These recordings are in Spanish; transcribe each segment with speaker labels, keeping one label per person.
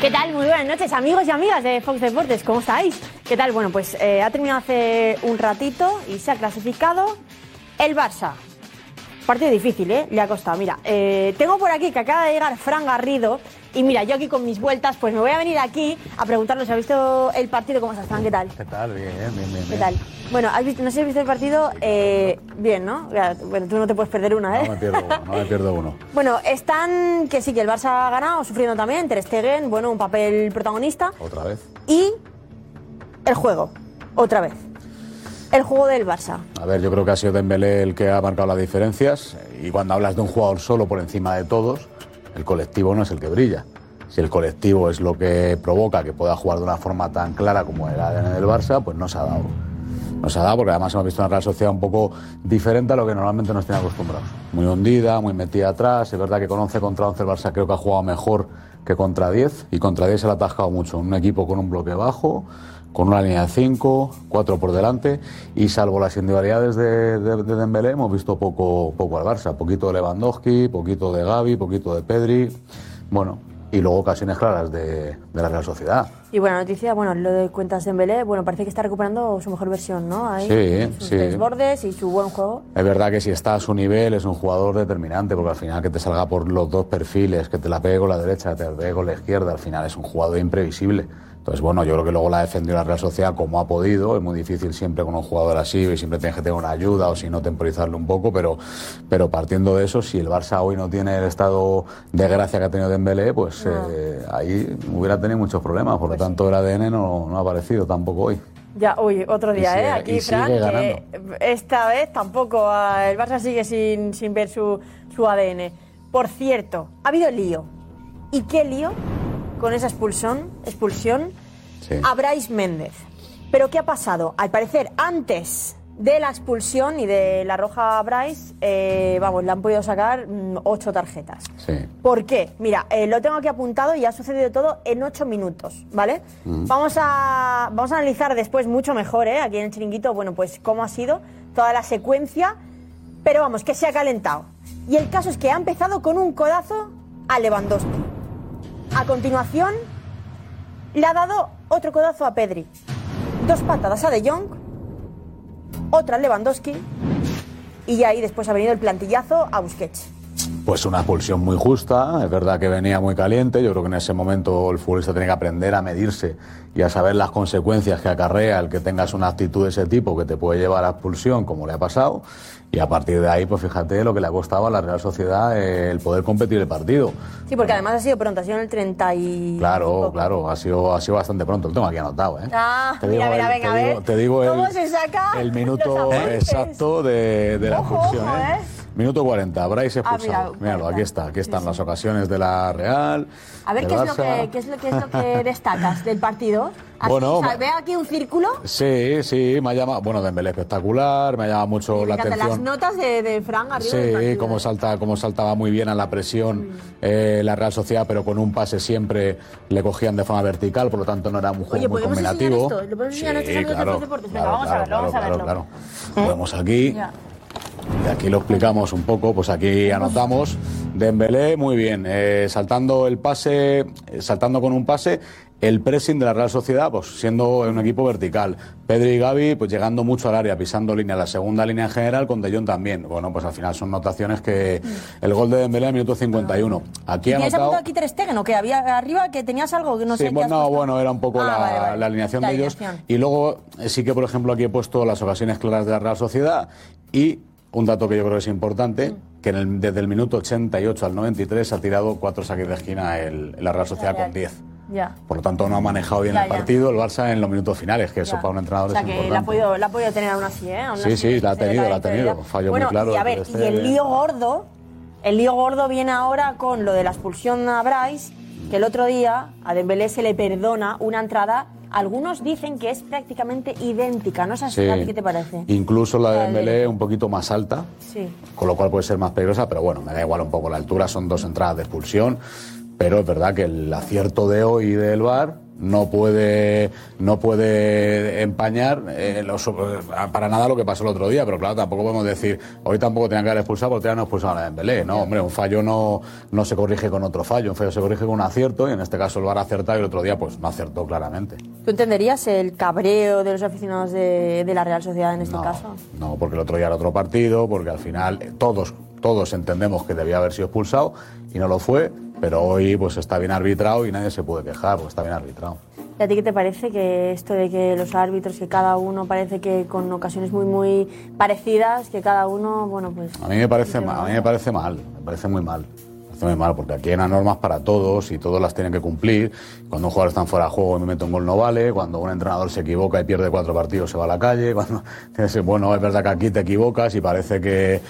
Speaker 1: ¿Qué tal? Muy buenas noches, amigos y amigas de Fox Deportes. ¿Cómo estáis? ¿Qué tal? Bueno, pues eh, ha terminado hace un ratito y se ha clasificado el Barça. Partido difícil, ¿eh? Le ha costado. Mira, eh, tengo por aquí que acaba de llegar Fran Garrido. Y mira, yo aquí con mis vueltas, pues me voy a venir aquí a preguntarnos si ha visto el partido. ¿Cómo estás, Fran? ¿Qué tal?
Speaker 2: ¿Qué tal? Bien, bien, bien.
Speaker 1: ¿Qué tal? Bueno, ¿has visto, no sé si has visto el partido. eh, bien, ¿no? Ya, Bueno, tú no te puedes perder una, ¿eh?
Speaker 2: No me pierdo uno, no me pierdo uno.
Speaker 1: Bueno, están que sí, que el Barça ha ganado, sufriendo también, Ter Stegen, bueno, un papel protagonista.
Speaker 2: Otra vez.
Speaker 1: Y el juego, otra vez. El juego del Barça.
Speaker 2: A ver, yo creo que ha sido Dembélé el que ha marcado las diferencias eh, y cuando hablas de un jugador solo por encima de todos, el colectivo no es el que brilla. Si el colectivo es lo que provoca que pueda jugar de una forma tan clara como el ADN del Barça, pues no se ha dado. No se ha dado porque además hemos visto una Real Sociedad un poco diferente a lo que normalmente nos tiene acostumbrados. Muy hundida, muy metida atrás. Es verdad que con 11 contra 11 el Barça creo que ha jugado mejor que contra 10 y contra 10 se le ha atascado mucho. Un equipo con un bloque bajo, con una línea de 5, 4 por delante y salvo las individualidades de, de, de Dembélé hemos visto poco, poco al Barça, poquito de Lewandowski, poquito de Gavi, poquito de Pedri, bueno, y luego ocasiones claras de, de la Real Sociedad.
Speaker 1: Y buena noticia, bueno, lo de cuentas de Belé, bueno, parece que está recuperando su mejor versión, ¿no? Ahí,
Speaker 2: Sí,
Speaker 1: sus
Speaker 2: sí.
Speaker 1: desbordes y su buen juego.
Speaker 2: Es verdad que si está a su nivel es un jugador determinante, porque al final que te salga por los dos perfiles, que te la pegue con la derecha, que te la pegue con la izquierda, al final es un jugador imprevisible. Entonces, bueno, yo creo que luego la ha defendido la Real Sociedad como ha podido. Es muy difícil siempre con un jugador así, y siempre tienes que tener una ayuda o si no temporizarlo un poco, pero, pero partiendo de eso, si el Barça hoy no tiene el estado de gracia que ha tenido Dembélé, pues eh, ahí hubiera tenido muchos problemas. Por lo tanto, el ADN no, no ha aparecido tampoco hoy.
Speaker 1: Ya, uy, otro día,
Speaker 2: Y sigue-
Speaker 1: ¿eh? Aquí,
Speaker 2: y sigue
Speaker 1: Fran, que
Speaker 2: ganando.
Speaker 1: esta vez tampoco ah, el Barça sigue sin, sin ver su, su ADN. Por cierto, ha habido lío. ¿Y qué lío con esa expulsión? expulsión a Brais Méndez. ¿Pero qué ha pasado? Al parecer, antes de la expulsión y de la roja a Brais, eh, vamos, le han podido sacar mm, ocho tarjetas.
Speaker 2: Sí.
Speaker 1: ¿Por qué? Mira, eh, lo tengo aquí apuntado y ha sucedido todo en ocho minutos, ¿vale?
Speaker 3: Mm.
Speaker 1: Vamos, a, vamos a analizar después mucho mejor, ¿eh? Aquí en el chiringuito, bueno, pues cómo ha sido toda la secuencia, pero vamos, que se ha calentado. Y el caso es que ha empezado con un codazo a Lewandowski. A continuación, le ha dado otro codazo a Pedri. Dos patadas a De Jong, otra a Lewandowski, y ya ahí después ha venido el plantillazo a Busquets.
Speaker 2: Pues una expulsión muy justa, es verdad que venía muy caliente, yo creo que en ese momento el futbolista tiene que aprender a medirse y a saber las consecuencias que acarrea el que tengas una actitud de ese tipo que te puede llevar a expulsión como le ha pasado y a partir de ahí pues fíjate lo que le ha costado a la Real Sociedad eh, el poder competir el partido.
Speaker 1: Sí, porque además ha sido pronto, ha sido en el 30 y...
Speaker 2: Claro, claro, ha sido, ha sido bastante pronto, lo tengo aquí anotado. ¿eh?
Speaker 1: Ah,
Speaker 2: Te
Speaker 1: mira,
Speaker 2: digo
Speaker 1: mira,
Speaker 2: el-
Speaker 1: venga, a
Speaker 2: te
Speaker 1: ver.
Speaker 2: digo- te digo
Speaker 1: ¿Cómo
Speaker 2: el-
Speaker 1: se saca?
Speaker 2: El minuto
Speaker 1: los ¿eh? apuntes?
Speaker 2: exacto de, de la
Speaker 1: Ojo,
Speaker 2: expulsión.
Speaker 1: ojo,
Speaker 2: ¿eh?
Speaker 1: ¿eh?
Speaker 2: Minuto 40, Bryce
Speaker 1: Ah,
Speaker 2: expulsado.
Speaker 1: mira,
Speaker 2: Míralo, aquí está, aquí están las ocasiones de la Real.
Speaker 1: A ver,
Speaker 2: del
Speaker 1: ¿qué es, lo
Speaker 2: Barça.
Speaker 1: que, qué es lo, qué es lo que destacas del partido? Así,
Speaker 2: Bueno,
Speaker 1: o sea,
Speaker 2: ma-
Speaker 1: veo aquí un círculo.
Speaker 2: Sí, sí, me ha llamado, bueno, Dembélé espectacular, me ha llamado mucho
Speaker 1: Me
Speaker 2: la
Speaker 1: encantan las
Speaker 2: atención.
Speaker 1: notas de, de Fran arriba. del
Speaker 2: Sí,
Speaker 1: partido.
Speaker 2: cómo, salta, cómo saltaba muy bien a la presión eh, la Real Sociedad, pero con un pase siempre le cogían de forma vertical, por lo tanto no era un juego
Speaker 4: Oye,
Speaker 2: muy
Speaker 4: ¿podemos enseñar
Speaker 2: combinativo.
Speaker 4: esto? ¿Lo podemos enseñar a nuestros
Speaker 2: sí,
Speaker 4: amigos este de
Speaker 2: claro,
Speaker 4: Fox Deportes? Venga,
Speaker 2: claro,
Speaker 4: vamos a verlo,
Speaker 2: claro,
Speaker 4: vamos a
Speaker 2: claro,
Speaker 4: verlo.
Speaker 2: claro. Lo vemos aquí. Y aquí lo explicamos un poco, pues aquí anotamos Dembélé, muy bien, eh, saltando el pase, eh, saltando con un pase, el pressing de la Real Sociedad, pues siendo un equipo vertical. Pedri y Gavi, pues llegando mucho al área, pisando línea, la segunda línea en general, con De Jong también. Bueno, pues al final son notaciones que el gol de Dembélé, minuto 51. Aquí ha
Speaker 1: ¿Tienes
Speaker 2: anotado...
Speaker 1: apuntado aquí Ter Stegen o que había arriba que tenías algo que no
Speaker 2: Sí,
Speaker 1: sé
Speaker 2: bueno,
Speaker 1: qué has
Speaker 2: no, bueno, era un poco
Speaker 1: Ah,
Speaker 2: la,
Speaker 1: vale, vale.
Speaker 2: la alineación
Speaker 1: La
Speaker 2: de ellos.
Speaker 1: alineación.
Speaker 2: Y luego eh, sí que, por ejemplo, aquí he puesto las ocasiones claras de la Real Sociedad y un dato que yo creo que es importante,
Speaker 1: Mm.
Speaker 2: que en el- desde el minuto 88 al 93 ha tirado cuatro saques de esquina el, la Real Sociedad con 10.
Speaker 1: Ya.
Speaker 2: Por lo tanto, no ha manejado bien
Speaker 1: Ya,
Speaker 2: el
Speaker 1: ya.
Speaker 2: partido el Barça en los minutos finales, que eso
Speaker 1: Ya.
Speaker 2: para un entrenador
Speaker 1: O sea,
Speaker 2: es
Speaker 1: que
Speaker 2: importante.
Speaker 1: la ha, podido, la ha podido tener aún así, ¿eh? Aún
Speaker 2: Sí,
Speaker 1: así,
Speaker 2: sí, la ha
Speaker 1: se le
Speaker 2: tenido,
Speaker 1: cae
Speaker 2: la ha
Speaker 1: el
Speaker 2: tenido.
Speaker 1: pelo ya.
Speaker 2: Fallo
Speaker 1: bueno,
Speaker 2: muy claro.
Speaker 1: Y a
Speaker 2: de
Speaker 1: ver, y
Speaker 2: Ter
Speaker 1: el
Speaker 2: Stegen.
Speaker 1: lío gordo, el lío gordo viene ahora con lo de la expulsión a Bryce, que el otro día a Dembélé se le perdona una entrada. Algunos dicen que es prácticamente idéntica, ¿no es así?
Speaker 2: Sí.
Speaker 1: ¿A ti ¿Qué te parece?
Speaker 2: Incluso la de
Speaker 1: La de-
Speaker 2: Dembélé un poquito más alta,
Speaker 1: Sí.
Speaker 2: con lo cual puede ser más peligrosa, pero bueno, me da igual un poco la altura, son dos entradas de expulsión, pero es verdad que el acierto de hoy del VAR no puede, no puede empañar eh, los- para nada lo que pasó el otro día, pero claro, tampoco podemos decir, hoy tampoco tenían que haber expulsado porque tenían que expulsar a la Dembélé, no, hombre, un fallo no, no se corrige con otro fallo, un fallo se corrige con un acierto, y en este caso el VAR ha acertado y el otro día pues no acertó claramente.
Speaker 1: ¿Tú entenderías el cabreo de los aficionados de, de la Real Sociedad en este caso?
Speaker 2: No, porque el otro día era otro partido, porque al final eh, todos, todos entendemos que debía haber sido expulsado y no lo fue, pero hoy pues está bien arbitrado y nadie se puede quejar porque está bien arbitrado.
Speaker 1: ¿Y a ti qué te parece que esto de que los árbitros, que cada uno parece que con ocasiones muy, muy parecidas, que cada uno, bueno, pues...
Speaker 2: A mí me parece mal, a mí me parece mal, me parece muy mal. Me parece muy mal, porque aquí hay unas normas para todos y todos las tienen que cumplir. Cuando un jugador está en fuera de juego y me mete un gol no vale, cuando un entrenador se equivoca y pierde cuatro partidos se va a la calle, cuando tienes- bueno, es verdad que aquí te equivocas y parece que, eh,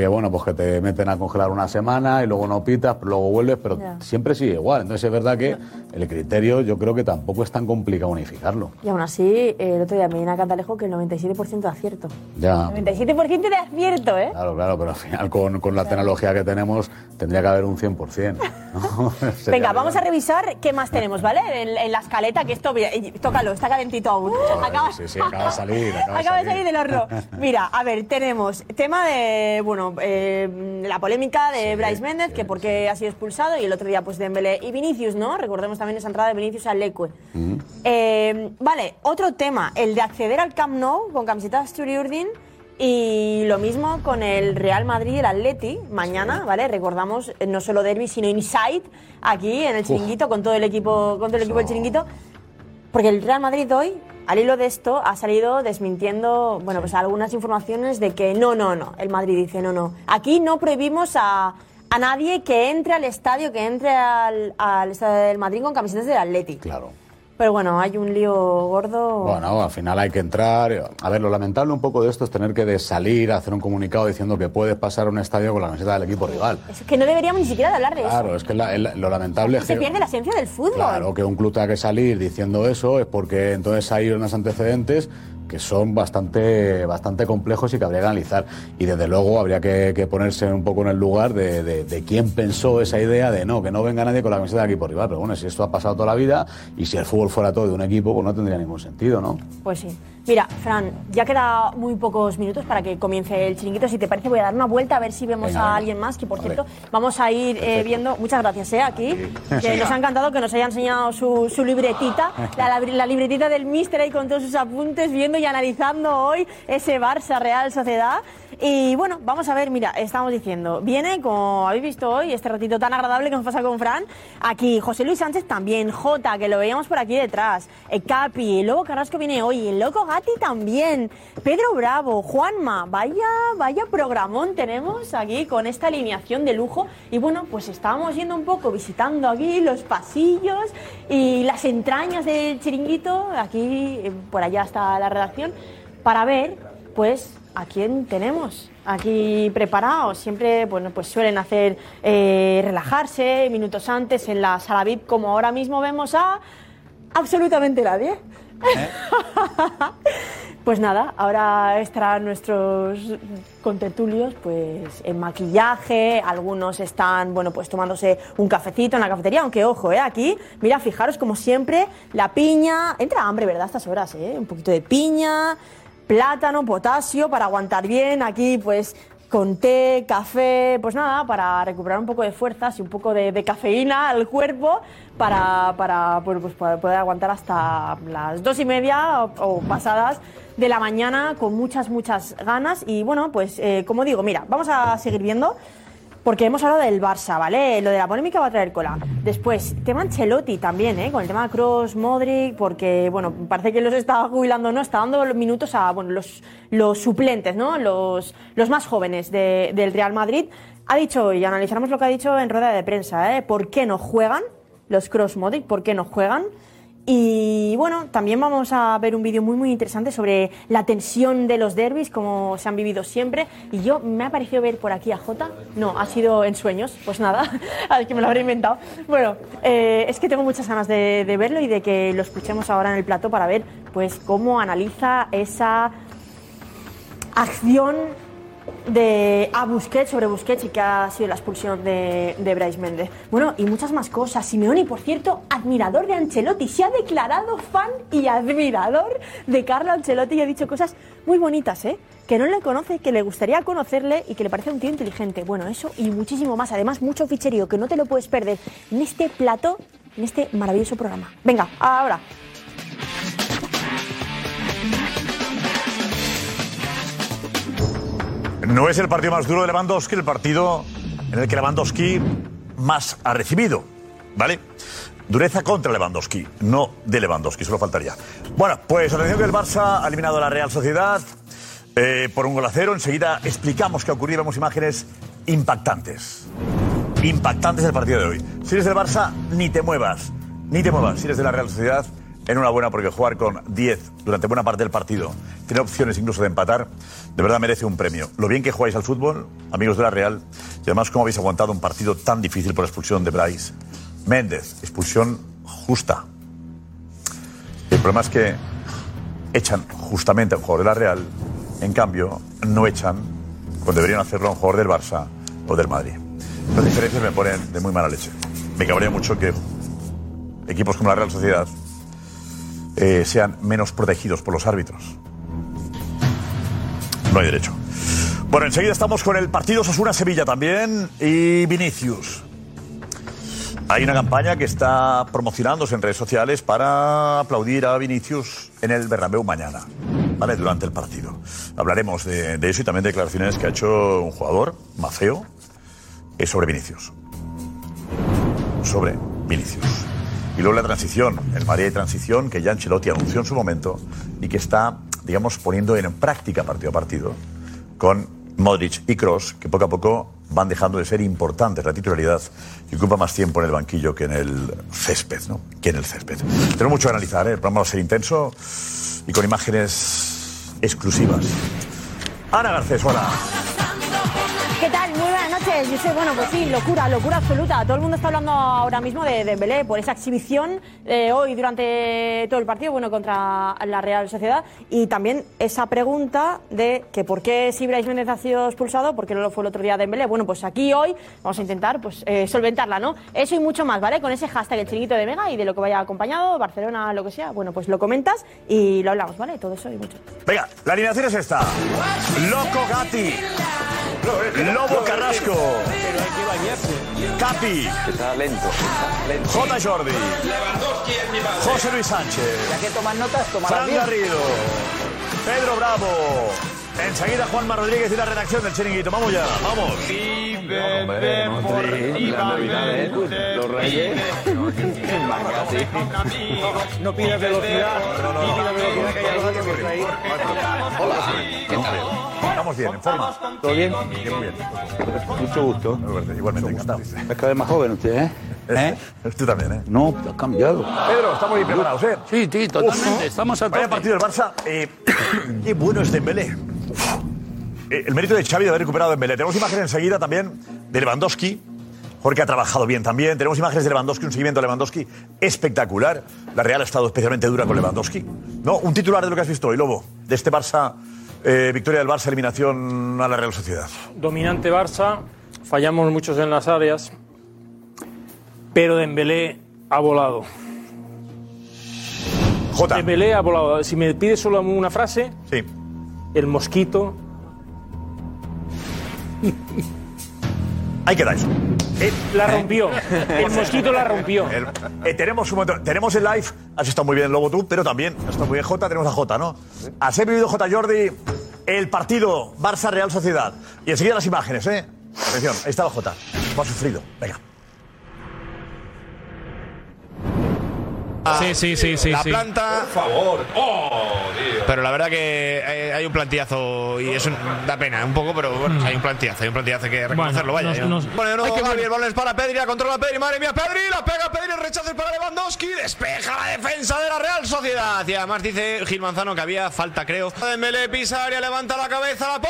Speaker 2: que, bueno, pues que te meten a congelar una semana y luego no pitas, pero luego vuelves, pero
Speaker 1: Ya.
Speaker 2: siempre sigue igual. Entonces es verdad que el criterio yo creo que tampoco es tan complicado unificarlo.
Speaker 1: Y aún así, eh, el otro día me viene a Cantalejo que el 97% de acierto.
Speaker 2: Ya,
Speaker 1: 97% de acierto, ¿eh?
Speaker 2: Claro, claro, pero al final con, con la tecnología que tenemos tendría que haber un 100%. ¿no? Sería
Speaker 1: Venga, vamos a revisar qué más tenemos, ¿vale? En, en la escaleta, que esto, mira, y- tócalo, está calentito aún. Acaba,
Speaker 2: Sí, sí, acaba de salir. Acaba,
Speaker 1: acaba de salir del horno. Mira, a ver, tenemos tema de, bueno, eh, la polémica de Bryce Méndez, que por qué ha sido expulsado, y el otro día pues Dembélé y Vinicius, ¿no? Recordemos también esa entrada de Vinicius al Lecue.
Speaker 2: Mm.
Speaker 1: Eh, vale, otro tema, el de acceder al Camp Nou con camiseta Urdin y lo mismo con el Real Madrid, el Atleti, mañana, ¿vale? Recordamos eh, no solo Derby, sino Inside, aquí en el
Speaker 3: Uf.
Speaker 1: chiringuito, con todo el equipo, con todo el equipo del chiringuito. Porque el Real Madrid hoy, al hilo de esto, ha salido desmintiendo, bueno, pues algunas informaciones de que no, no, no. El Madrid dice, no, no. Aquí no prohibimos a, a nadie que entre al estadio, que entre al, al estadio del Madrid con camisetas del Atleti.
Speaker 2: Claro.
Speaker 1: Pero bueno, hay un lío gordo.
Speaker 2: Bueno, al final hay que entrar. A ver, lo lamentable un poco de esto es tener que de salir a hacer un comunicado diciendo que puedes pasar a un estadio con la camiseta del equipo rival.
Speaker 1: Es que no deberíamos ni siquiera de hablar de eso.
Speaker 2: Claro, es que la- el- lo lamentable es
Speaker 1: Se
Speaker 2: que...
Speaker 1: pierde la esencia del fútbol.
Speaker 2: Claro, que un club tenga que salir diciendo eso es porque entonces hay unos antecedentes que son bastante, bastante complejos y que habría que analizar. Y desde luego habría que, que ponerse un poco en el lugar de, de- de quién pensó esa idea de no, que no venga nadie con la camiseta de equipo rival. Pero bueno, si esto ha pasado toda la vida y si el fútbol fuera todo de un equipo, pues no tendría ningún sentido, ¿no?
Speaker 1: Pues sí. Mira, Fran, ya queda muy pocos minutos para que comience el chiringuito. Si te parece, voy a dar una vuelta a ver si vemos
Speaker 4: Venga,
Speaker 1: a
Speaker 4: venga.
Speaker 1: alguien más, que por
Speaker 4: Vale.
Speaker 1: cierto, vamos a ir eh,
Speaker 4: Perfecto.
Speaker 1: viendo. Muchas gracias, ¿eh? Aquí.
Speaker 4: ti.
Speaker 1: Que nos ha encantado que nos haya enseñado su, su libretita, la, la libretita del Mister ahí con todos sus apuntes, viendo y analizando hoy ese Barça Real Sociedad. Y bueno, vamos a ver, mira, estamos diciendo, viene, como habéis visto hoy, este ratito tan agradable que nos pasa con Fran, aquí José Luis Sánchez también, Jota, que lo veíamos por aquí detrás, eh, Capi, el Lobo Carrasco viene hoy, el Loco Gatti también, Pedro Bravo, Juanma, vaya, vaya programón tenemos aquí con esta alineación de lujo. Y bueno, pues estábamos yendo un poco visitando aquí los pasillos y las entrañas del chiringuito, aquí, eh, por allá está la redacción, para ver, pues, a quién tenemos aquí preparados. Siempre, bueno, pues suelen hacer eh, relajarse minutos antes en la sala VIP, como ahora mismo vemos a absolutamente nadie. Pues nada, ahora estarán nuestros contertulios pues en maquillaje, algunos están, bueno, pues tomándose un cafecito en la cafetería, aunque ojo, eh, aquí, mira, fijaros como siempre, la piña, entra hambre, ¿verdad? a Estas horas, eh, un poquito de piña, plátano, potasio para aguantar bien, aquí pues con té, café, pues nada, para recuperar un poco de fuerzas y un poco de, de cafeína al cuerpo para, para, bueno, pues, para poder aguantar hasta las dos y media o, o pasadas de la mañana con muchas, muchas ganas. Y bueno, pues eh, como digo, mira, vamos a seguir viendo porque hemos hablado del Barça, ¿vale? Lo de la polémica va a traer cola. Después, tema Ancelotti también, ¿eh? Con el tema Cross, Modric, porque, bueno, parece que los está jubilando, ¿no? Está dando minutos a, bueno, los, los suplentes, ¿no? Los, los más jóvenes de- del Real Madrid. Ha dicho, y analizaremos lo que ha dicho en rueda de prensa, ¿eh? ¿Por qué no juegan los Cross, Modric? ¿Por qué no juegan? Y bueno, también vamos a ver un vídeo muy muy interesante sobre la tensión de los derbis, como se han vivido siempre. Y yo me ha parecido ver por aquí a Jota. No, ha sido en sueños, pues nada, al que me lo habré inventado. Bueno, eh, es que tengo muchas ganas de, de verlo y de que lo escuchemos ahora en el plato para ver pues cómo analiza esa acción de a Busquets sobre Busquets y que ha sido la expulsión de, de Brais Méndez. Bueno, y muchas más cosas. Simeone, por cierto, admirador de Ancelotti, se ha declarado fan y admirador de Carlo Ancelotti y ha dicho cosas muy bonitas, ¿eh? Que no le conoce, que le gustaría conocerle y que le parece un tío inteligente. Bueno, eso y muchísimo más. Además, mucho ficherío que no te lo puedes perder en este plato, en este maravilloso programa. Venga, ahora.
Speaker 3: No es el partido más duro de Lewandowski, el partido en el que Lewandowski más ha recibido. ¿Vale? Dureza contra Lewandowski, no de Lewandowski, solo faltaría. Bueno, pues atención que el Barça ha eliminado a la Real Sociedad eh, por un gol a cero. Enseguida explicamos qué ha ocurrido. Vemos imágenes impactantes. Impactantes del partido de hoy. Si eres del Barça, ni te muevas. Ni te muevas. Si eres de la Real Sociedad, en una buena porque jugar con 10 durante buena parte del partido, tiene opciones incluso de empatar, de verdad merece un premio. Lo bien que jugáis al fútbol, amigos de la Real, y además cómo habéis aguantado un partido tan difícil por expulsión de Bryce. Méndez, expulsión justa. El problema es que echan justamente a un jugador de la Real, en cambio no echan cuando deberían hacerlo a un jugador del Barça o del Madrid. Las diferencias me ponen de muy mala leche. Me cabría mucho que equipos como la Real Sociedad eh, sean menos protegidos por los árbitros. No hay derecho. Bueno, enseguida estamos con el partido Sasuna-Sevilla también y Vinicius. Hay una campaña que está promocionándose en redes sociales para aplaudir a Vinicius en el Bernabéu mañana, ¿vale? Durante el partido. Hablaremos de, de eso y también de declaraciones que ha hecho un jugador, Mafeo, eh, sobre Vinicius. Sobre Vinicius. Y luego la transición, el María de transición que ya Ancelotti anunció en su momento y que está, digamos, poniendo en práctica partido a partido con Modric y Cross, que poco a poco van dejando de ser importantes la titularidad y ocupa más tiempo en el banquillo que en el césped, ¿no? Que en el césped. Tenemos mucho que analizar, ¿eh? el programa va a ser intenso y con imágenes exclusivas. Ana Garcés, hola.
Speaker 1: ¿Qué tal? Muy buenas noches. Yo sé, bueno, pues sí, locura, locura absoluta. Todo el mundo está hablando ahora mismo de, de Belé por esa exhibición eh, hoy durante todo el partido, bueno, contra la Real Sociedad. Y también esa pregunta de que por qué si Brais Méndez ha sido expulsado, por qué no lo fue el otro día de Belé. Bueno, pues aquí hoy vamos a intentar pues eh, solventarla, ¿no? Eso y mucho más, ¿vale? Con ese hashtag el chiringuito de Mega y de lo que vaya acompañado, Barcelona, lo que sea. Bueno, pues lo comentas y lo hablamos, ¿vale? Todo eso y mucho.
Speaker 3: Venga, la alineación es esta. Loco Gatti. Lobo Carrasco. Capi.
Speaker 4: Está lento.
Speaker 3: J. Jordi. José Luis
Speaker 4: Ya
Speaker 3: Sánchez.
Speaker 4: que tomas notas, tomas
Speaker 3: Fran Garrido. Pedro Bravo. Enseguida Juanma Rodríguez y la redacción del Chiringuito. Vamos ya, vamos.
Speaker 4: Los reyes. No pides velocidad. No pides velocidad que hay algo que está ahí.
Speaker 3: Estamos bien, en forma.
Speaker 4: ¿Todo bien?
Speaker 3: Bien, muy bien.
Speaker 5: Mucho gusto.
Speaker 3: Igualmente, encantado.
Speaker 5: Es cada vez más joven usted, ¿eh? ¿Eh?
Speaker 3: Usted también, ¿eh?
Speaker 5: No, ha cambiado.
Speaker 3: Pedro, estamos bien preparados, ¿eh?
Speaker 5: Sí, sí, totalmente. Estamos al
Speaker 3: Vaya partido del Barça. Eh, qué bueno es Dembélé. Eh, El mérito de Xavi de haber recuperado a Dembélé. Tenemos imágenes enseguida también de Lewandowski. Jorge ha trabajado bien también. Tenemos imágenes de Lewandowski, un seguimiento de Lewandowski espectacular. La Real ha estado especialmente dura con Lewandowski. ¿No? Un titular de lo que has visto hoy, Lobo, de este Barça, eh, victoria del Barça, eliminación a la Real Sociedad.
Speaker 6: dominante Barça, fallamos muchos en las áreas, pero Dembélé ha volado.
Speaker 3: Jota.
Speaker 6: Dembélé ha volado. Si me pides solo una frase,
Speaker 3: Sí.
Speaker 6: el mosquito
Speaker 3: Ahí queda eso. Eh,
Speaker 6: la rompió. El mosquito la rompió.
Speaker 3: El- eh, tenemos, un montón- tenemos el live. Has estado muy bien, Lobo, tú, pero también has estado muy bien, Jota. Tenemos a Jota, ¿no? Has vivido, Jota Jordi, el partido Barça-Real Sociedad. Y enseguida las imágenes, ¿eh? Atención, ahí estaba Jota. Lo ha sufrido. Venga.
Speaker 7: Sí, sí, sí, sí.
Speaker 8: la
Speaker 7: sí.
Speaker 8: planta. Por favor.
Speaker 3: Oh.
Speaker 8: Pero la verdad que eh, hay un plantillazo y es un- da pena ¿eh? un poco, pero bueno, hay un plantillazo, hay un plantillazo hay que reconocerlo,
Speaker 7: Bueno,
Speaker 8: vaya.
Speaker 7: nos-
Speaker 8: ¿no?
Speaker 7: nos-
Speaker 8: Bueno, no,
Speaker 7: hay que-
Speaker 8: Gavi, el balón es para Pedri, la controla Pedri, madre mía, Pedri, la pega Pedri, el rechazo es para Lewandowski, despeja la defensa de la Real Sociedad. Y además dice Gil Manzano que había falta, creo. Dembélé pisa área, levanta la cabeza, la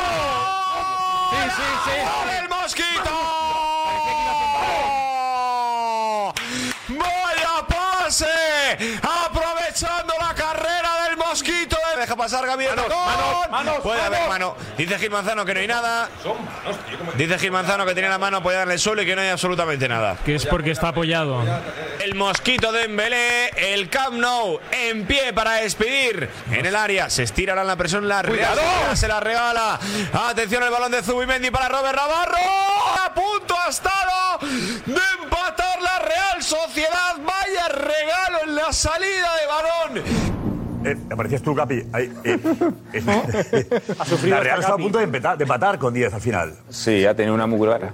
Speaker 8: pone.
Speaker 7: Sí, sí, sí.
Speaker 8: ¡El mosquito! ¡Vaya pase! Aprovechando la carrera del mosquito de que ha habido
Speaker 3: Manos,
Speaker 8: tacón.
Speaker 3: manos, manos,
Speaker 8: Puede
Speaker 3: manos.
Speaker 8: haber mano. Dice Gil Manzano que no hay nada. Dice Gil Manzano que tiene la mano apoyada en el suelo y que no hay absolutamente nada.
Speaker 7: Que es porque está apoyado.
Speaker 8: El mosquito de Embelé, el Camp Nou en pie para despedir. En el área se estira ahora la presión, la Real Sociedad se la regala. Atención el balón de Zubimendi para Robert Navarro. A punto ha estado de empatar la Real Sociedad. Vaya regalo en la salida de balón.
Speaker 3: Eh, aparecías tú, Capi. Ay, eh, eh,
Speaker 6: sufrido
Speaker 3: la Real
Speaker 6: hasta
Speaker 3: está a
Speaker 6: Capi.
Speaker 3: punto de empatar, de empatar con 10 al final.
Speaker 9: Sí, ha tenido una mugurara.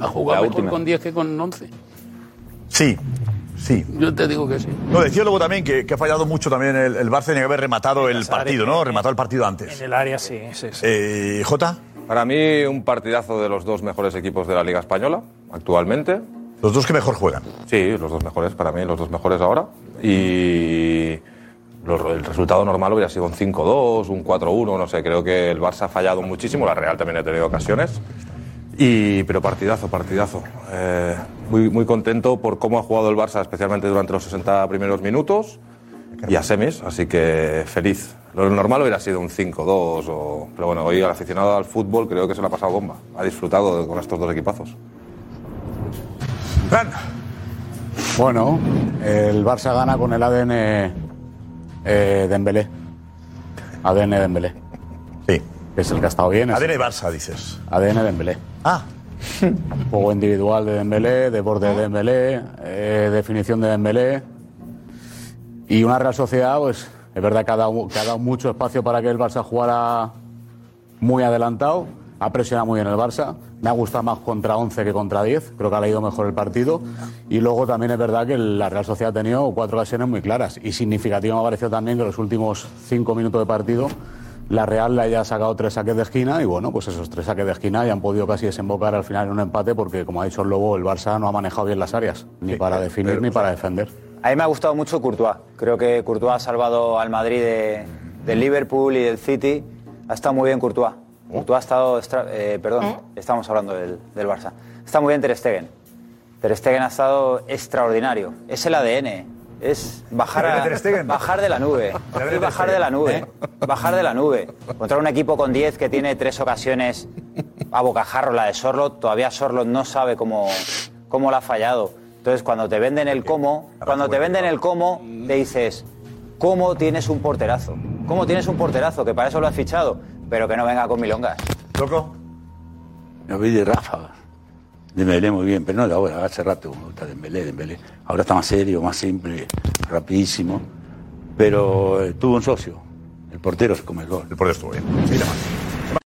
Speaker 5: Ha jugado
Speaker 9: La
Speaker 5: mejor
Speaker 9: última.
Speaker 5: con 10 que con 11.
Speaker 3: Sí, sí.
Speaker 5: Yo te digo que sí.
Speaker 3: No, decía luego también que, que ha fallado mucho también el, el Barça, tenía que haber rematado el partido, ¿no? Rematado el partido
Speaker 6: En
Speaker 3: antes.
Speaker 6: el área sí, sí, sí.
Speaker 3: Eh, ¿Jota?
Speaker 9: Para mí, un partidazo de los dos mejores equipos de la Liga Española actualmente.
Speaker 3: Los dos que mejor juegan.
Speaker 9: Sí, los dos mejores para mí, los dos mejores ahora. Y lo- el resultado normal hubiera sido un 5-2, un 4-1, no sé. Creo que el Barça ha fallado muchísimo, la Real también ha tenido ocasiones. Y, pero partidazo, partidazo. Eh, muy, muy contento por cómo ha jugado el Barça, especialmente durante los 60 primeros minutos y a semis, así que feliz. Lo normal hubiera sido un 5-2, o- pero bueno, hoy al aficionado al fútbol creo que se lo ha pasado bomba. Ha disfrutado con estos dos equipazos.
Speaker 3: Fran,
Speaker 2: Bueno, el Barça gana con el ADN eh, Dembélé. ADN Dembélé,
Speaker 3: Sí.
Speaker 2: que es el que ha estado bien. es
Speaker 3: ADN Barça, dices.
Speaker 2: ADN Dembélé.
Speaker 3: Ah,
Speaker 2: Juego individual de Dembélé, desborde de Dembélé, eh, definición de Dembélé. Y una Real Sociedad, pues, es verdad que ha, dado, que ha dado mucho espacio para que el Barça jugara muy adelantado. Ha presionado muy bien el Barça. Me ha gustado más contra 11 que contra 10. Creo que ha leído mejor el partido. Y luego también es verdad que la Real Sociedad ha tenido cuatro ocasiones muy claras. Y significativo me ha parecido también que los últimos cinco minutos de partido la Real le haya sacado tres saques de esquina. Y bueno, pues esos tres saques de esquina ya han podido casi desembocar al final en un empate porque, como ha dicho el Lobo, el Barça no ha manejado bien las áreas. Ni para definir ni para defender.
Speaker 10: A mí me ha gustado mucho Courtois. Creo que Courtois ha salvado al Madrid de- del Liverpool y del City. Ha estado muy bien Courtois. Courtois ha estado. extra- eh, perdón, estamos hablando del, del Barça. Está muy bien Ter Stegen. Ter Stegen ha estado extraordinario. Es el ADN. Es bajar,
Speaker 3: ADN
Speaker 10: a-
Speaker 3: Ter Stegen.
Speaker 10: bajar de la nube.
Speaker 3: ADN
Speaker 10: Es bajar
Speaker 3: Ter
Speaker 10: de la
Speaker 3: Stegen. ¿eh?
Speaker 10: nube. Bajar de la nube. Contra un equipo con 10 que tiene tres ocasiones a bocajarro la de Sorlot. Todavía Sorlot no sabe cómo, cómo la ha fallado. Entonces, cuando te venden el cómo, cuando te venden el cómo,
Speaker 3: Mm.
Speaker 10: te dices, ¿cómo tienes un porterazo? ¿Cómo tienes un porterazo? Que para eso lo has fichado, pero que no venga con milongas.
Speaker 3: loco.
Speaker 5: Me voy de ráfagas. Dembélé muy bien, pero no de ahora, hace rato está Dembélé, Dembélé. Ahora está más serio, más simple, rapidísimo. Pero eh, tuvo un socio, el portero se come el gol.
Speaker 3: El portero estuvo bien. Mira más.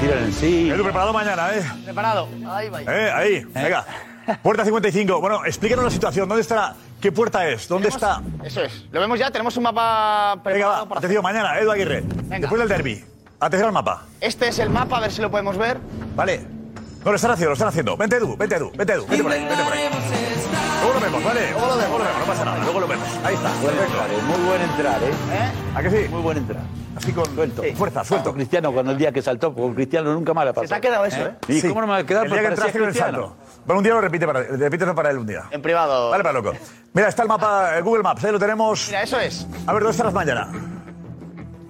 Speaker 5: Tiran en sí.
Speaker 3: Edu, preparado mañana, ¿eh?
Speaker 11: Preparado. Ahí va.
Speaker 3: Eh, ahí, venga. Puerta 55. Bueno, explícanos la situación. ¿Dónde está? ¿Qué puerta es? ¿Dónde está?
Speaker 11: Eso es. Lo vemos ya, tenemos un mapa
Speaker 3: Venga,
Speaker 11: preparado
Speaker 3: va.
Speaker 11: para
Speaker 3: Atención, mañana, Edu Aguirre. Después del derby. Atención al mapa.
Speaker 11: Este es el mapa, a ver si lo podemos ver.
Speaker 3: ¿Vale? No, lo están haciendo, lo están haciendo. Vente, Edu, vente, Edu, vente, Edu. Vente por ahí, vente por ahí. Luego lo vemos, ¿vale? Luego lo vemos, luego lo vemos, no pasa nada. Luego lo vemos. Ahí está.
Speaker 5: Buen
Speaker 3: Perfecto.
Speaker 5: entrar, eh, muy buen entrar, ¿eh?
Speaker 3: ¿A que sí?
Speaker 5: Muy buen entrar.
Speaker 3: Así con
Speaker 5: Suelto.
Speaker 3: fuerza, suelto.
Speaker 5: Con Cristiano, con el día que saltó, con Cristiano nunca más la pasó.
Speaker 11: Se te ha quedado eso, ¿eh?
Speaker 5: ¿Y
Speaker 3: Sí.
Speaker 5: cómo no me va a quedar?
Speaker 3: El día que
Speaker 5: Porque
Speaker 3: entraste
Speaker 5: parecía
Speaker 3: con el
Speaker 5: Cristiano.
Speaker 3: salto. Bueno, un día lo repite para, repítelo para él un día.
Speaker 11: En privado.
Speaker 3: Vale, para loco. Mira, está el mapa, eh, Google Maps, ahí lo tenemos.
Speaker 11: Mira, eso es.
Speaker 3: A ver, ¿dónde estarás mañana?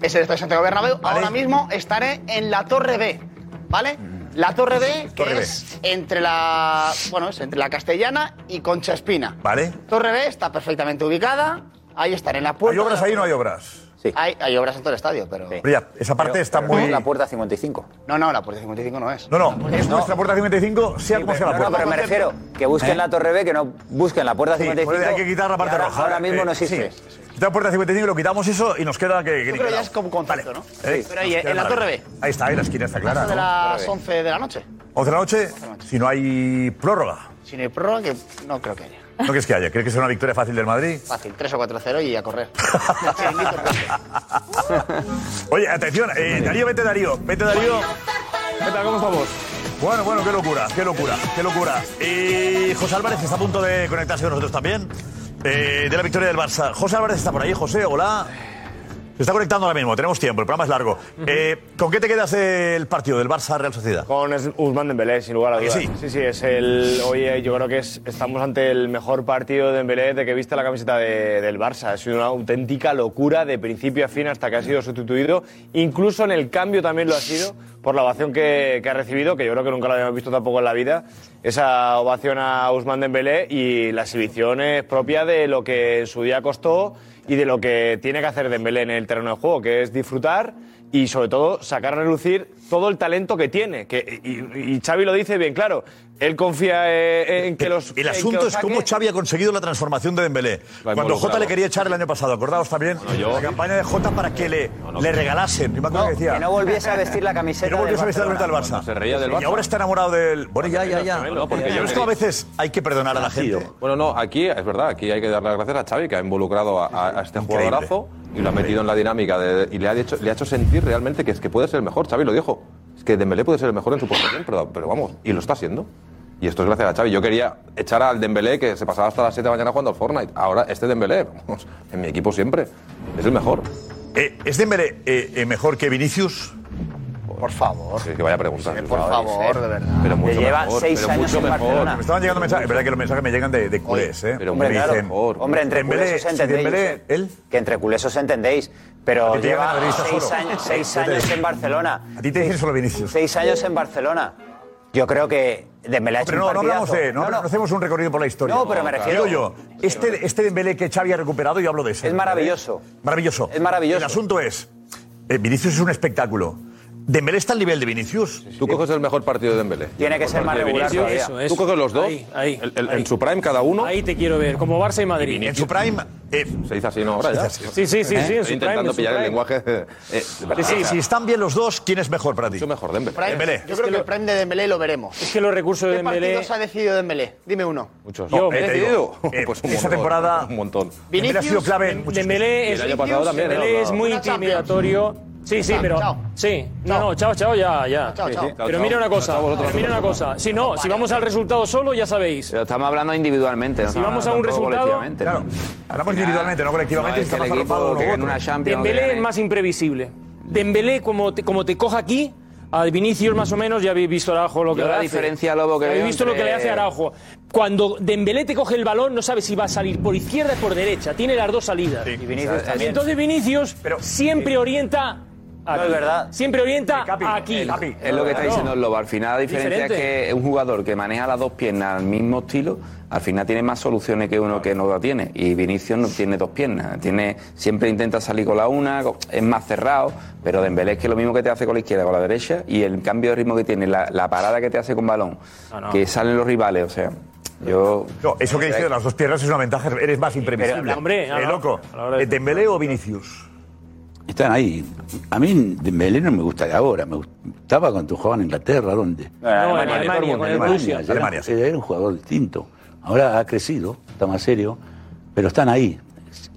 Speaker 11: Es el Estadio Santiago Bernabéu.
Speaker 3: Vale.
Speaker 11: Ahora mismo estaré en la Torre B, ¿vale? La Torre B, que
Speaker 3: Torre B.
Speaker 11: es entre la, bueno, es entre la Castellana y Concha Espina.
Speaker 3: Vale.
Speaker 11: Torre B está perfectamente ubicada. Ahí estaré en la puerta.
Speaker 3: ¿Hay obras
Speaker 11: de la-
Speaker 3: ahí o no hay obras?
Speaker 10: Sí.
Speaker 11: Hay, hay obras en todo el estadio, pero
Speaker 3: Pero ya, esa parte
Speaker 10: Pero-
Speaker 3: está
Speaker 10: pero
Speaker 3: muy...
Speaker 10: no es la puerta 55.
Speaker 11: no, no, la puerta 55 no es.
Speaker 3: No, no, es
Speaker 10: No.
Speaker 3: nuestra puerta 55, sea como sea
Speaker 10: No,
Speaker 3: la
Speaker 10: no, pero
Speaker 3: puerta.
Speaker 10: me refiero que busquen la Torre B, que no busquen la puerta
Speaker 3: Sí,
Speaker 10: 55.
Speaker 3: pues hay que quitar la parte
Speaker 10: y ahora,
Speaker 3: roja.
Speaker 10: Ahora
Speaker 3: eh,
Speaker 10: mismo no
Speaker 3: eh, sí.
Speaker 10: existe.
Speaker 3: Quita puerta 55, lo quitamos eso y nos queda que... que ni
Speaker 11: Yo creo que ya
Speaker 3: quedado.
Speaker 11: es como concepto, ¿no?
Speaker 3: Eh,
Speaker 11: Pero ahí,
Speaker 3: nos queda
Speaker 11: en la Torre B.
Speaker 3: maravilla. Ahí está, ahí la esquina está clara,
Speaker 11: Eso de
Speaker 3: ¿no?
Speaker 11: las 11 de la noche.
Speaker 3: 11 de la noche, si no hay prórroga.
Speaker 11: Si no hay prórroga, que no creo que haya.
Speaker 3: No crees que haya, ¿crees que será una victoria fácil del Madrid?
Speaker 11: Fácil, 3 o 4-0 y a correr. Chiringuito, corre.
Speaker 3: Oye, atención, eh, Darío, vete Darío, vete Darío.
Speaker 4: ¿Qué tal? ¿Cómo estamos?
Speaker 3: Bueno, bueno, qué locura, qué locura, qué locura. Y José Álvarez está a punto de conectarse con nosotros también. eh, de la victoria del Barça. José Álvarez está por ahí, José, hola. Se está conectando ahora mismo, tenemos tiempo, el programa es largo. Eh, ¿Con qué te quedas del partido del Barça Real Sociedad?
Speaker 7: Con Es- Ousmane Dembélé, sin lugar a
Speaker 3: ¿A que
Speaker 7: dudas.
Speaker 3: sí?
Speaker 7: sí, es el. Oye, yo creo que es- estamos ante el mejor partido de Dembélé de que viste la camiseta de- del Barça. Ha sido una auténtica locura de principio a fin hasta que ha sido sustituido. Incluso en el cambio también lo ha sido por la ovación que, que ha recibido, que yo creo que nunca la habíamos visto tampoco en la vida. Esa ovación a Ousmane Dembélé y la exhibición es propia de lo que en su día costó y de lo que tiene que hacer Dembélé en el terreno de juego, que es disfrutar y sobre todo sacar a relucir todo el talento que tiene. Que, y, y Xavi lo dice bien claro. Él confía eh, en que los.
Speaker 3: El asunto es cómo Xavi ha conseguido la transformación de Dembélé. Cuando Jota
Speaker 7: involucrado.
Speaker 3: le quería echar el año pasado, acordaos también, la campaña de Jota para que le, le regalasen. Yo me acuerdo que, decía,
Speaker 10: que no volviese a vestir la camiseta
Speaker 3: Que no volviese
Speaker 10: del
Speaker 3: a vestir la camiseta del
Speaker 10: Barcelona.
Speaker 3: Barça.
Speaker 10: Cuando se reía del
Speaker 3: Y
Speaker 10: Barça.
Speaker 3: ahora está enamorado del... Bueno, ya, ya, ya.
Speaker 9: No, Ah, porque yo
Speaker 3: Pero esto a
Speaker 9: creí-
Speaker 3: veces hay que perdonar a la gente.
Speaker 9: Bueno, no, aquí es verdad, aquí hay que dar las gracias a Xavi que ha involucrado a- a, a este jugadorazo y lo ha metido en la dinámica de- y le ha, hecho, le ha hecho sentir realmente que es que puede ser el mejor. Xavi lo dijo, es que Dembélé puede ser el mejor en su posición, pero, pero vamos, y lo está haciendo. Y esto es gracias a Xavi. Yo quería echar al Dembélé que se pasaba hasta las 7 de la mañana jugando al Fortnite. Ahora este Dembélé, vamos, en mi equipo siempre, es el mejor.
Speaker 3: Eh, ¿Es Dembélé eh, mejor que Vinicius?
Speaker 9: Por favor. que vaya a preguntar.
Speaker 3: por favor, de verdad.
Speaker 9: ¿eh? Pero mucho mejor, pero mucho mejor.
Speaker 3: Me estaban llegando mensajes, es verdad que los mensajes me llegan de, de culés, ¿eh?
Speaker 10: Hombre,
Speaker 3: Me
Speaker 10: claro.
Speaker 3: dicen,
Speaker 10: Hombre, entre
Speaker 3: Dembélé,
Speaker 10: culesos
Speaker 3: si
Speaker 10: entendéis.
Speaker 3: Dembélé-
Speaker 10: Que entre culesos entendéis. Pero
Speaker 3: Que te llegan
Speaker 10: lleva
Speaker 3: a la revista
Speaker 10: seis
Speaker 3: solo.
Speaker 10: años, seis
Speaker 3: Yo te
Speaker 10: años
Speaker 3: digo.
Speaker 10: en Barcelona.
Speaker 3: A ti te dicen solo Vinicius.
Speaker 10: Seis años en Barcelona. Yo creo que Dembélé ha hecho
Speaker 3: Pero no,
Speaker 10: un
Speaker 3: no hablamos
Speaker 10: partidazo.
Speaker 3: de. No, no hacemos un recorrido por la historia.
Speaker 10: No, pero me refiero-
Speaker 3: Digo yo, este, este Dembélé que Xavi ha recuperado, yo hablo de ese. ¿eh?
Speaker 10: Es maravilloso.
Speaker 3: Maravilloso. Es maravilloso. El asunto es: eh, Vinicius es un espectáculo. ¿Dembélé está al nivel de Vinicius?
Speaker 9: Tú coges el mejor partido de Dembélé.
Speaker 10: Tiene que ser más
Speaker 9: Partido de
Speaker 10: regular
Speaker 9: Vinicius.
Speaker 10: todavía.
Speaker 9: Tú coges los dos, el- el- en su prime cada uno.
Speaker 6: Ahí te quiero ver, como Barça y Madrid.
Speaker 3: En su prime.
Speaker 9: Se dice así, ¿no? Ahora ya. ¿Eh?
Speaker 6: Sí, sí,
Speaker 3: ¿Eh?
Speaker 6: sí, sí, en su
Speaker 9: Estoy
Speaker 6: prime,
Speaker 9: intentando
Speaker 6: en su
Speaker 9: pillar el
Speaker 6: prime.
Speaker 9: lenguaje. de- eh, de verdad.
Speaker 6: Sí, sí.
Speaker 3: Si están bien los dos, ¿quién es mejor para ti? Yo
Speaker 9: mejor, Dembélé.
Speaker 11: Prime. Yo creo que, el prime de Dembélé lo veremos.
Speaker 6: Es que los recursos
Speaker 11: ¿Qué
Speaker 6: de Dembélé-
Speaker 11: partidos ha decidido Dembélé? Dime uno.
Speaker 9: Muchos.
Speaker 11: Yo,
Speaker 9: No, eh,
Speaker 11: he
Speaker 9: te
Speaker 11: decidido.
Speaker 9: digo, pues un
Speaker 3: esa
Speaker 9: montón,
Speaker 3: temporada-
Speaker 9: Un montón.
Speaker 11: Vinicius, Dembélé ha sido clave en
Speaker 6: Dem-
Speaker 11: muchos
Speaker 6: Dembélé
Speaker 9: equipos.
Speaker 6: es,
Speaker 9: Y el año pasado también,
Speaker 6: Dembélé
Speaker 9: ¿no?
Speaker 6: es muy
Speaker 9: Una Champions.
Speaker 6: intimidatorio. Sí, sí,
Speaker 9: Chao,
Speaker 6: pero.
Speaker 9: chao.
Speaker 6: Sí, no, no, chao, chao, ya, ya.
Speaker 9: Chao,
Speaker 6: Sí,
Speaker 9: chao.
Speaker 6: sí.
Speaker 9: Chao,
Speaker 6: Pero
Speaker 9: chao.
Speaker 6: mira una cosa,
Speaker 9: Chao, vosotros,
Speaker 6: pero mira una
Speaker 9: vosotros.
Speaker 6: cosa. Si no, si vamos al resultado solo, ya sabéis.
Speaker 12: Pero estamos hablando individualmente. Ah,
Speaker 6: Si vamos a un resultado-
Speaker 3: Claro, hablamos individualmente, no colectivamente,
Speaker 12: está
Speaker 3: está más arropado uno u
Speaker 12: que en
Speaker 3: otro.
Speaker 12: una Champions. que
Speaker 6: Dembélé es
Speaker 12: gane-
Speaker 6: más imprevisible. Dembélé, como te, como te coja aquí, a Vinicius más o menos, ya habéis visto Araujo lo que
Speaker 12: Yo
Speaker 6: le
Speaker 12: la
Speaker 6: hace.
Speaker 12: diferencia, Lobo, que
Speaker 6: Ya habéis
Speaker 12: veo
Speaker 6: visto lo que
Speaker 12: entre-
Speaker 6: le hace Araujo. Cuando Dembélé te coge el balón, no sabes si va a salir por izquierda o por derecha. Tiene las dos salidas. Y
Speaker 10: Vinicius también.
Speaker 6: entonces Vinicius siempre orienta... aquí.
Speaker 12: es verdad.
Speaker 6: Siempre orienta aquí.
Speaker 12: Es lo que está
Speaker 6: Claro.
Speaker 12: diciendo el Lobo. Al final la diferencia
Speaker 6: Diferente.
Speaker 12: es que un jugador que maneja las dos piernas al mismo estilo, al final tiene más soluciones que uno que no la tiene. Y Vinicius no tiene dos piernas. Tiene, siempre intenta salir con la una, co- es más cerrado, pero Dembélé es que lo mismo que te hace con la izquierda, con la derecha, y el cambio de ritmo que tiene, la, la parada que te hace con balón,
Speaker 3: No, no.
Speaker 12: que salen los rivales, o sea, yo...
Speaker 3: No, eso que dice de las dos piernas es una ventaja, eres más imprevisible.
Speaker 12: Pero, hombre, no,
Speaker 3: Eh,
Speaker 12: no.
Speaker 3: loco. Eh, ¿Dembélé o Vinicius?
Speaker 5: Están ahí. A mí Dembélé no me gusta de ahora. Me gustaba cuando jugaba en Inglaterra, ¿dónde?
Speaker 12: No, en Alemania,
Speaker 6: Alemania, con el Borussia.
Speaker 5: Alemania.
Speaker 6: Alemania,
Speaker 5: Era, era un jugador distinto. Ahora ha crecido, está más serio, pero están ahí.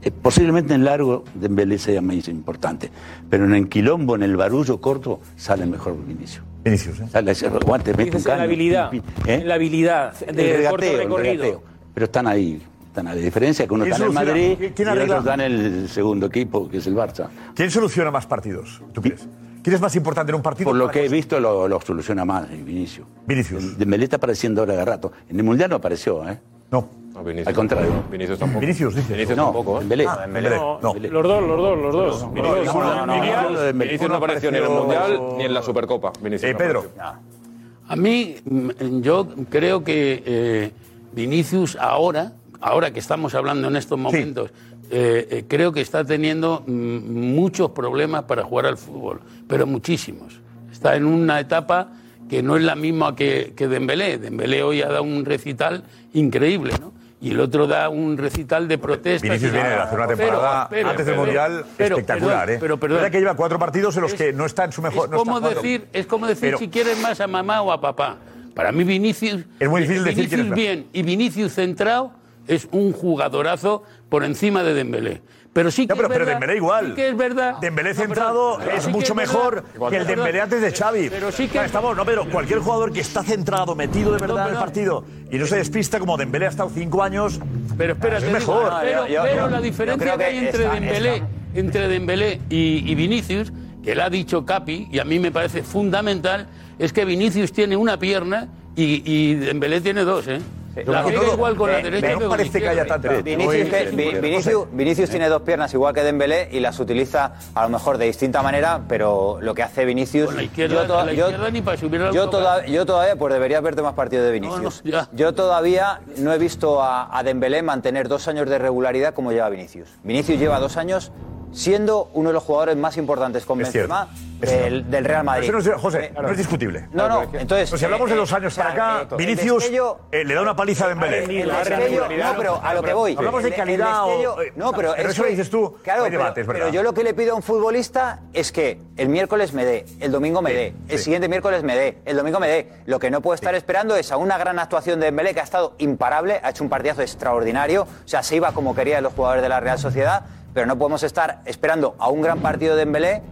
Speaker 5: Eh, Posiblemente en largo Dembélé sea más importante, pero en el quilombo, en el barullo corto, sale mejor Vinicius.
Speaker 3: Vinicius, ¿eh?
Speaker 5: Sale, se aguante, mete un
Speaker 6: Dices en la
Speaker 5: caño,
Speaker 6: habilidad,
Speaker 5: pim, pim, ¿eh?
Speaker 6: en la habilidad
Speaker 5: El
Speaker 6: de
Speaker 5: regateo,
Speaker 6: corto
Speaker 5: el
Speaker 6: recorrido.
Speaker 5: regateo. Pero están ahí. Están a la diferencia que uno
Speaker 3: ¿Quién
Speaker 5: está en el
Speaker 3: soluciona?
Speaker 5: Madrid
Speaker 3: ¿Quién
Speaker 5: y el
Speaker 3: arregla?
Speaker 5: otro está en el segundo equipo, que es el Barça.
Speaker 3: ¿Quién soluciona más partidos? ¿Tú crees? ¿Quién es más importante en un partido?
Speaker 5: Por lo que he visto, lo, lo soluciona más eh, Vinicius.
Speaker 3: Vinicius.
Speaker 5: Dembélé está apareciendo ahora de rato. En el Mundial no apareció, ¿eh?
Speaker 3: No.
Speaker 9: Vinicius
Speaker 5: Al contrario.
Speaker 9: tampoco. Vinicius tampoco.
Speaker 3: Vinicius,
Speaker 5: no,
Speaker 9: tampoco, ¿eh?
Speaker 5: Dembélé.
Speaker 9: Ah, Dembélé,
Speaker 6: No, Los dos, los dos, los dos. Vinicius,
Speaker 9: No, no, no, no.
Speaker 6: Vinicius.
Speaker 9: Vinicius no apareció ni en el Mundial ni en la Supercopa. Vinicius no apareció.
Speaker 13: A mí, mm, yo creo que eh, Vinicius ahora, ahora que estamos hablando en estos momentos, eh, eh, creo que está teniendo mm, muchos problemas para jugar al fútbol, pero muchísimos. Está en una etapa que no es la misma que, que Dembélé. Dembélé hoy ha dado un recital increíble, ¿no? Y el otro da un recital de protesta. "Ah,
Speaker 3: Vinicius viene de hacer una temporada antes del Mundial espectacular, ¿eh?
Speaker 13: Pero, perdón,
Speaker 3: Verdad que lleva cuatro partidos en los que no está en su mejor... no está
Speaker 13: ¿Cómo
Speaker 3: jugando.
Speaker 13: decir, es como decir
Speaker 3: Pero-
Speaker 13: si quieres más a mamá o a papá. Para mí Vinicius...
Speaker 3: Es muy difícil decir quién es mejor.
Speaker 13: Vinicius bien y Vinicius centrado es un jugadorazo por encima de Dembélé. Pero sí que
Speaker 3: pero,
Speaker 13: es
Speaker 3: pero
Speaker 13: verdad-
Speaker 3: Dembélé igual.
Speaker 13: sí que es verdad.
Speaker 3: Dembélé
Speaker 13: No, perdón.
Speaker 3: centrado
Speaker 13: Pero
Speaker 3: es
Speaker 13: sí que
Speaker 3: mucho
Speaker 13: es
Speaker 3: mejor
Speaker 13: verdad.
Speaker 3: que el
Speaker 13: Perdón.
Speaker 3: Dembélé antes de Xavi.
Speaker 13: Pero sí que-
Speaker 3: Vale, estamos, no, pero cualquier jugador que está centrado, metido de verdad en el partido y no se despista como Dembélé ha estado cinco años.
Speaker 13: Pero
Speaker 3: es mejor.
Speaker 13: pero pero la diferencia que hay entre Dembélé, entre Dembélé y, y Vinicius, que la ha dicho Capi, y a mí me parece fundamental, es que Vinicius tiene una pierna y, y Dembélé tiene dos, ¿eh? La pega igual
Speaker 3: Eh,
Speaker 13: con la
Speaker 10: Eh,
Speaker 13: derecha que con la izquierda.
Speaker 10: Vinicius, que- Vi- Vinicius- Vinicius tiene dos piernas igual que Dembélé y las utiliza a lo mejor de distinta manera, pero lo que hace Vinicius...
Speaker 13: Izquierda-
Speaker 10: yo toda-
Speaker 13: la
Speaker 10: yo-
Speaker 13: izquierda ni para subir al
Speaker 10: yo,
Speaker 13: autocar.
Speaker 10: toda- yo todavía, pues debería verte más partidos de Vinicius. yo todavía no he visto a, a Dembélé mantener dos años de regularidad como lleva Vinicius. Vinicius lleva dos años siendo uno de los jugadores más importantes con
Speaker 3: Es cierto,
Speaker 10: Benzema
Speaker 3: es
Speaker 10: del,
Speaker 3: cierto.
Speaker 10: del Real Madrid.
Speaker 3: Eso no es- José,
Speaker 10: Eh,
Speaker 3: no es discutible.
Speaker 10: No, no, entonces...
Speaker 3: Pues si hablamos de
Speaker 10: eh,
Speaker 3: los años
Speaker 10: eh, o sea,
Speaker 3: para acá,
Speaker 10: el
Speaker 3: Vinicius
Speaker 10: destello-
Speaker 3: eh, le da una paliza a Dembélé.
Speaker 10: el destello- no, pero a lo que voy.
Speaker 3: Hablamos
Speaker 10: el-
Speaker 3: de
Speaker 10: el
Speaker 3: calidad
Speaker 10: destello-
Speaker 3: o. eh,
Speaker 10: No, pero
Speaker 3: en
Speaker 10: es
Speaker 3: eso
Speaker 10: que-
Speaker 3: dices tú.
Speaker 10: Claro,
Speaker 3: hay
Speaker 10: pero,
Speaker 3: debates,
Speaker 10: pero
Speaker 3: ¿verdad?
Speaker 10: yo lo que le pido a un futbolista es que el miércoles me dé, el domingo me dé, el siguiente miércoles me dé, el domingo me dé. Lo que no puedo estar esperando es a una gran actuación de Dembélé que ha estado imparable, ha hecho un partidazo extraordinario, o sea, se iba como querían los jugadores de la Real Sociedad, pero no podemos estar esperando a un gran partido de Dembélé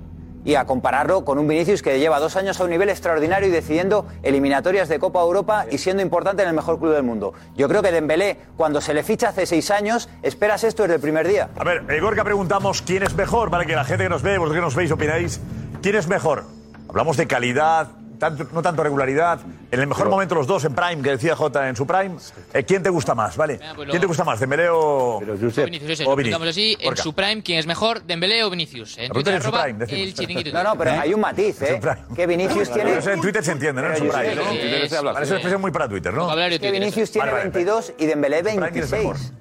Speaker 10: y a compararlo con un Vinicius que lleva dos años a un nivel extraordinario y decidiendo eliminatorias de Copa Europa y siendo importante en el mejor club del mundo. Yo creo que Dembélé, cuando se le ficha hace seis años, esperas esto desde el primer día.
Speaker 3: A ver, eh, Gorka, preguntamos quién es mejor, para que la gente que nos ve, vosotros que nos veis, opináis. ¿Quién es mejor? Hablamos de calidad, tanto- no tanto regularidad. En el mejor momento los dos, en prime, que decía Jota en su prime. Eh, ¿Quién te gusta más, vale?
Speaker 14: pues lo-
Speaker 3: ¿Quién te gusta más, Dembélé o,
Speaker 14: O Vinicius, eso,
Speaker 3: o
Speaker 14: lo
Speaker 3: Vinicius?
Speaker 14: explicamos así, en
Speaker 3: Gorka.
Speaker 14: su prime, ¿quién es mejor? ¿Dembélé o Vinicius? En
Speaker 3: La
Speaker 14: Twitter,
Speaker 3: pregunta es en su
Speaker 14: arroba,
Speaker 3: prime, decimos.
Speaker 14: el chiringuito.
Speaker 10: No, no, pero hay un matiz, ¿eh? Que Vinicius tiene...
Speaker 3: Eso en Twitter se entiende, ¿no? En su
Speaker 10: Pero yo
Speaker 3: prime.
Speaker 10: sé, ¿no? En Twitter se habla así.
Speaker 3: Vale, es una expresión muy para Twitter, ¿no?
Speaker 10: que Vinicius tiene
Speaker 3: Vale, vale,
Speaker 10: 22 y Dembélé
Speaker 3: Frankie es
Speaker 10: 26.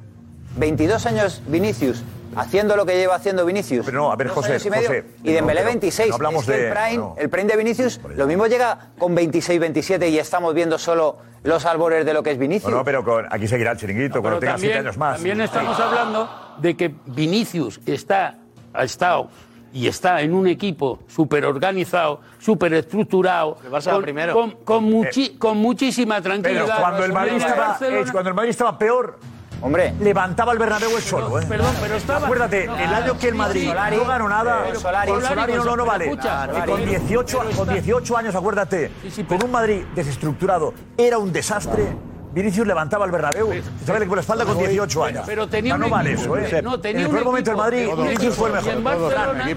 Speaker 10: 22 años Vinicius, haciendo lo que lleva haciendo Vinicius. Pero no, a
Speaker 3: ver, José,
Speaker 10: y, medio,
Speaker 3: José,
Speaker 10: y Dembélé
Speaker 3: no, pero
Speaker 10: 26.
Speaker 3: no hablamos
Speaker 10: Es que
Speaker 3: de-
Speaker 10: el, prime,
Speaker 3: no.
Speaker 10: el prime de Vinicius, lo mismo llega con 26, 27 y estamos viendo solo los albores de lo que es Vinicius.
Speaker 3: No, no, pero con- aquí seguirá el chiringuito,
Speaker 10: No,
Speaker 3: cuando
Speaker 10: pero
Speaker 3: tenga siete
Speaker 10: también-
Speaker 3: años más.
Speaker 10: también
Speaker 13: Estamos hablando de que Vinicius está, ha estado y está en un equipo súper organizado, súper estructurado,
Speaker 3: va
Speaker 13: con,
Speaker 3: primero.
Speaker 13: con- con muchi- con muchísima
Speaker 3: Pero
Speaker 13: tranquilidad.
Speaker 3: cuando el Madrid
Speaker 13: Viene a
Speaker 3: estaba,
Speaker 13: Barcelona-
Speaker 3: eh, cuando el Madrid estaba peor,
Speaker 10: hombre,
Speaker 3: levantaba el Bernabéu el solo, ¿eh?
Speaker 13: Perdón, pero estaba.
Speaker 3: Acuérdate,
Speaker 13: No,
Speaker 3: el año que el
Speaker 13: Ah, sí,
Speaker 3: Madrid
Speaker 13: sí.
Speaker 3: no ganó nada,
Speaker 13: Pero
Speaker 3: con Solari no, no, no vale.
Speaker 13: escucha,
Speaker 3: Y con 18, con 18 años, acuérdate, con un Madrid desestructurado, era un desastre. Vinicius levantaba el Bernabéu, se sabía por la espalda con 18 años.
Speaker 13: Pero tenía
Speaker 3: Ah, no
Speaker 13: un
Speaker 3: vale
Speaker 13: equipo,
Speaker 3: eso, ¿eh?
Speaker 13: No,
Speaker 3: en
Speaker 13: tenía
Speaker 3: el
Speaker 13: un
Speaker 3: peor momento del
Speaker 13: equipo,
Speaker 3: Madrid,
Speaker 13: tenía un
Speaker 3: Vinicius fue el
Speaker 13: equipo,
Speaker 3: mejor.
Speaker 13: y en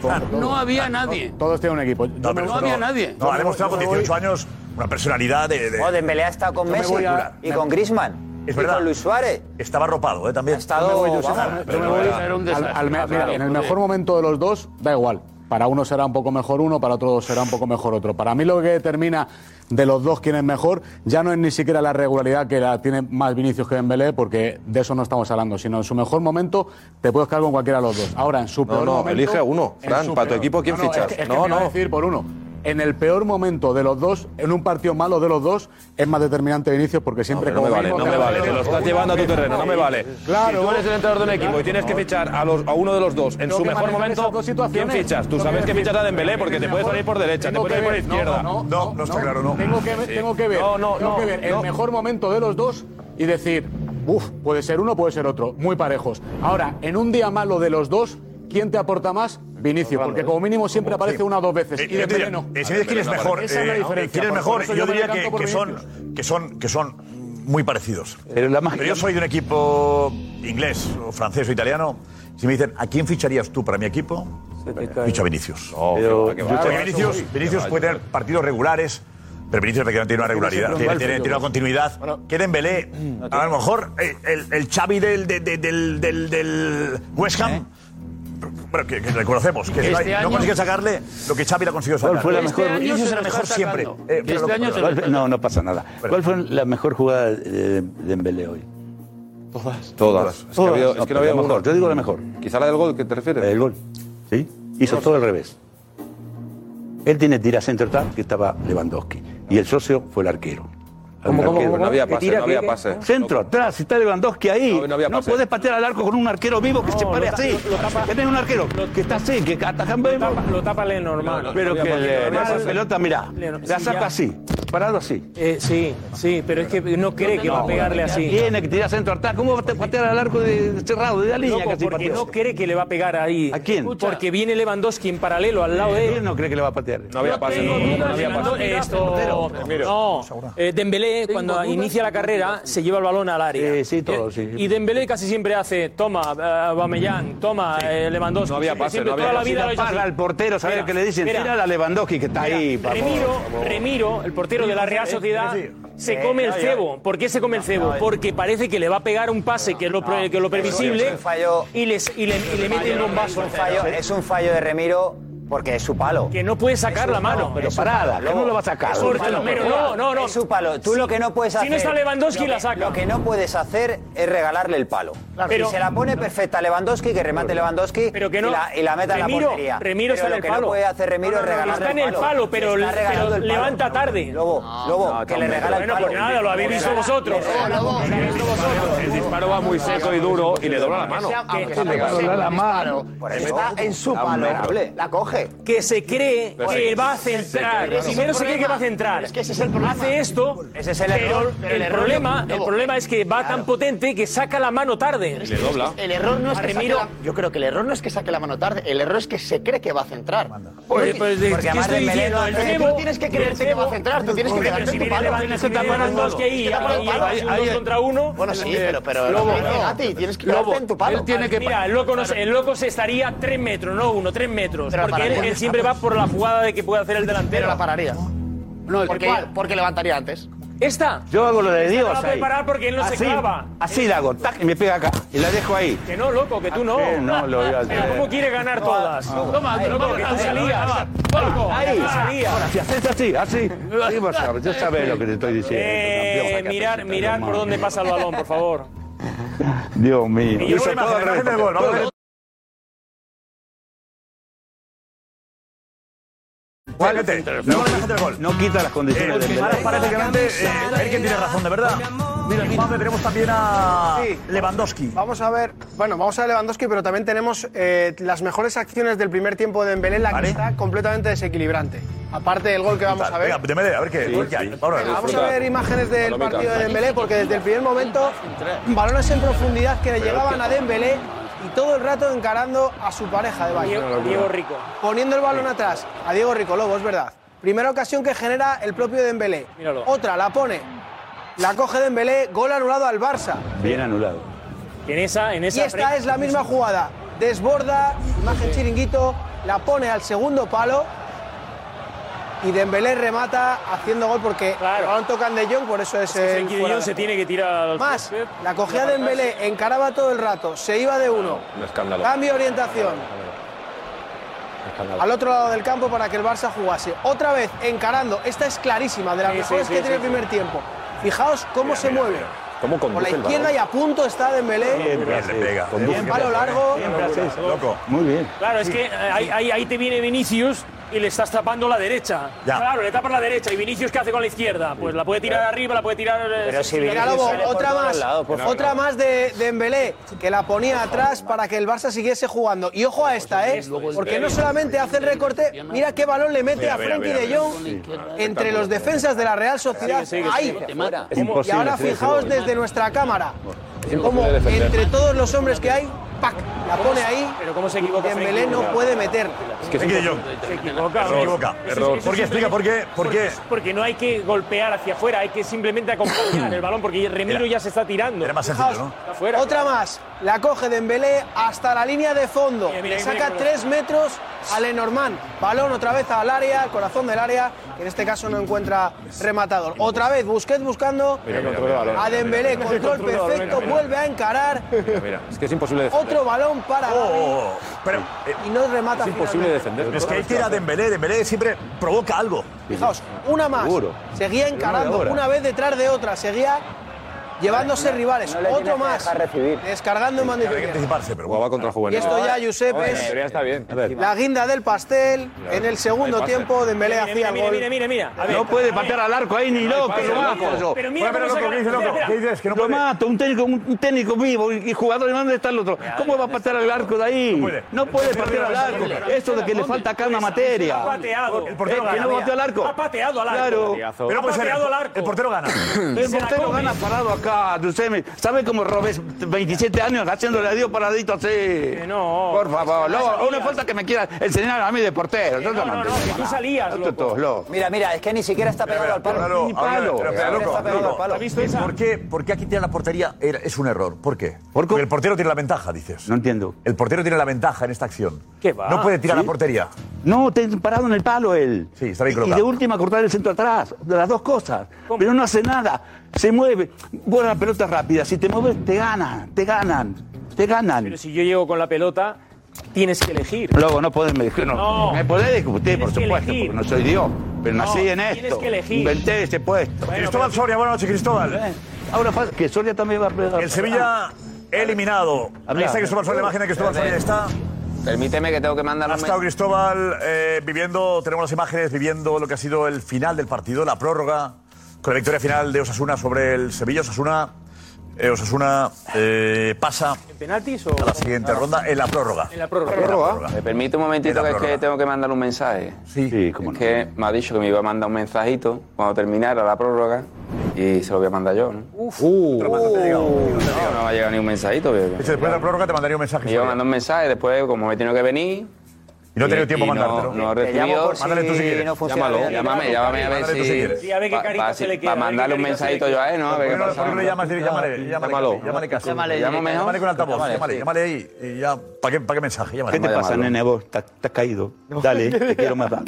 Speaker 13: Barcelona no había nadie.
Speaker 2: Todos tienen un equipo.
Speaker 3: No, pero
Speaker 13: No
Speaker 3: eso
Speaker 13: había nadie.
Speaker 3: No, ha demostrado con 18 años una personalidad de. de
Speaker 10: O Oh, Dembélé ha estado con
Speaker 3: Yo me
Speaker 10: Messi
Speaker 3: voy a-
Speaker 10: y con Griezmann
Speaker 3: Es
Speaker 10: y
Speaker 3: verdad.
Speaker 10: con Luis Suárez.
Speaker 3: Estaba arropado, ¿eh? También.
Speaker 10: estado- Yo me voy, yo vamos, sé,
Speaker 2: Yo me voy al- al me- mira, en el mejor momento de los dos, da igual. Para uno será un poco mejor uno, para otro será un poco mejor otro. Para mí lo que determina de los dos quién es mejor ya no es ni siquiera la regularidad que la tiene más Vinicius que Dembélé, porque de eso no estamos hablando, sino en su mejor momento te puedes quedar con cualquiera de los dos. Ahora, en su
Speaker 9: No,
Speaker 2: peor
Speaker 9: no,
Speaker 2: momento...
Speaker 9: elige a uno,
Speaker 2: en
Speaker 9: Fran,
Speaker 2: su
Speaker 9: para tu
Speaker 2: peor-
Speaker 9: equipo, ¿quién
Speaker 2: es
Speaker 9: fichas?
Speaker 2: que- es que
Speaker 9: No,
Speaker 2: te iba a
Speaker 9: no.
Speaker 2: decir por uno. En el peor momento de los dos, en un partido malo de los dos, es más determinante Vinicius porque siempre...
Speaker 9: No me
Speaker 2: como
Speaker 9: vale,
Speaker 2: mismo
Speaker 9: no
Speaker 2: te
Speaker 9: me
Speaker 2: va a
Speaker 9: vale. Te
Speaker 2: hacer
Speaker 9: lo estás
Speaker 2: una
Speaker 9: llevando a tu
Speaker 2: vez.
Speaker 9: terreno, no me vale.
Speaker 2: Claro.
Speaker 9: Si tú eres el entrenador de un equipo y tienes que fichar a, los, a uno de los dos en
Speaker 2: Creo
Speaker 9: su
Speaker 2: que
Speaker 9: mejor
Speaker 2: manejan esas
Speaker 9: momento,
Speaker 2: dos
Speaker 9: ¿quién
Speaker 2: situaciones.
Speaker 9: fichas? Tú
Speaker 2: Tengo
Speaker 9: sabes
Speaker 2: que
Speaker 9: que
Speaker 2: decir,
Speaker 9: fichas a Dembélé porque te
Speaker 2: mejor-
Speaker 9: puedes salir por derecha, te
Speaker 2: tengo
Speaker 9: puedes
Speaker 2: que
Speaker 9: salir por
Speaker 2: ver- no,
Speaker 9: izquierda.
Speaker 2: No, no,
Speaker 3: está claro, no.
Speaker 2: Tengo que, ver-
Speaker 9: Sí.
Speaker 2: tengo que ver,
Speaker 9: No, no,
Speaker 2: tengo
Speaker 9: no,
Speaker 2: que ver
Speaker 9: no.
Speaker 2: el mejor momento de los dos y decir, uff, puede ser uno, puede ser otro, muy parejos. Ahora, en un día malo de los dos, ¿quién te aporta más? Vinicius, porque como mínimo siempre aparece una o dos veces.
Speaker 3: Eh,
Speaker 2: y
Speaker 3: yo diría,
Speaker 2: Dembélé no.
Speaker 3: eh, si me dices quién es mejor,
Speaker 2: Esa es la
Speaker 3: eh,
Speaker 2: diferencia,
Speaker 3: quién es
Speaker 2: por- por
Speaker 3: mejor,
Speaker 2: eso
Speaker 3: yo
Speaker 2: me
Speaker 3: diría
Speaker 2: decanto
Speaker 3: que,
Speaker 2: por
Speaker 3: que
Speaker 2: Vinicius.
Speaker 3: son, que, son, que son muy parecidos. Pero, yo soy de un equipo inglés, o francés o italiano. Si me dicen, ¿a quién ficharías tú para mi equipo? Ficho a Vinicius.
Speaker 9: Pero- que va, que va,
Speaker 3: Porque
Speaker 9: que va,
Speaker 3: Vinicius,
Speaker 9: que va,
Speaker 3: Vinicius
Speaker 9: que va,
Speaker 3: puede
Speaker 9: que
Speaker 3: tener partidos regulares, pero Vinicius efectivamente tiene una regularidad,
Speaker 9: siempre
Speaker 3: tiene,
Speaker 9: un
Speaker 3: tiene-
Speaker 9: mal
Speaker 3: tiene una continuidad. Que Dembélé,
Speaker 7: Mm,
Speaker 3: a lo mejor eh, el, el Xavi del, de- de- del, del, del West Ham...
Speaker 5: ¿Eh?
Speaker 3: Bueno, que, que reconocemos que
Speaker 13: Este
Speaker 3: no, hay- no
Speaker 13: año-
Speaker 3: consigue sacarle lo que Xavi le ha conseguido sacar.
Speaker 5: ¿Cuál fue la
Speaker 3: Este
Speaker 5: mejor?
Speaker 3: año Vinicius era mejor siempre. Eh, pero lo-
Speaker 5: ¿Cuál fue- No, no pasa nada. ¿Cuál fue la mejor jugada de de Dembélé hoy?
Speaker 9: Todas. Todas. Es que,
Speaker 5: Todas.
Speaker 9: había- es
Speaker 5: No,
Speaker 9: que
Speaker 5: pero
Speaker 9: no había
Speaker 5: la
Speaker 9: una.
Speaker 5: mejor. Yo digo la mejor.
Speaker 9: Quizá la del gol, ¿qué te refieres?
Speaker 5: El gol. ¿Sí? Hizo todo al revés. Él tiene tira centro tal que estaba Lewandowski. Y el socio fue el arquero.
Speaker 9: ¿Cómo,
Speaker 5: El
Speaker 9: cómo,
Speaker 5: arquero.
Speaker 9: cómo? No había pase, ¿Qué tira, no había qué, qué? pase.
Speaker 5: Centro atrás, si está Lewandowski ahí.
Speaker 9: No,
Speaker 5: No,
Speaker 9: no había pase.
Speaker 5: puedes patear al arco con un arquero vivo que se pare
Speaker 6: lo ta-
Speaker 5: así.
Speaker 6: lo- lo tapa-
Speaker 5: que tenga un arquero que está así, que ataja en vivo.
Speaker 6: Lo tapa Lenormand.
Speaker 5: Pero que le-
Speaker 6: Lenormand-
Speaker 5: esa pelota, mira,
Speaker 6: Lenormand-
Speaker 5: la
Speaker 6: sí,
Speaker 5: saca
Speaker 6: ya.
Speaker 5: así. Parado así.
Speaker 6: Eh, sí, sí, pero es que no cree que va a pegarle así.
Speaker 5: Tiene que tirar centro atrás. ¿Cómo va a patear al arco de cerrado, de la línea?
Speaker 6: Loco,
Speaker 5: casi
Speaker 6: porque
Speaker 5: pateó?
Speaker 6: no cree que le va a pegar ahí. ¿A quién? Porque viene Lewandowski en paralelo al lado de él.
Speaker 5: no cree que le va a patear?
Speaker 6: No había
Speaker 5: pase, no, no había pase.
Speaker 6: Esto, eh, no, eh, Dembélé cuando inicia la carrera se lleva el balón al área. Eh,
Speaker 5: sí, todo, sí.
Speaker 6: Y Dembélé casi siempre hace, toma, eh, Aubameyang, toma, eh, Lewandowski.
Speaker 5: No había
Speaker 6: Siempre,
Speaker 5: pase,
Speaker 6: siempre,
Speaker 5: no había
Speaker 6: toda
Speaker 5: pase.
Speaker 6: la vida lo ha hecho
Speaker 5: Parla
Speaker 6: así.
Speaker 5: al portero, ¿sabes
Speaker 6: Mira,
Speaker 5: qué le dicen?
Speaker 6: mira.
Speaker 5: Tira a Lewandowski que está ahí, por favor.
Speaker 6: Remiro, Remiro, el portero de la Real Sociedad, se come el cebo. ¿Por qué se come el cebo? Porque parece que le va a pegar un pase, que es lo, pre- que es lo previsible,
Speaker 10: Es un fallo-
Speaker 6: y, les- y le, y le mete un bombazo.
Speaker 10: Es un fallo,
Speaker 6: ¿eh?
Speaker 10: es un fallo de Remiro porque es su palo.
Speaker 6: Que no puede sacar la mano.
Speaker 10: Pero
Speaker 6: Es su
Speaker 10: parada,
Speaker 6: palo,
Speaker 10: que no
Speaker 6: Lobo.
Speaker 10: lo va a sacar.
Speaker 6: Es su palo, pero no, no, no.
Speaker 10: Es su palo. Tú
Speaker 6: Si-
Speaker 10: lo que no puedes
Speaker 6: si no
Speaker 10: hacer.
Speaker 6: está Lewandowski,
Speaker 10: lo que-
Speaker 6: la saca.
Speaker 10: Lo que no puedes hacer es regalarle el palo.
Speaker 6: Claro.
Speaker 10: Si
Speaker 6: Pero-
Speaker 10: se la pone perfecta a Lewandowski, que remate Lewandowski
Speaker 6: que no.
Speaker 10: y, la, y la meta en
Speaker 6: Remiro,
Speaker 10: la portería. pero
Speaker 6: Remiro está en
Speaker 10: lo
Speaker 6: el
Speaker 10: que
Speaker 6: palo.
Speaker 10: no puede hacer Remiro
Speaker 6: No,
Speaker 10: es
Speaker 6: no, no,
Speaker 10: regalarle
Speaker 6: está en el palo, pero,
Speaker 10: Le
Speaker 6: le-
Speaker 10: está regalando
Speaker 6: pero
Speaker 10: el palo.
Speaker 6: levanta tarde. Lobo,
Speaker 10: Lobo, que le regala el
Speaker 6: Bueno,
Speaker 10: palo.
Speaker 6: pues nada, lo habéis visto vosotros.
Speaker 9: El disparo va muy seco y duro y le dobla la mano.
Speaker 11: Aunque
Speaker 9: Sí,
Speaker 11: sea-
Speaker 9: le dobla la mano.
Speaker 11: Está en su palo. La coge.
Speaker 6: que se cree
Speaker 11: Pero
Speaker 6: que
Speaker 11: sí.
Speaker 6: va a centrar.
Speaker 11: Ese es el
Speaker 6: Primero se cree que
Speaker 11: problema.
Speaker 6: va a centrar.
Speaker 11: Es que ese es el problema.
Speaker 6: Hace esto,
Speaker 11: Ese es el
Speaker 6: pero
Speaker 11: error, pero
Speaker 6: el,
Speaker 11: el error
Speaker 6: problema,
Speaker 11: no-
Speaker 6: el problema es que va tan potente que saca la mano tarde.
Speaker 11: Es que- es que El error no es
Speaker 6: A
Speaker 11: que saque
Speaker 6: Remiro-
Speaker 11: la, yo creo que el error no es que saque la mano tarde, el error es que se cree que va a centrar.
Speaker 6: Pues, pues, ¿de
Speaker 11: porque
Speaker 6: qué
Speaker 11: además
Speaker 6: estoy
Speaker 11: Dembélé
Speaker 6: diciendo?
Speaker 11: no
Speaker 6: El
Speaker 11: hace-
Speaker 6: cebo-
Speaker 11: tú no tienes que creerte que va a centrar, tú tienes que
Speaker 6: Hombre,
Speaker 11: quedarte
Speaker 6: pero si
Speaker 11: en tu
Speaker 6: viene
Speaker 11: palo.
Speaker 6: Lewandowski,
Speaker 11: Es que está
Speaker 6: viene
Speaker 11: por el palo.
Speaker 6: Lewandowski ahí,
Speaker 11: Es que está por el
Speaker 6: ahí,
Speaker 11: palo.
Speaker 6: ahí,
Speaker 11: Es un
Speaker 6: ahí,
Speaker 11: dos
Speaker 6: ahí.
Speaker 11: contra uno. Bueno, sí, pero pero
Speaker 6: Lobo,
Speaker 11: no, no, a ti, tienes que quedarte en tu palo.
Speaker 6: Él tiene que Mira, el loco, no, se- el loco se estaría 3 metros, no uno, 3 metros. porque
Speaker 11: para
Speaker 6: él,
Speaker 11: mí-
Speaker 6: él siempre va por la jugada de que puede hacer el delantero. la
Speaker 11: pararía.
Speaker 6: No,
Speaker 11: porque, porque levantaría antes.
Speaker 6: ¿Esta?
Speaker 5: Yo hago lo de
Speaker 6: Esta no
Speaker 5: Dios
Speaker 6: la puede
Speaker 5: ahí.
Speaker 6: parar porque él no se
Speaker 5: Así,
Speaker 6: clava.
Speaker 5: Así la hago, tac, y me pega acá. Y la dejo ahí.
Speaker 6: Que no, loco, que tú no.
Speaker 5: Eh, no lo voy a
Speaker 6: Pero
Speaker 5: hacer.
Speaker 6: ¿Cómo quiere ganar todas? Toma, loco, que tú salías. Loco, que
Speaker 5: Ahí.
Speaker 6: tú salías.
Speaker 5: Ahora, si haces así, así. Sí, vas a- Yo sabes lo que te estoy diciendo.
Speaker 6: Eh, mirar, mirar por dónde pasa el balón, por favor.
Speaker 5: Dios mío.
Speaker 6: Y yo
Speaker 5: Hizo
Speaker 6: voy
Speaker 5: todo
Speaker 6: a imaginar,
Speaker 5: al revés.
Speaker 6: imaginar el gol, vamos a ver.
Speaker 5: No, no quita las
Speaker 6: Eh,
Speaker 5: condiciones del
Speaker 3: Ahora
Speaker 5: Belén.
Speaker 3: parece que grande, eh, el que tiene razón, de verdad. Mira, Pablo, tenemos también a
Speaker 15: Sí.
Speaker 3: Lewandowski.
Speaker 15: Vamos a ver, bueno, vamos a ver Lewandowski, pero también tenemos eh, las mejores acciones del primer tiempo de Dembélé, la que está completamente desequilibrante. Aparte del gol que vamos a ver.
Speaker 3: Venga, Dembélé, a ver qué.
Speaker 15: Sí,
Speaker 3: gol que hay. Ahora,
Speaker 15: Venga, vamos a
Speaker 3: disfruta.
Speaker 15: ver imágenes del
Speaker 3: Palomita.
Speaker 15: partido de Dembélé, porque desde el primer momento, balones en profundidad que le
Speaker 3: Pero
Speaker 15: llegaban
Speaker 3: que-
Speaker 15: a Dembélé y todo el rato encarando a su pareja de baile.
Speaker 6: Diego- Diego Rico.
Speaker 15: Poniendo el balón atrás a Diego Rico, Lobo, es verdad. Primera ocasión que genera el propio Dembélé.
Speaker 6: Míralo.
Speaker 15: Otra, la pone. La coge Dembélé, gol anulado al Barça.
Speaker 5: Bien anulado.
Speaker 6: En esa, en
Speaker 15: Y
Speaker 6: esa.
Speaker 15: esta es la misma jugada. Desborda, imagen chiringuito, la pone al segundo palo y Dembélé remata haciendo gol porque el balón tocan de Jong, por eso es,
Speaker 6: que
Speaker 15: el
Speaker 6: Frenkie de
Speaker 15: fuera de
Speaker 6: Jong se
Speaker 15: juego.
Speaker 6: tiene que tirar al
Speaker 15: Más,
Speaker 6: césped.
Speaker 15: la cogía Dembélé, encaraba todo el rato, se iba de uno.
Speaker 9: Un escándalo.
Speaker 15: Cambio de orientación.
Speaker 9: Escándalo.
Speaker 15: Al otro lado del campo para que el Barça jugase. Otra vez encarando, esta es clarísima, de las
Speaker 9: Sí, sí,
Speaker 15: mejores
Speaker 9: sí,
Speaker 15: que
Speaker 9: sí,
Speaker 15: tiene el
Speaker 9: sí.
Speaker 15: primer tiempo. Fijaos cómo se mueve.
Speaker 9: ¿Cómo
Speaker 15: Por la
Speaker 9: conduce el
Speaker 15: izquierda
Speaker 9: balón?
Speaker 15: y a punto está Dembélé.
Speaker 9: Bien, le pega.
Speaker 15: Bien, palo largo.
Speaker 9: Loco.
Speaker 5: Muy bien.
Speaker 6: Claro, es que eh, ahí, ahí- ahí te viene Vinicius y le estás tapando la derecha.
Speaker 15: Ya.
Speaker 6: Claro, le tapas la derecha. ¿Y Vinicius qué hace con la izquierda? Pues la puede tirar arriba, la puede tirar. eh,
Speaker 10: Pero si
Speaker 15: Mira, Lobo,
Speaker 10: Sale por
Speaker 15: otra
Speaker 10: todos
Speaker 15: más,
Speaker 10: lados, por favor.
Speaker 15: otra más de, de Dembélé, que la ponía atrás para que el Barça siguiese jugando. Y ojo
Speaker 6: Pues
Speaker 15: a esta, ¿eh? Porque no solamente hace el recorte, mira qué balón le mete
Speaker 5: Mira,
Speaker 15: a
Speaker 5: mira,
Speaker 15: Frenkie
Speaker 5: mira,
Speaker 15: de
Speaker 5: mira.
Speaker 15: Jong entre
Speaker 5: espectacular.
Speaker 15: los defensas de la Real Sociedad.
Speaker 5: Sigue, sigue,
Speaker 15: Ahí.
Speaker 5: sigue. Fuera. Es
Speaker 15: Y
Speaker 5: imposible
Speaker 15: ahora
Speaker 5: hacer ese
Speaker 15: fijaos
Speaker 5: gol.
Speaker 15: desde nuestra cámara,
Speaker 5: Es
Speaker 15: como
Speaker 5: imposible defender.
Speaker 15: entre todos los hombres que hay, ¡pac! La pone ahí.
Speaker 6: Pero cómo se
Speaker 15: y
Speaker 6: equivoca
Speaker 15: Dembélé
Speaker 6: Frenkie.
Speaker 15: no puede meter.
Speaker 6: Es
Speaker 3: que es Frenkie de Jong.
Speaker 6: Se equivoca.
Speaker 3: Error, error. ¿Por qué? Explica, ¿por qué? ¿Por qué?
Speaker 6: Porque, porque no hay que golpear hacia afuera, hay que simplemente acompañar el balón, porque Remiro ya se está tirando. Era más
Speaker 15: Fijaos, Otra más. La coge Dembélé hasta la línea de fondo.
Speaker 6: mira,
Speaker 15: Le
Speaker 6: mira,
Speaker 15: saca
Speaker 6: mira.
Speaker 15: tres metros a Lenormand. Balón otra vez al área, al corazón del área, que en este caso no encuentra rematador. Otra vez Busquets buscando
Speaker 9: Mira, mira, mira, mira,
Speaker 15: a
Speaker 9: mira, mira,
Speaker 15: Dembélé.
Speaker 9: mira.
Speaker 15: Control
Speaker 9: Mira, mira,
Speaker 15: perfecto,
Speaker 9: mira.
Speaker 15: vuelve a encarar.
Speaker 9: Mira, mira, es que es imposible defender.
Speaker 15: Otro balón para Gavi. y no remata
Speaker 9: Es imposible
Speaker 15: finalmente.
Speaker 9: defender.
Speaker 3: Eh, Es que ahí tira Dembélé, Dembélé siempre provoca algo.
Speaker 15: Fijaos, una más.
Speaker 3: Seguro.
Speaker 15: Seguía
Speaker 3: Pero no de
Speaker 15: encarando
Speaker 3: ahora.
Speaker 15: una vez detrás de otra. Seguía llevándose rivales.
Speaker 10: no le tienes
Speaker 15: Otro
Speaker 10: que
Speaker 15: más.
Speaker 10: dejar recibir.
Speaker 15: Descargando en mando y
Speaker 3: Hay que anticiparse, pero jugaba
Speaker 7: contra
Speaker 15: Y esto ya, Josep,
Speaker 7: Bueno, en
Speaker 15: es
Speaker 7: teoría está bien.
Speaker 15: la guinda del pastel. En el segundo
Speaker 7: Ahí pasa.
Speaker 15: tiempo, Dembélé
Speaker 7: Mira,
Speaker 15: hacía el
Speaker 7: mira,
Speaker 15: gol.
Speaker 7: mira, mira, mira. A ver,
Speaker 5: No puede patear al arco ahí ni loco, lo mato.
Speaker 13: Pero mira
Speaker 5: Bueno,
Speaker 13: cómo saca- espera, espera.
Speaker 5: Lo mato, un técnico, un técnico vivo y y jugador, ¿y dónde está el otro? ¿Cómo va a patear al arco de ahí? No puede patear al arco. Esto de que le falta acá una materia. Eh,
Speaker 13: Ha pateado.
Speaker 5: El portero gana.
Speaker 13: no pateó al arco. Ha pateado al arco.
Speaker 5: Claro.
Speaker 13: Pero ha pateado al arco.
Speaker 3: El portero gana.
Speaker 5: El portero gana parado acá, Dulceme. ¿Sabe cómo Robes, 27 años, haciéndole adiós paradito así?
Speaker 13: Eh,
Speaker 5: No. Por favor, luego, una falta que me quiera enseñar a mí de portero.
Speaker 13: Eh,
Speaker 5: Yo no, no, tú salías,
Speaker 10: Mira, mira, es que ni siquiera está pegado al palo. Ni palo.
Speaker 3: Pero, pero, loco,
Speaker 10: Está pegado
Speaker 3: loco,
Speaker 10: al palo.
Speaker 3: ¿Por qué? ¿Por qué aquí tiene la portería? Era- es un error. ¿Por qué? Porque el portero tiene la ventaja, dices. No
Speaker 5: entiendo.
Speaker 3: El portero tiene la ventaja en esta acción.
Speaker 5: ¿Qué va?
Speaker 3: No puede tirar
Speaker 5: ¿Sí?
Speaker 3: la portería.
Speaker 5: No, te parado en el palo él. Sí,
Speaker 3: está bien
Speaker 5: Y
Speaker 3: colocado.
Speaker 5: de última cortar el centro atrás, de las dos cosas. Pero no hace nada, se mueve, vuela la pelota rápida. Si te mueves, te ganan, te ganan, te ganan.
Speaker 13: Pero si yo llego con la pelota, tienes que elegir.
Speaker 5: Luego no podés me no,
Speaker 13: No.
Speaker 5: me podés discutir, por
Speaker 13: Tienes que
Speaker 5: supuesto,
Speaker 13: elegir.
Speaker 5: porque no soy Dios, pero
Speaker 13: No,
Speaker 5: nací en
Speaker 13: tienes
Speaker 5: esto.
Speaker 13: que elegir.
Speaker 5: Inventé este puesto.
Speaker 3: Cristóbal Soria, buenas noches, Cristóbal.
Speaker 5: Eh, Ahora pasa que Soria también va a pegar. Ah,
Speaker 3: El Sevilla eliminado. Ahí está Cristóbal Soria, la imagen de Cristóbal Soria. Ahí está.
Speaker 16: Permíteme que tengo que mandar
Speaker 3: Ha
Speaker 16: un
Speaker 3: estado
Speaker 16: mensaje.
Speaker 3: Cristóbal eh, viviendo, tenemos las imágenes viviendo lo que ha sido el final del partido, la prórroga, con la victoria final de Osasuna sobre el Sevilla. Osasuna, eh, Osasuna eh, pasa
Speaker 13: ¿Penaltis
Speaker 3: a la siguiente ronda en la prórroga.
Speaker 13: En la prórroga.
Speaker 16: ¿Me permite un momentito que, es que tengo que mandar un mensaje?
Speaker 3: Sí,
Speaker 16: Es que me ha dicho que me iba a mandar un mensajito cuando terminara la prórroga y se lo voy a mandar yo, ¿no?
Speaker 3: Uf,
Speaker 16: No, no me ha llegado ni un mensajito. bebé.
Speaker 3: Después de la prórroga te mandaría un mensaje.
Speaker 16: Me iba a mandar un mensaje, después como me he tenido que venir...
Speaker 3: Y no he tenido tiempo a mandártelo.
Speaker 16: No, no he
Speaker 3: Te llamo
Speaker 16: recibido.
Speaker 3: por si Mándale tú si quieres. no funciona
Speaker 16: Llámalo,
Speaker 3: bien.
Speaker 16: llámame, llámame a ver
Speaker 3: Mándale tú si
Speaker 16: si.
Speaker 3: quieres. Sí, a ver qué carita se le queda,
Speaker 16: Para
Speaker 3: a ver qué
Speaker 16: mandarle un
Speaker 3: carita se le
Speaker 16: mensajito yo a él, ¿no? A ver qué
Speaker 3: Bueno,
Speaker 16: pasa.
Speaker 3: ¿Por qué no le llamas? Dile, Llámale, llámale,
Speaker 16: Llámalo.
Speaker 3: llámale, casi.
Speaker 16: Llámale,
Speaker 3: llámale,
Speaker 16: llámame,
Speaker 3: llámale con altavoz.
Speaker 16: llámale.
Speaker 3: Llámale, llámale ahí y ya. ¿Para qué, para qué mensaje? Llámale.
Speaker 5: ¿Qué te pasa, nene, vos? Estás estás caído. Dale, te quiero matar.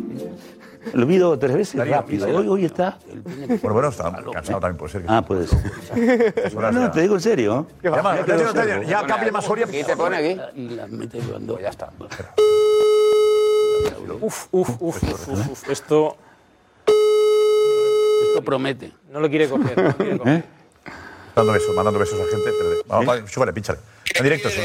Speaker 5: Lo vi dos o tres veces
Speaker 3: Darío,
Speaker 5: rápido.
Speaker 3: píselo.
Speaker 5: Hoy, hoy está.
Speaker 3: Bueno, bueno, está cansado también, puede ser. que
Speaker 5: Ah, puede ser. No, no, te digo en serio. ¿eh?
Speaker 3: Llama,
Speaker 5: Me
Speaker 3: no,
Speaker 5: quedo
Speaker 3: no, no,
Speaker 5: sordo.
Speaker 3: ya, ya, cambia más Soria.
Speaker 5: ¿Qué te pone aquí?
Speaker 16: Ya está.
Speaker 13: Uf, uf, uf, uf, uf, uf. Esto.
Speaker 17: Esto promete.
Speaker 13: No lo quiere coger. no lo quiere
Speaker 16: ¿Eh?
Speaker 8: ¿Eh?
Speaker 13: coger.
Speaker 3: Dando besos, mandando besos a gente. espérate. Vamos, vale, chúpale, píchale. En directo, sí.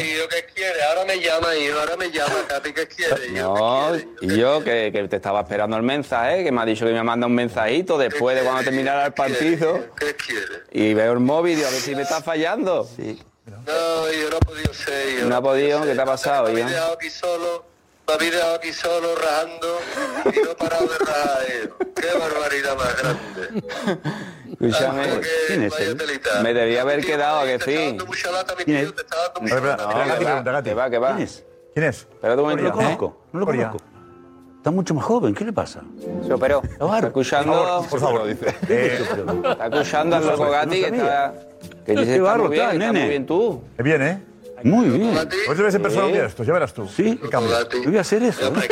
Speaker 12: Ahora me llama, hijo, ahora me llama, Capi, ¿qué quieres?
Speaker 16: No, y yo que, que te estaba esperando el mensaje, que me ha dicho que me manda un mensajito después de cuando terminara el partido. Y veo el móvil y digo, a ver si me está fallando.
Speaker 12: No, yo no he podido ser, hijo.
Speaker 16: No ha podido, ¿qué te ha pasado? hijo?
Speaker 12: Me habéis dejado aquí solo, me habéis dejado aquí solo rajando y no he parado de rajar, hijo. Qué barbaridad más grande.
Speaker 16: Escúchame, me debía haber quedado, ¿a que sí?
Speaker 5: ¿Quién es?
Speaker 16: Que va, que va.
Speaker 5: ¿Quién es?
Speaker 3: ¿Quién es?
Speaker 16: Pero tú me
Speaker 5: ¿eh? No lo conozco. No lo conozco. Está mucho más joven. ¿Qué le pasa?
Speaker 16: Se operó. Está escuchando.
Speaker 5: Por favor, Eh,
Speaker 16: dice. Está escuchando al loco Gatti que está. Que dice,
Speaker 5: Qué
Speaker 16: está
Speaker 5: barro
Speaker 16: muy bien,
Speaker 5: está,
Speaker 16: está muy
Speaker 5: nene.
Speaker 16: bien tú.
Speaker 3: Qué bien, ¿eh?
Speaker 5: Muy bien.
Speaker 3: Hoy te ves en persona
Speaker 5: Sí.
Speaker 3: un día de estos, ya verás tú.
Speaker 5: Sí.
Speaker 3: ¿Qué cambio?
Speaker 5: Yo voy a hacer eso. ¿eh?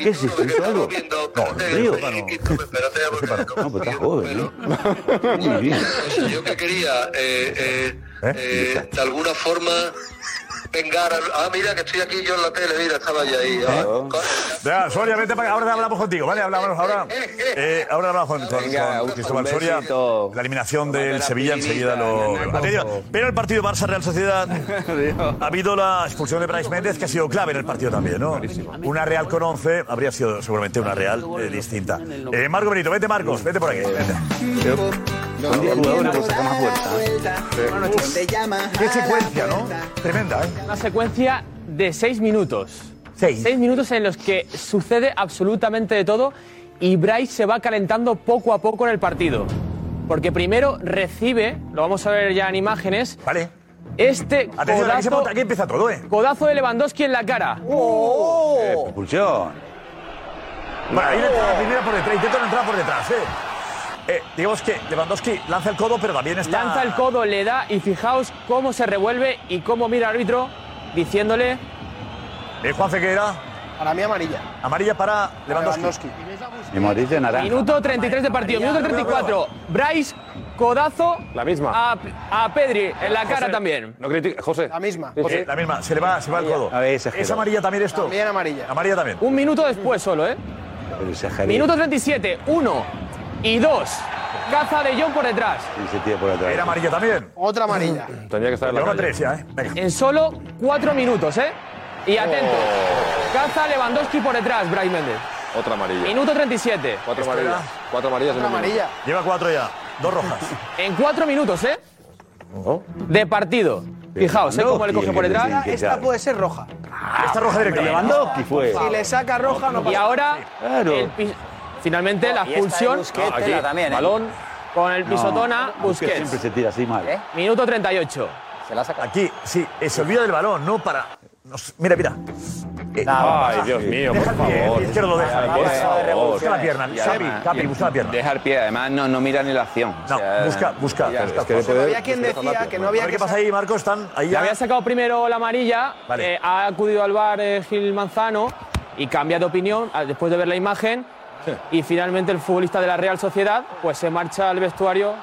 Speaker 5: ¿Qué es esto? ¿Hizo algo? No, río. No, pero está joven, ¿eh? Muy bien.
Speaker 12: Yo que quería, eh, eh, eh, de alguna forma, vengar al- Ah, mira, que estoy aquí yo en la tele, mira, estaba ya ahí. ah.
Speaker 3: Ya, Soria, vente para acá. Ahora hablamos contigo, ¿vale? Hablamos ahora. Eh, ahora hablamos con, con- con Cristóbal
Speaker 16: un
Speaker 3: Soria.
Speaker 16: besito.
Speaker 3: La eliminación del
Speaker 16: la
Speaker 3: Sevilla enseguida lo.
Speaker 16: pirulita,
Speaker 3: lo-
Speaker 16: nena,
Speaker 3: Pero el partido Barça-Real Sociedad. Ha habido la expulsión de Bryce Méndez, que ha sido clave en el partido también, ¿no? Una Real con 11 habría sido seguramente una Real eh, distinta. Eh, Marco Benito, vete, Marcos, vete por aquí. vete.
Speaker 5: Un día jugadores por sacar más fuerza.
Speaker 3: Qué secuencia, ¿no? Tremenda, ¿eh?
Speaker 8: Una secuencia de seis minutos.
Speaker 3: Seis.
Speaker 8: minutos en los que sucede absolutamente de todo y Bryce se va calentando poco a poco en el partido. Porque primero recibe, lo vamos a ver ya en imágenes.
Speaker 3: Vale.
Speaker 8: Este
Speaker 3: Atención, aquí, se
Speaker 8: codazo,
Speaker 3: monta- aquí empieza todo, ¿eh?
Speaker 8: codazo de Lewandowski en la cara.
Speaker 5: Eh, Expulsión.
Speaker 3: Bueno, ahí le entra- ahí viene por detrás, intentan entrar por detrás, ¿eh? Eh, digamos que Lewandowski lanza el codo, pero también está.
Speaker 8: Lanza el codo, le da y fijaos cómo se revuelve y cómo mira al árbitro diciéndole.
Speaker 3: Eh, Juan Ceguera.
Speaker 15: Para mí amarilla.
Speaker 3: Amarilla para Lewandowski.
Speaker 5: Y morís de naranja.
Speaker 8: Minuto 33 de partido, minuto 34. Bryce, codazo.
Speaker 7: La misma.
Speaker 8: A, a Pedri, en la cara
Speaker 7: José,
Speaker 8: también.
Speaker 7: No critique, José.
Speaker 15: La misma.
Speaker 3: Eh, la misma, se le va, se va el codo. ¿Es amarilla también esto? También amarilla. Amarilla también.
Speaker 8: Un minuto después solo, ¿eh?
Speaker 5: Pero exageré.
Speaker 8: Minuto 37, 1 y 2. Gaza de Jong por detrás.
Speaker 3: Era amarilla también.
Speaker 15: Otra amarilla.
Speaker 9: Tendría que estar en la
Speaker 3: Llevaba
Speaker 9: calle.
Speaker 3: tres ya, ¿eh?
Speaker 8: En solo cuatro minutos, ¿eh? Y atento. Gaza Lewandowski por detrás, Brais Méndez.
Speaker 9: Otra amarilla.
Speaker 8: Minuto 37.
Speaker 9: Cuatro amarillas. Cuatro amarillas. en un minuto.
Speaker 3: Lleva cuatro ya. Dos rojas.
Speaker 8: En cuatro minutos, ¿eh? De partido. Fijaos, ¿eh? Cómo le coge por detrás.
Speaker 15: Esta puede ser roja.
Speaker 3: Ah, Esta roja directa.
Speaker 15: Lewandowski fue. Si le saca roja, no
Speaker 8: Y
Speaker 15: pasa
Speaker 8: ahora,
Speaker 15: nada.
Speaker 8: el pi- finalmente,
Speaker 10: No, y
Speaker 8: la
Speaker 10: esta de
Speaker 8: expulsión.
Speaker 10: Busquets, tela también, ¿eh?
Speaker 8: Balón con el
Speaker 10: No,
Speaker 8: pisotona
Speaker 10: Busquets
Speaker 8: Busquets.
Speaker 10: siempre se tira así mal.
Speaker 8: Minuto 38.
Speaker 10: Se la saca.
Speaker 3: Aquí, sí, eh, se olvida del balón, no para. no sé, mira, mira. Eh,
Speaker 18: Ay, Dios mío, por
Speaker 3: deja el pie,
Speaker 18: favor.
Speaker 3: el izquierdo lo deja.
Speaker 18: Por
Speaker 3: Busca la
Speaker 18: favor.
Speaker 3: pierna,
Speaker 18: Y
Speaker 3: Xavi,
Speaker 18: además-
Speaker 3: Capi, busca la pierna.
Speaker 16: Dejar pie, además no, no mira ni la acción. No,
Speaker 3: busca, busca. busca.
Speaker 15: había quien decía que no había
Speaker 3: A ver
Speaker 15: que
Speaker 3: ¿Qué pasa ahí, Marcos? Están ahí
Speaker 8: Le
Speaker 3: ya.
Speaker 8: había sacado primero la amarilla,
Speaker 3: Vale.
Speaker 8: eh, ha acudido al bar Gil Manzano y cambia de opinión ah, después de ver la imagen. Y finalmente el futbolista de la Real Sociedad pues se marcha al vestuario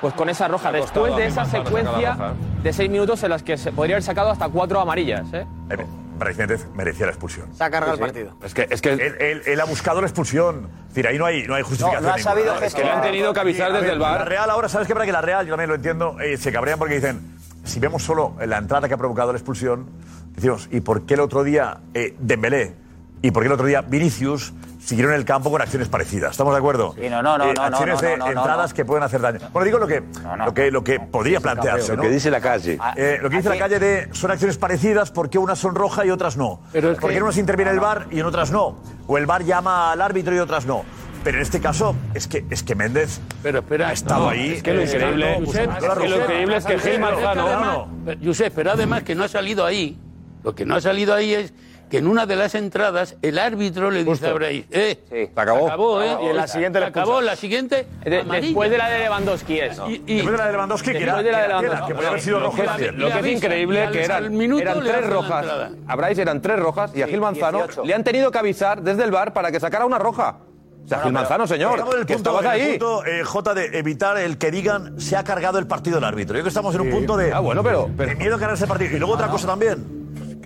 Speaker 8: pues con esa roja.
Speaker 9: Le ha costado
Speaker 8: Después de
Speaker 9: a mí
Speaker 8: esa
Speaker 9: Manzano sacar la
Speaker 8: secuencia
Speaker 9: roja,
Speaker 8: de seis minutos en las que se podría haber sacado hasta cuatro amarillas. ¿eh?
Speaker 3: Eh, Brais Méndez merecía la expulsión.
Speaker 8: Se ha cargado Sí, el sí.
Speaker 3: Es que, es que él, él- él ha buscado la expulsión. Es decir, ahí no hay, no hay justificación.
Speaker 9: No, no ha
Speaker 3: ninguna.
Speaker 9: sabido Es que le han gestionar. tenido que avisar
Speaker 3: Sí, a
Speaker 9: desde
Speaker 3: ver,
Speaker 9: el VAR.
Speaker 3: La Real ahora, ¿sabes qué? Para que la Real, yo también lo entiendo, eh, se cabrean porque dicen, si vemos solo la entrada que ha provocado la expulsión, decimos, ¿y por qué el otro día eh, Dembélé? ¿Y por qué el otro día Vinicius siguieron el campo con acciones parecidas? ¿Estamos de acuerdo? Eh,
Speaker 10: Sí, no, no, no, no, no,
Speaker 3: acciones
Speaker 10: no,
Speaker 3: de
Speaker 10: no, no, no.
Speaker 3: entradas que pueden hacer daño. Bueno, digo lo que, lo que, lo que podría plantearse.
Speaker 5: Lo
Speaker 3: ¿no?
Speaker 5: que dice la calle.
Speaker 10: Ah,
Speaker 3: Eh, lo que dice la calle de son acciones parecidas, ¿por qué unas son rojas y otras no?
Speaker 5: Pero es
Speaker 3: ¿Por qué
Speaker 5: que-
Speaker 3: en unas interviene el
Speaker 13: Ah,
Speaker 3: VAR y en otras no? ¿O el VAR llama al árbitro y otras no? Pero en este caso, es que, es que Méndez
Speaker 13: Pero espera,
Speaker 3: ha estado
Speaker 13: no,
Speaker 3: ahí.
Speaker 13: es que lo
Speaker 3: eh,
Speaker 13: increíble-
Speaker 3: buscando
Speaker 13: Josep,
Speaker 3: la
Speaker 13: es que lo
Speaker 3: roja.
Speaker 13: increíble es que Gil Manzano-
Speaker 3: No, no,
Speaker 13: Pero, Josep, pero además que no ha salido ahí. Lo que no ha salido ahí es que en una de las entradas el árbitro le dice a Brais, eh, se
Speaker 9: acabó.
Speaker 13: acabó, ¿eh?
Speaker 8: Y en la siguiente
Speaker 13: Se
Speaker 8: le expulsa.
Speaker 13: acabó, la siguiente
Speaker 8: De-
Speaker 13: amarilla.
Speaker 8: después de la de Lewandowski es.
Speaker 3: Después de la de Lewandowski, que era-
Speaker 8: Después de la de
Speaker 3: que era tela,
Speaker 8: Lewandowski.
Speaker 3: que podía haber sido
Speaker 9: Lo que,
Speaker 3: roja
Speaker 9: es-
Speaker 3: también.
Speaker 9: lo que es
Speaker 3: Le avisan,
Speaker 9: increíble
Speaker 3: y
Speaker 9: es
Speaker 3: al-
Speaker 9: que
Speaker 3: al
Speaker 9: eran,
Speaker 3: minuto
Speaker 9: eran
Speaker 3: le
Speaker 9: tres
Speaker 3: hacen la
Speaker 9: rojas.
Speaker 3: entrada.
Speaker 9: A Brais eran tres rojas y a
Speaker 3: Sí,
Speaker 9: Gil Manzano
Speaker 3: 18.
Speaker 9: le han tenido que avisar desde el bar para que sacara una roja. O sea, Gil Manzano, señor,
Speaker 3: Ah, Estamos en el
Speaker 9: que
Speaker 3: punto,
Speaker 9: estabas
Speaker 3: en el
Speaker 9: ahí.
Speaker 3: punto, eh, Jota, de evitar el que digan se ha cargado el partido el árbitro. Yo creo que estamos en un
Speaker 9: Sí.
Speaker 3: punto de.
Speaker 9: Ah, bueno, pero-
Speaker 3: de miedo a cargarse el partido. Y luego otra cosa también.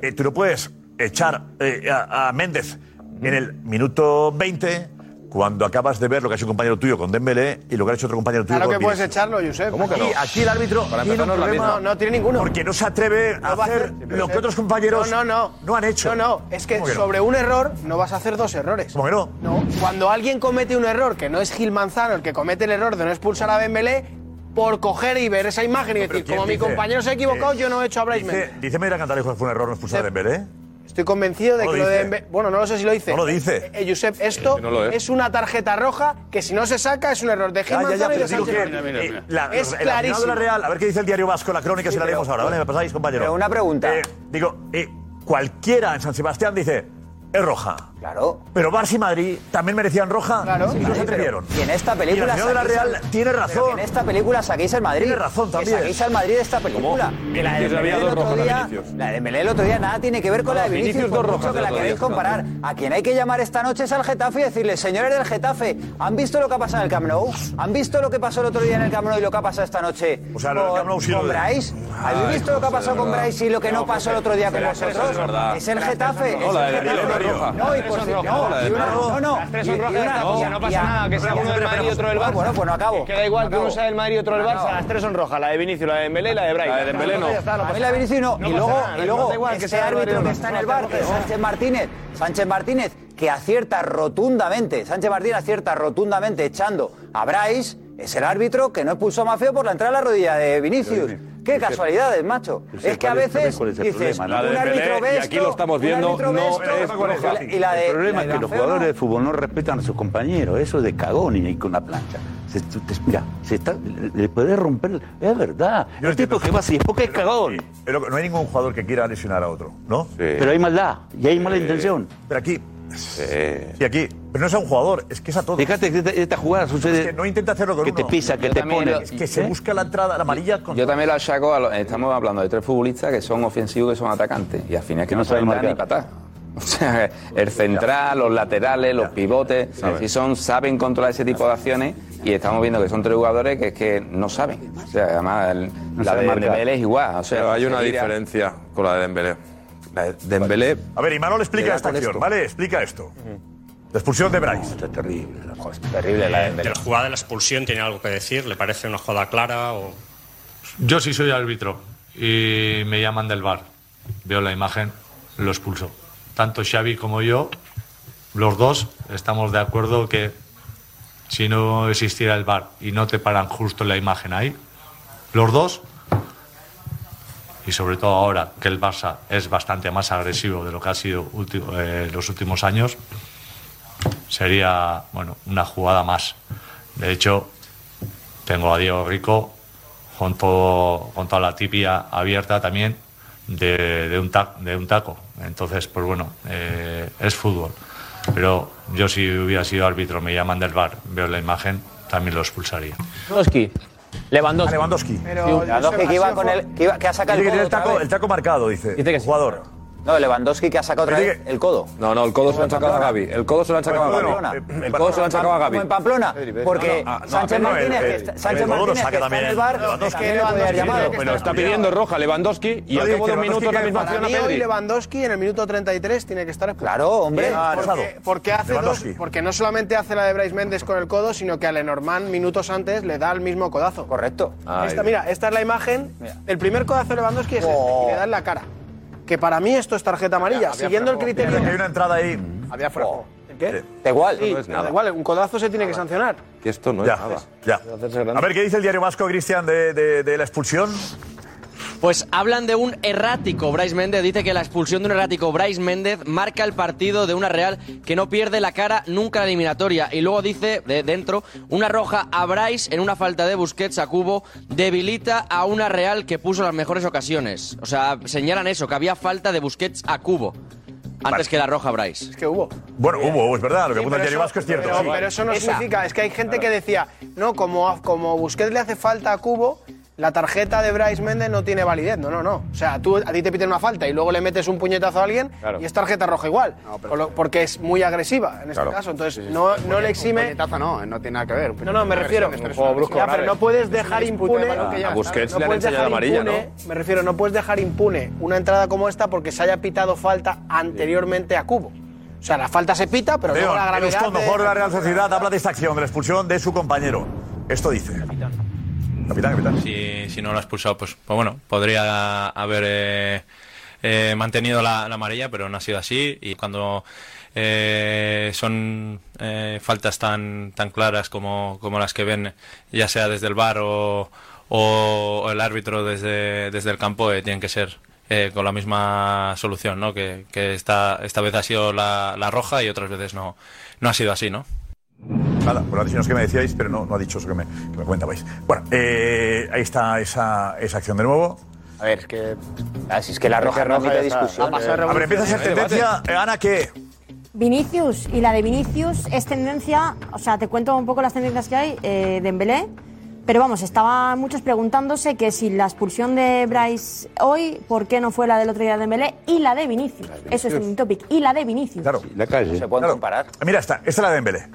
Speaker 3: eh, tú no puedes echar eh, a, a Méndez en el minuto 20 cuando acabas de ver lo que ha hecho un compañero tuyo con Dembélé y lo que ha hecho otro compañero tuyo
Speaker 15: Claro
Speaker 3: con
Speaker 15: que puedes
Speaker 3: Vinicius.
Speaker 15: echarlo, Josep.
Speaker 3: ¿Cómo que no? Aquí- aquí el árbitro Para tiene empezar, un no es la problema misma.
Speaker 15: No, no tiene ninguno.
Speaker 3: Porque no se atreve a
Speaker 15: va
Speaker 3: hacer lo que otros compañeros
Speaker 15: no, no, no.
Speaker 3: no han hecho.
Speaker 15: No, no. Es que,
Speaker 3: ¿Cómo que no?
Speaker 15: sobre un error no vas a hacer dos errores.
Speaker 3: ¿Cómo que no?
Speaker 15: Cuando alguien comete un error, que no es Gil Manzano el que comete el error de no expulsar a Dembélé, por coger y ver esa imagen y decir,
Speaker 3: ¿quién
Speaker 15: como mi
Speaker 3: dice?
Speaker 15: compañero se ha equivocado, yo no he hecho a Brais
Speaker 3: Dice,
Speaker 15: Méndez.
Speaker 3: dice Meira Cantalejo que fue un error no expulsar a Dembélé.
Speaker 15: Estoy convencido de
Speaker 3: No
Speaker 15: que
Speaker 3: lo
Speaker 15: lo de
Speaker 3: dice.
Speaker 15: Dembélé- Bueno, no lo sé si lo dice.
Speaker 3: No lo dice.
Speaker 15: Eh, eh, Josep, esto
Speaker 3: que no lo es.
Speaker 15: es. una tarjeta roja que si no se saca es un error de Gil
Speaker 3: Ya, ya, ya,
Speaker 15: Manzano y
Speaker 3: pero
Speaker 15: de
Speaker 3: digo
Speaker 15: Sánchez
Speaker 3: que,
Speaker 15: Flores.
Speaker 3: eh, la-
Speaker 15: es
Speaker 3: el aficionado
Speaker 15: clarísimo.
Speaker 3: de la Real, a ver qué dice el diario Vasco, la crónica,
Speaker 15: Sí,
Speaker 3: si la
Speaker 15: pero-
Speaker 3: leemos ahora, ¿vale? Me pasáis, compañero.
Speaker 15: pero una pregunta.
Speaker 3: Eh, digo, eh, cualquiera en San Sebastián dice, es roja. Claro. Pero Barça y Madrid también merecían roja
Speaker 10: Claro.
Speaker 3: y
Speaker 10: Sí,
Speaker 3: no
Speaker 10: pero-
Speaker 3: se atrevieron.
Speaker 10: Y en esta
Speaker 3: Y el
Speaker 10: película.
Speaker 3: aficionado de la
Speaker 10: saquéis
Speaker 3: Real
Speaker 10: al-
Speaker 3: tiene
Speaker 10: pero que
Speaker 3: razón.
Speaker 10: En esta película saquéis al Madrid.
Speaker 3: Tiene razón
Speaker 10: Que
Speaker 3: también.
Speaker 10: Saquéis al Madrid de esta película. Que La de
Speaker 3: Vinicius
Speaker 10: Dembélé
Speaker 3: había
Speaker 10: el
Speaker 3: dos
Speaker 10: otro
Speaker 3: rojas de
Speaker 10: día.
Speaker 3: Vinicius.
Speaker 10: La de Dembélé el otro día nada tiene que ver con
Speaker 3: No,
Speaker 10: la de
Speaker 3: Vinicius
Speaker 10: Vinicius,
Speaker 3: dos
Speaker 10: por
Speaker 3: rojas
Speaker 10: mucho que
Speaker 3: del
Speaker 10: la
Speaker 3: otro
Speaker 10: queréis
Speaker 3: día,
Speaker 10: comparar. A quien hay que llamar esta noche es al Getafe y decirle, señores del Getafe, ¿han visto lo que ha pasado en el Camp Nou? ¿Han visto lo que pasó el otro día en el Camp Nou y lo que ha pasado esta noche
Speaker 3: O sea, lo del
Speaker 10: con-
Speaker 3: Camp Nou sí lo
Speaker 10: con
Speaker 3: de-
Speaker 10: Brais? ¿Habéis
Speaker 3: Ay,
Speaker 10: visto lo que ha
Speaker 3: José,
Speaker 10: pasado
Speaker 3: de
Speaker 10: con
Speaker 3: verdad.
Speaker 10: Brais y lo que no
Speaker 3: No,
Speaker 10: pasó el
Speaker 3: José,
Speaker 10: otro día con
Speaker 3: pero es que eso es
Speaker 10: vosotros?
Speaker 3: verdad.
Speaker 10: Es el Getafe.
Speaker 3: No, la de
Speaker 10: es el
Speaker 3: Dembélé
Speaker 10: Getafe.
Speaker 3: es roja.
Speaker 10: No, y por si- no,
Speaker 3: la de
Speaker 10: y una-
Speaker 3: Dembélé.
Speaker 10: no, no.
Speaker 3: Las tres
Speaker 10: Y-
Speaker 3: son
Speaker 10: y
Speaker 3: rojas,
Speaker 10: una
Speaker 3: no,
Speaker 10: cosa,
Speaker 3: pues no
Speaker 10: y
Speaker 3: pasa
Speaker 10: a-
Speaker 3: nada, que sea
Speaker 10: y a-
Speaker 3: uno del Madrid y otro del
Speaker 10: Ah,
Speaker 3: Barça.
Speaker 10: Bueno, pues no acabo.
Speaker 8: Que da igual que uno sea del Madrid y otro del
Speaker 10: No
Speaker 8: Barça.
Speaker 10: acabo.
Speaker 8: Las tres son rojas, la de Vinicius, la de Dembélé y la de Brais.
Speaker 10: La de
Speaker 8: Dembélé no.
Speaker 10: A mí la Vinicius no.
Speaker 8: No
Speaker 10: y
Speaker 8: pasa
Speaker 10: luego,
Speaker 8: nada,
Speaker 10: y
Speaker 8: no
Speaker 10: luego
Speaker 8: da igual que
Speaker 10: ese
Speaker 8: sea del Madrid
Speaker 10: árbitro
Speaker 8: o
Speaker 10: que
Speaker 8: no.
Speaker 10: está en
Speaker 8: No,
Speaker 10: el bar, que es Sánchez Martínez, Sánchez Martínez, que acierta rotundamente, Sánchez Martínez acierta rotundamente echando a Brais, es el árbitro que no expulsó a Mafeo por la entrada a la rodilla de Vinicius. Qué casualidades, macho.
Speaker 5: Josep,
Speaker 10: Es que a
Speaker 5: ¿cuál es-
Speaker 10: veces
Speaker 5: cuál es el
Speaker 10: dices,
Speaker 5: problema, no?
Speaker 10: un
Speaker 5: La de
Speaker 10: árbitro
Speaker 5: Dembélé,
Speaker 10: ve
Speaker 5: y aquí
Speaker 10: esto,
Speaker 5: lo estamos
Speaker 10: un
Speaker 5: viendo,
Speaker 10: árbitro ve
Speaker 5: no
Speaker 10: esto,
Speaker 5: es
Speaker 10: y la de,
Speaker 5: el problema
Speaker 10: la
Speaker 5: es
Speaker 10: de Mafeo
Speaker 5: que los
Speaker 10: no.
Speaker 5: jugadores de fútbol no respetan a sus compañeros, eso de cagón y con la plancha. Se- tú- te- mira, se está, le, le podés romper, es verdad. el tipo que va así es porque es cagón.
Speaker 3: Pero no hay ningún jugador que quiera lesionar a otro, ¿no?
Speaker 5: Pero hay maldad y hay mala intención.
Speaker 3: Pero aquí. Y aquí. Pero no es a un jugador, es que es a todos.
Speaker 5: Fíjate que esta, esta jugada sucede.
Speaker 3: Es que no intenta hacerlo con
Speaker 5: que te
Speaker 3: uno.
Speaker 5: pisa, que
Speaker 16: Yo te también pone. lo-
Speaker 3: Es que se
Speaker 16: ¿Eh?
Speaker 3: busca la entrada, la amarilla con.
Speaker 16: Yo también lo achaco, a los- estamos hablando de tres futbolistas que son ofensivos, que son atacantes, y al final es que no, saben marcar ni patar. O sea, el central, los laterales, los pivotes, si son, saben controlar ese tipo de acciones y estamos viendo que son tres jugadores que es que no saben. O sea, además, el- la
Speaker 9: saben
Speaker 16: de
Speaker 9: marcar.
Speaker 16: Dembélé es igual. O sea,
Speaker 9: Pero Ah, hay una
Speaker 16: Shakira-
Speaker 9: diferencia con la de Dembélé. La de Dembélé.
Speaker 3: A ver, Imanol
Speaker 9: Le
Speaker 3: explica
Speaker 9: da
Speaker 3: esta
Speaker 9: con
Speaker 3: acción,
Speaker 9: esto.
Speaker 3: ¿vale? Explica esto. La expulsión de Bryce.
Speaker 9: Está terrible la cosa.
Speaker 10: Terrible la
Speaker 19: Eh, de la jugada de la expulsión tiene algo que decir, le parece una jugada clara o
Speaker 20: Yo sí soy árbitro y me llaman del bar. Veo la imagen, lo expulso. Tanto Xavi como yo, los dos, estamos de acuerdo que si no existiera el bar y no te paran justo la imagen ahí, los dos, y sobre todo ahora que el Barça es bastante más agresivo de lo que ha sido ulti- eh, los últimos años, sería bueno una jugada más. De hecho, tengo a Diego Rico con, todo- con toda la tibia abierta también de, de un, ta- de un taco. Entonces, pues bueno, eh, es fútbol. Pero yo si hubiera sido árbitro, me llaman del bar, veo la imagen, también lo expulsaría.
Speaker 21: Lewandowski. Lewandowski.
Speaker 10: Lewandowski que iba con el. Que, iba- que ha sacado el codo. otra vez.
Speaker 3: marcado, dice.
Speaker 10: Dice
Speaker 3: que jugador.
Speaker 10: No, Lewandowski que ha sacado otra
Speaker 3: Dice
Speaker 10: vez el codo.
Speaker 9: No, no, el codo se lo han sacado a Gaby. El codo se lo han sacado a
Speaker 10: Pamplona.
Speaker 9: Gaby. El codo se lo han sacado a Gaby.
Speaker 10: Como en Pamplona, porque
Speaker 9: No, no, ah, no,
Speaker 10: Sánchez
Speaker 9: no, el-
Speaker 10: Martínez,
Speaker 9: el-
Speaker 10: que está,
Speaker 9: el codo
Speaker 10: Sánchez
Speaker 9: lo
Speaker 10: Martínez que
Speaker 9: saca
Speaker 10: está
Speaker 9: también
Speaker 10: en el
Speaker 9: el-
Speaker 10: bar,
Speaker 9: Lewandowski.
Speaker 10: también le podía haber llamado.
Speaker 9: Me lo está pidiendo roja Lewandowski y al cabo de un minuto la misma
Speaker 15: Para
Speaker 9: acción a
Speaker 15: mí hoy
Speaker 9: Pedri.
Speaker 15: Lewandowski en el minuto 33 tiene que estar expulsado.
Speaker 10: Claro, hombre.
Speaker 15: Porque-
Speaker 10: Ah,
Speaker 15: porque,
Speaker 10: expulsado.
Speaker 15: hace dos,
Speaker 10: Lewandowski.
Speaker 15: porque no solamente hace la de Bryce Méndez con el codo, sino que a Lenormand minutos antes le da el mismo codazo.
Speaker 10: Correcto.
Speaker 15: Esta, mira, esta es la imagen.
Speaker 10: Mira.
Speaker 15: El primer codazo de Lewandowski es
Speaker 3: Oh.
Speaker 15: este, y le da en la cara. Que para mí esto es tarjeta amarilla. Siguiendo el criterio.
Speaker 3: Hay una entrada ahí.
Speaker 10: Mm.
Speaker 15: Había frajo. Oh. ¿Qué?
Speaker 10: Da igual.
Speaker 15: Sí,
Speaker 3: No es
Speaker 15: da
Speaker 3: nada.
Speaker 15: igual, un codazo se tiene que sancionar.
Speaker 7: Que esto no
Speaker 3: Ya,
Speaker 7: es nada.
Speaker 3: Ya. A ver, ¿qué dice el diario vasco, Cristian, de, de- de la expulsión?
Speaker 4: Pues hablan de un errático Bryce Méndez. Dice que la expulsión de un errático Bryce Méndez marca el partido de una Real que no pierde la cara nunca en la eliminatoria. Y luego dice de dentro una roja a Bryce en una falta de Busquets a Cubo debilita a una Real que puso las mejores ocasiones. O sea, señalan eso, que había falta de Busquets a Cubo antes que la roja a Bryce.
Speaker 15: Es que hubo.
Speaker 3: Bueno, hubo, Oh, es verdad, lo que
Speaker 15: Sí,
Speaker 3: apunta el
Speaker 15: pero
Speaker 3: diario
Speaker 15: eso-
Speaker 3: vasco es cierto.
Speaker 15: Pero,
Speaker 3: sí.
Speaker 15: pero eso no significa, es que hay gente que decía, no, como, a- como Busquets le hace falta a Cubo, la tarjeta de Bryce Méndez no tiene validez. No, no, no. O sea, tú a ti te piden una falta y luego le metes un puñetazo a alguien
Speaker 22: Claro.
Speaker 15: y es tarjeta roja igual. Con lo- porque es muy agresiva en este
Speaker 22: Claro.
Speaker 15: caso. Entonces, no, no le exime.
Speaker 14: no, no tiene nada que ver.
Speaker 15: No, no, me refiero.
Speaker 14: Esto es
Speaker 15: Ya,
Speaker 14: una agresión,
Speaker 15: pero no puedes dejar impune.
Speaker 14: balón que ya A está. Busquets
Speaker 15: no
Speaker 14: le han
Speaker 15: puedes
Speaker 14: enseñado
Speaker 15: dejar
Speaker 14: amarilla,
Speaker 15: impune- Me refiero, no puedes dejar impune una entrada como esta porque se haya pitado falta anteriormente a Cubo. O sea, la falta se pita, pero luego
Speaker 3: León,
Speaker 15: la gravedad.
Speaker 3: Euskondo,
Speaker 15: de-
Speaker 3: jugador de la Real Sociedad, habla de esta acción, de la expulsión de su compañero. Esto dice. Capitán, capitán.
Speaker 23: Si, si no lo ha expulsado, pues, pues bueno, podría haber eh, eh, mantenido la, la amarilla, pero no ha sido así. Y cuando eh, son eh, faltas tan, tan claras como, como las que ven, ya sea desde el bar o, o- o el árbitro desde, desde el campo, eh, tienen que ser. eh, con la misma solución, ¿no? Que, que esta, esta vez ha sido la, la roja y otras veces no, no ha sido así, ¿no?
Speaker 3: Nada, por las decisiones que me decíais, pero no, no ha dicho eso que me, que me comentabais. Bueno, eh, ahí está esa, esa acción de nuevo.
Speaker 10: A ver, es que. si es que la roja no quita discusión.
Speaker 3: A ver, empieza a ser tendencia, eh, Ana, que
Speaker 1: Vinicius y la de Vinicius es tendencia, o sea, te cuento un poco las tendencias que hay eh, de Dembélé, pero vamos, estaban muchos preguntándose que si la expulsión de Bryce hoy, ¿por qué no fue la del otro día de Dembélé y la de Vinicius? Eso es un topic, y la de Vinicius.
Speaker 3: Claro.
Speaker 9: La calle.
Speaker 3: Se pueden comparar. Mira, esta, esta es la de Dembélé.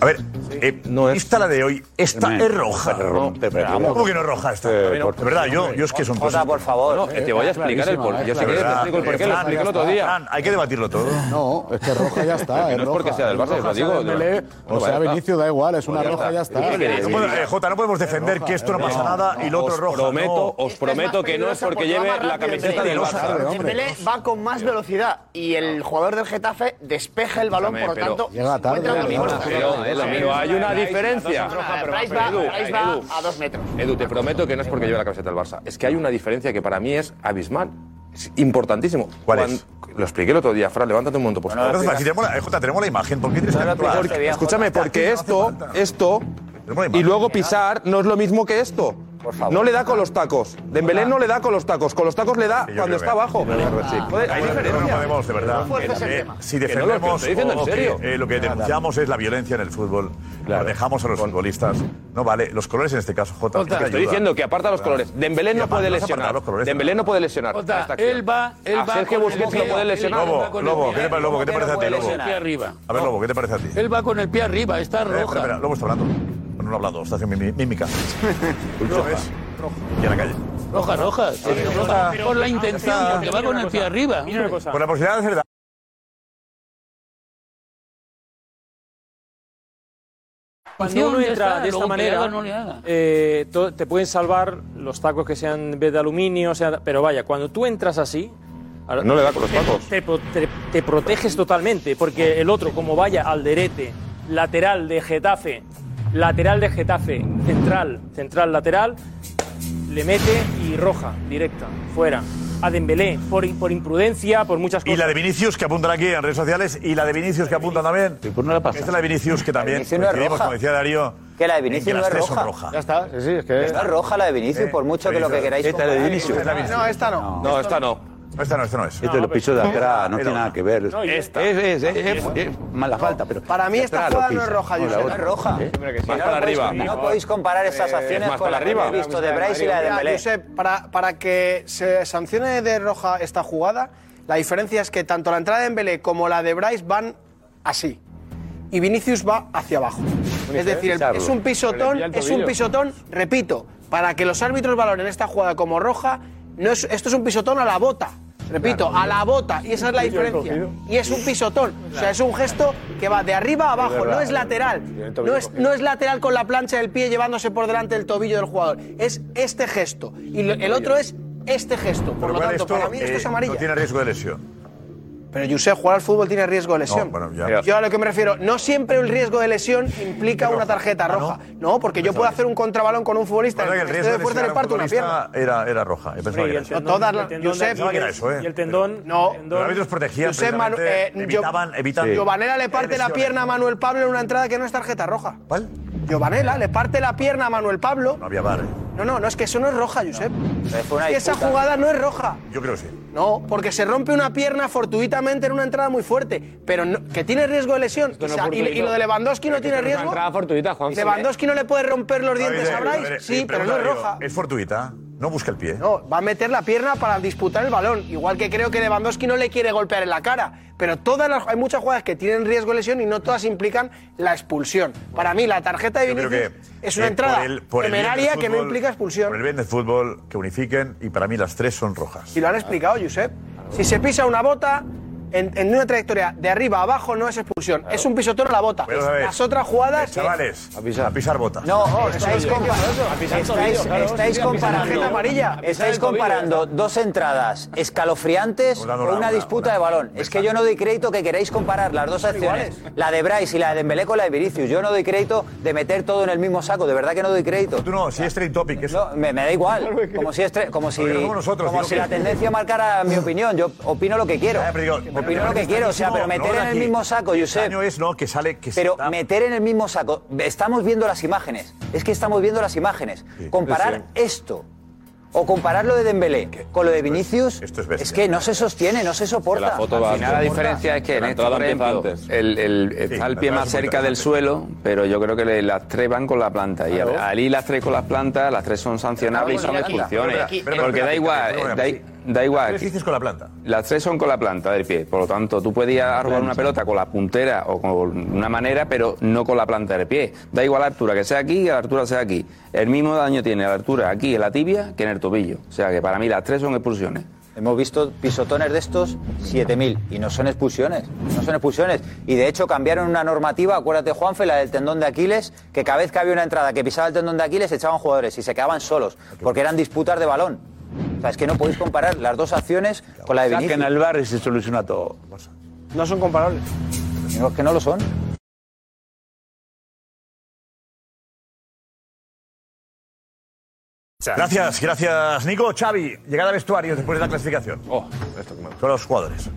Speaker 3: A ver, eh, esta la de hoy, esta
Speaker 9: Tremendo.
Speaker 3: es roja.
Speaker 9: Pero, pero, pero,
Speaker 3: ¿Cómo que no es roja esta?
Speaker 9: Eh,
Speaker 3: De
Speaker 9: por-
Speaker 3: verdad, yo, yo es que son cosas.
Speaker 10: por favor.
Speaker 9: No, que te voy a explicar el
Speaker 2: ¿eh?
Speaker 9: por- yo si quieres te explico el porqué, lo expliqué el otro día.
Speaker 3: Fran, hay que debatirlo todo.
Speaker 2: No, es que roja ya está.
Speaker 9: Pero
Speaker 2: es
Speaker 9: no es porque
Speaker 2: roja.
Speaker 9: sea del Barça,
Speaker 2: Es roja,
Speaker 9: lo digo,
Speaker 2: sea del
Speaker 9: de-
Speaker 2: Belé,
Speaker 9: Bueno,
Speaker 2: o sea,
Speaker 9: ya está.
Speaker 2: Vinicius da igual, es una
Speaker 9: Pues ya
Speaker 2: roja
Speaker 9: está.
Speaker 2: ya está.
Speaker 9: ¿Qué queréis?
Speaker 3: No puedo- eh, Jota, no podemos defender que esto no pasa nada y lo otro
Speaker 9: os
Speaker 3: roja.
Speaker 9: Prometo,
Speaker 3: no.
Speaker 9: os prometo que no es porque lleve la camiseta del Barça.
Speaker 11: Dembélé va con más velocidad y el jugador del Getafe despeja el balón, por lo
Speaker 9: Escúchame,
Speaker 11: tanto,
Speaker 9: pero- Llega tarde,
Speaker 11: encuentra un
Speaker 9: llega
Speaker 11: minuto.
Speaker 9: tarde. Pero- pero hay una diferencia.
Speaker 11: Bryce va-
Speaker 9: Edu,
Speaker 11: Bryce va
Speaker 9: Edu.
Speaker 11: a dos metros.
Speaker 9: Edu, te prometo que no es porque lleve la camiseta del Barça. Es que hay una diferencia que para mí es abismal. Es importantísimo.
Speaker 3: ¿Cuál
Speaker 9: es? Lo expliqué el otro día, Fran, levántate un momento, por favor.
Speaker 3: Entonces, aquí tenemos la, eh, Jota, tenemos la imagen. ¿Por qué tienes que actuar?
Speaker 9: Porque- escúchame, porque esto, esto y luego pisar no es lo mismo que esto. No le da con los tacos. Dembélé no le da con los tacos. Con los tacos le da cuando
Speaker 3: creo
Speaker 9: está
Speaker 3: que-
Speaker 9: abajo.
Speaker 6: Ah.
Speaker 9: Joder, hay
Speaker 3: Bueno,
Speaker 9: diferencia.
Speaker 3: No podemos, de verdad.
Speaker 9: No fuerces el
Speaker 3: Eh,
Speaker 9: tema.
Speaker 3: si
Speaker 9: Que no, lo que
Speaker 3: defendemos
Speaker 9: estoy diciendo en
Speaker 3: o que,
Speaker 9: serio.
Speaker 3: eh, lo que
Speaker 9: Nada.
Speaker 3: denunciamos es la violencia en el fútbol. Lo dejamos a los futbolistas. No vale, los colores en este caso, Jota.
Speaker 9: Jota, estoy diciendo que aparta los colores. Dembélé no puede lesionar. Dembélé no puede lesionar.
Speaker 24: Jota,
Speaker 9: Esta acción.
Speaker 24: él va, él
Speaker 9: A
Speaker 24: va
Speaker 9: Sergio
Speaker 24: con el
Speaker 9: Busquets lo
Speaker 24: pie-
Speaker 9: puede
Speaker 24: él
Speaker 9: lesionar.
Speaker 24: va
Speaker 9: Lobo,
Speaker 24: con el
Speaker 9: Lobo,
Speaker 24: pie
Speaker 9: ¿qué te parece-
Speaker 24: arriba.
Speaker 9: Lobo, qué te parece a ti,
Speaker 24: Él
Speaker 9: Lobo?
Speaker 24: es el pie arriba.
Speaker 3: A ver, Lobo, ¿qué te parece a ti?
Speaker 24: Él va con el pie arriba, está
Speaker 3: Eh, espera, espera,
Speaker 24: roja.
Speaker 3: Lobo está hablando. Bueno, no ha hablado, está haciendo mimi- mímica. Roja. Y a la calle.
Speaker 24: Roja, roja.
Speaker 3: pero-
Speaker 24: roja.
Speaker 3: pero-
Speaker 24: Por la
Speaker 3: ah,
Speaker 24: intención,
Speaker 3: está-
Speaker 24: porque va con el pie arriba.
Speaker 3: Por la posibilidad de hacer
Speaker 6: Cuando uno
Speaker 24: ya
Speaker 6: entra
Speaker 24: está,
Speaker 6: de esta
Speaker 24: luego que le
Speaker 6: manera,
Speaker 24: haga o no le haga.
Speaker 6: eh, to- te pueden salvar los tacos que sean en vez de aluminio, o sea, pero vaya, cuando tú entras así... ahora-
Speaker 9: No le da con los
Speaker 6: te-
Speaker 9: tacos.
Speaker 6: Te, pro- te- te proteges totalmente, porque el otro, como vaya al derete, lateral de Getafe, lateral de Getafe, central, central, lateral, le mete y roja, directa, fuera. A Dembélé, por, por imprudencia, por muchas
Speaker 3: Y
Speaker 6: cosas.
Speaker 3: la de Vinicius que apuntan aquí en redes sociales y la de Vinicius que apuntan también.
Speaker 5: pues
Speaker 3: Esta es la de Vinicius que también
Speaker 10: Vinicius no es
Speaker 3: coincidimos,
Speaker 10: roja.
Speaker 3: como decía Darío.
Speaker 10: Que la de
Speaker 3: en
Speaker 10: Vinicius
Speaker 3: que
Speaker 10: no
Speaker 3: las
Speaker 10: es
Speaker 3: tres
Speaker 10: roja.
Speaker 3: son rojas.
Speaker 10: Ya está, sí, sí, es que... Está roja la de Vinicius,
Speaker 15: Eh,
Speaker 10: por mucho que lo que queráis...
Speaker 5: Esta es la de
Speaker 10: comparar.
Speaker 5: Vinicius.
Speaker 10: No, esta no.
Speaker 5: No,
Speaker 9: esta no.
Speaker 3: Esta no, esta no es.
Speaker 5: Esto Este lo pisó de atrás, no
Speaker 10: Pero-
Speaker 5: tiene nada que ver.
Speaker 10: No, y
Speaker 5: es,
Speaker 10: esta.
Speaker 5: es, es, es- es mala falta, pero.
Speaker 10: Para mí
Speaker 5: de
Speaker 10: esta jugada
Speaker 5: atrás lo
Speaker 10: no
Speaker 5: pisa,
Speaker 10: es roja,
Speaker 5: la
Speaker 10: Josep.
Speaker 5: otra.
Speaker 10: No es roja.
Speaker 5: ¿Eh?
Speaker 10: Más
Speaker 5: No
Speaker 10: para
Speaker 5: lo podéis-
Speaker 10: arriba. No podéis comparar esas acciones
Speaker 5: más
Speaker 10: con
Speaker 5: para
Speaker 10: las que
Speaker 5: arriba.
Speaker 10: hemos visto de Bryce y la de
Speaker 15: Mira,
Speaker 10: Dembélé.
Speaker 15: Josep, para, para que se sancione de roja esta jugada, la diferencia es que tanto la entrada de Dembélé como la de Bryce van así. Y Vinicius va hacia abajo. Es decir, el- es un
Speaker 6: ¿eh? Pero le pilla el
Speaker 15: pisotón, es un
Speaker 6: tobillo.
Speaker 15: pisotón, repito, para que los árbitros valoren esta jugada como roja, no es, esto es un pisotón a la bota. Repito, a la bota, y esa es la
Speaker 6: Tobillo
Speaker 15: diferencia.
Speaker 6: encogido.
Speaker 15: Y es un pisotón, o sea, es un gesto que va de arriba a abajo,
Speaker 6: verdad.
Speaker 15: no es lateral.
Speaker 6: Tiene el tobillo
Speaker 15: No es,
Speaker 6: encogido.
Speaker 15: no es lateral con la plancha del pie llevándose por delante el tobillo del jugador. Es este gesto. Y lo- el otro es este gesto. Por
Speaker 3: Pero
Speaker 15: lo
Speaker 3: igual
Speaker 15: tanto,
Speaker 3: esto,
Speaker 15: para mí esto
Speaker 3: eh,
Speaker 15: es amarilla.
Speaker 3: No tiene riesgo de lesión.
Speaker 15: Pero Josep, jugar al fútbol tiene riesgo de lesión.
Speaker 3: No, bueno, ya.
Speaker 15: Yo a lo que me refiero, no siempre el riesgo de lesión implica una
Speaker 3: ah,
Speaker 15: tarjeta roja. No,
Speaker 3: Pues
Speaker 15: porque yo puedo hacer un contrabalón con un futbolista.
Speaker 3: Ahora que el
Speaker 15: estoy
Speaker 3: riesgo de
Speaker 15: este de fuerza le
Speaker 3: lesionar a un
Speaker 15: parto una pierna.
Speaker 3: futbolista era, era roja. Yo pensaba que era
Speaker 15: el
Speaker 3: eso.
Speaker 15: tendón- Todas las- el tendón de
Speaker 3: Pensaba que era
Speaker 15: Aquiles
Speaker 3: eso, ¿eh?
Speaker 15: y el tendón-
Speaker 3: No.
Speaker 15: tendón-
Speaker 3: Los árbitros protegían
Speaker 15: Josep Manu-
Speaker 3: precisamente,
Speaker 15: eh, Gio-
Speaker 3: evitaban, evitaban.
Speaker 15: Giovanella le parte la pierna a Manuel Pablo en una entrada que no es tarjeta roja.
Speaker 3: ¿Cuál?
Speaker 15: Giovanella le parte la pierna a Manuel Pablo.
Speaker 3: No había bar, ¿eh?
Speaker 15: No, no, no, es que eso no es roja, Josep.
Speaker 10: fue
Speaker 15: Es
Speaker 10: una
Speaker 15: que esa
Speaker 10: disputa.
Speaker 15: jugada no es roja.
Speaker 3: Yo creo que sí.
Speaker 15: No, porque se rompe una pierna fortuitamente en una entrada muy fuerte, pero no- que tiene riesgo de lesión.
Speaker 6: no
Speaker 15: O sea,
Speaker 6: es
Speaker 15: y, y
Speaker 6: fortuito.
Speaker 15: lo de Lewandowski no
Speaker 6: Es que
Speaker 15: tiene
Speaker 6: es una
Speaker 15: riesgo.
Speaker 6: entrada fortuita, Juan.
Speaker 15: Lewandowski no le puede romper los
Speaker 3: A
Speaker 15: dientes
Speaker 3: ver,
Speaker 15: a
Speaker 3: a ver,
Speaker 15: Bryce.
Speaker 3: eh,
Speaker 15: Sí, pero no
Speaker 3: pregunta,
Speaker 15: es
Speaker 3: digo,
Speaker 15: roja.
Speaker 3: Es fortuita. No busca el pie.
Speaker 15: No, va a meter la pierna para disputar el balón. Igual que creo que Lewandowski no le quiere golpear en la cara. Pero todas las, hay muchas jugadas que tienen riesgo de lesión y no todas implican la expulsión. Para mí, la tarjeta de
Speaker 3: Yo creo
Speaker 15: Vinicius
Speaker 3: que,
Speaker 15: es una
Speaker 3: eh,
Speaker 15: entrada
Speaker 3: por el- por el bien del
Speaker 15: temeraria que no
Speaker 3: fútbol-
Speaker 15: implica expulsión.
Speaker 3: Por el bien del fútbol, que unifiquen, y para mí las tres son rojas.
Speaker 15: Y lo han explicado, Josep. Si se pisa una bota en, en una trayectoria de arriba a abajo, no es expulsión. Es un pisotón a la bota.
Speaker 3: Pero, a ver, Eh,
Speaker 15: Las otras jugadas.
Speaker 3: Chavales, a pisar, botas.
Speaker 10: No, estáis, compa- estáis- estáis comparando, estáis comparando dos entradas escalofriantes
Speaker 15: Una,
Speaker 10: con
Speaker 15: una,
Speaker 10: una
Speaker 15: una,
Speaker 10: disputa de balón. Es que yo no doy crédito que queráis comparar las dos acciones, la de Bryce y la de Dembélé con la de Vinicius. Yo no doy crédito de meter todo en el mismo saco, de verdad que no doy crédito. Tú
Speaker 3: no, si es trade topic
Speaker 10: eso. me, me da igual, como si es tre- como si
Speaker 3: Porque no somos nosotros,
Speaker 10: como
Speaker 3: digo
Speaker 10: si
Speaker 3: que-
Speaker 10: la tendencia marcara mi opinión, yo opino lo que quiero. Opino lo que quiero, o sea, pero meter en el mismo saco,
Speaker 3: Josep.
Speaker 10: Josep.
Speaker 3: El daño es, no, que sale... Que se
Speaker 10: Pero
Speaker 3: tapa.
Speaker 10: meter en el mismo saco. Estamos viendo las imágenes. Es que estamos viendo las imágenes. Comparar esto o comparar lo de Dembélé con lo de Vinicius es, que no se sostiene, no se soporta.
Speaker 16: Al final la diferencia es que en este, por ejemplo, el, el- está el pie
Speaker 10: entrada
Speaker 16: más
Speaker 10: es muy
Speaker 16: cerca del suelo, pero yo creo que le- las tres van con la planta. Y al,
Speaker 10: Claro.
Speaker 16: al ir las tres con las plantas, las tres son sancionables y son
Speaker 3: Pero aquí-
Speaker 16: expulsiones.
Speaker 3: pero aquí- pero
Speaker 16: Porque
Speaker 3: espera,
Speaker 16: da igual,
Speaker 3: espera, espera,
Speaker 16: da, i- da igual.
Speaker 3: ¿Qué dices con la planta?
Speaker 16: Las tres son con la planta del pie, por lo tanto tú podías robar una pelota con la puntera o con una manera, pero no con la planta del pie. Da igual la altura que sea aquí que la altura sea aquí. El mismo daño tiene la altura aquí en la tibia que en el tobillo. O sea que para mí las tres son expulsiones.
Speaker 10: Hemos visto pisotones de estos 7.000 y no son expulsiones, no son expulsiones. Y de hecho cambiaron una normativa, acuérdate Juanfe, la del tendón de Aquiles, que cada vez que había una entrada que pisaba el tendón de Aquiles echaban jugadores y se quedaban solos, porque eran disputas de balón. O sea, es que no podéis comparar las dos acciones con la de Vinicius.
Speaker 5: Saquen al bar y se soluciona todo.
Speaker 15: No son comparables.
Speaker 25: ¿eh?
Speaker 10: No, es que no lo son.
Speaker 3: Gracias, gracias, Nico. Xavi, llegada a vestuarios después de la clasificación. Oh, esto que me Son los jugadores.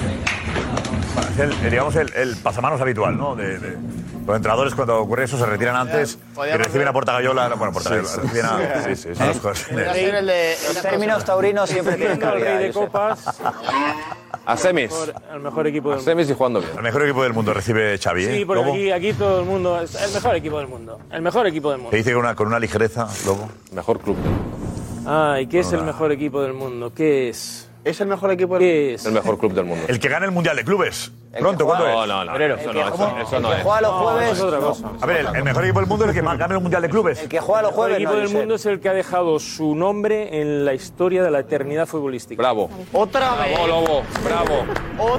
Speaker 3: Bueno, es el- eh, digamos el, el pasamanos habitual, ¿no? De, de- los entrenadores cuando ocurre eso se retiran antes
Speaker 7: podía
Speaker 3: y reciben
Speaker 7: volver.
Speaker 3: a Portagayola, bueno, Portagayola,
Speaker 7: Sí, sí.
Speaker 3: reciben a-
Speaker 7: Sí,
Speaker 3: son los jugadores.
Speaker 10: Los términos taurinos siempre tienen
Speaker 6: Rey
Speaker 10: cabida.
Speaker 6: de
Speaker 10: Josep.
Speaker 6: copas.
Speaker 3: A semis.
Speaker 6: El mejor equipo del
Speaker 3: semis y jugando bien. El mejor equipo del mundo recibe Xavi, ¿eh?
Speaker 6: Sí, porque
Speaker 3: Lobo.
Speaker 6: aquí, aquí todo el mundo. Es el mejor equipo del mundo. El mejor equipo del
Speaker 3: Te
Speaker 6: mundo.
Speaker 3: dice con una, con una ligereza, Lobo. Mejor club.
Speaker 6: Ay, ¿qué es el mejor equipo del mundo? ¿Qué es?
Speaker 15: Es el mejor equipo
Speaker 6: del mundo. ¿Qué es?
Speaker 3: El mejor club del mundo. El que gana el Mundial de Clubes. Pronto, ¿cuándo es?
Speaker 9: No, no, no. Eso no, eso, eso no es.
Speaker 3: A ver, el, el mejor equipo del mundo es el que más gana el Mundial de Clubes.
Speaker 10: El que juega los
Speaker 6: el equipo del mundo es el que ha dejado su nombre en la historia de la eternidad futbolística.
Speaker 9: Bravo.
Speaker 11: Otra
Speaker 9: Bravo, Lobo. Bravo.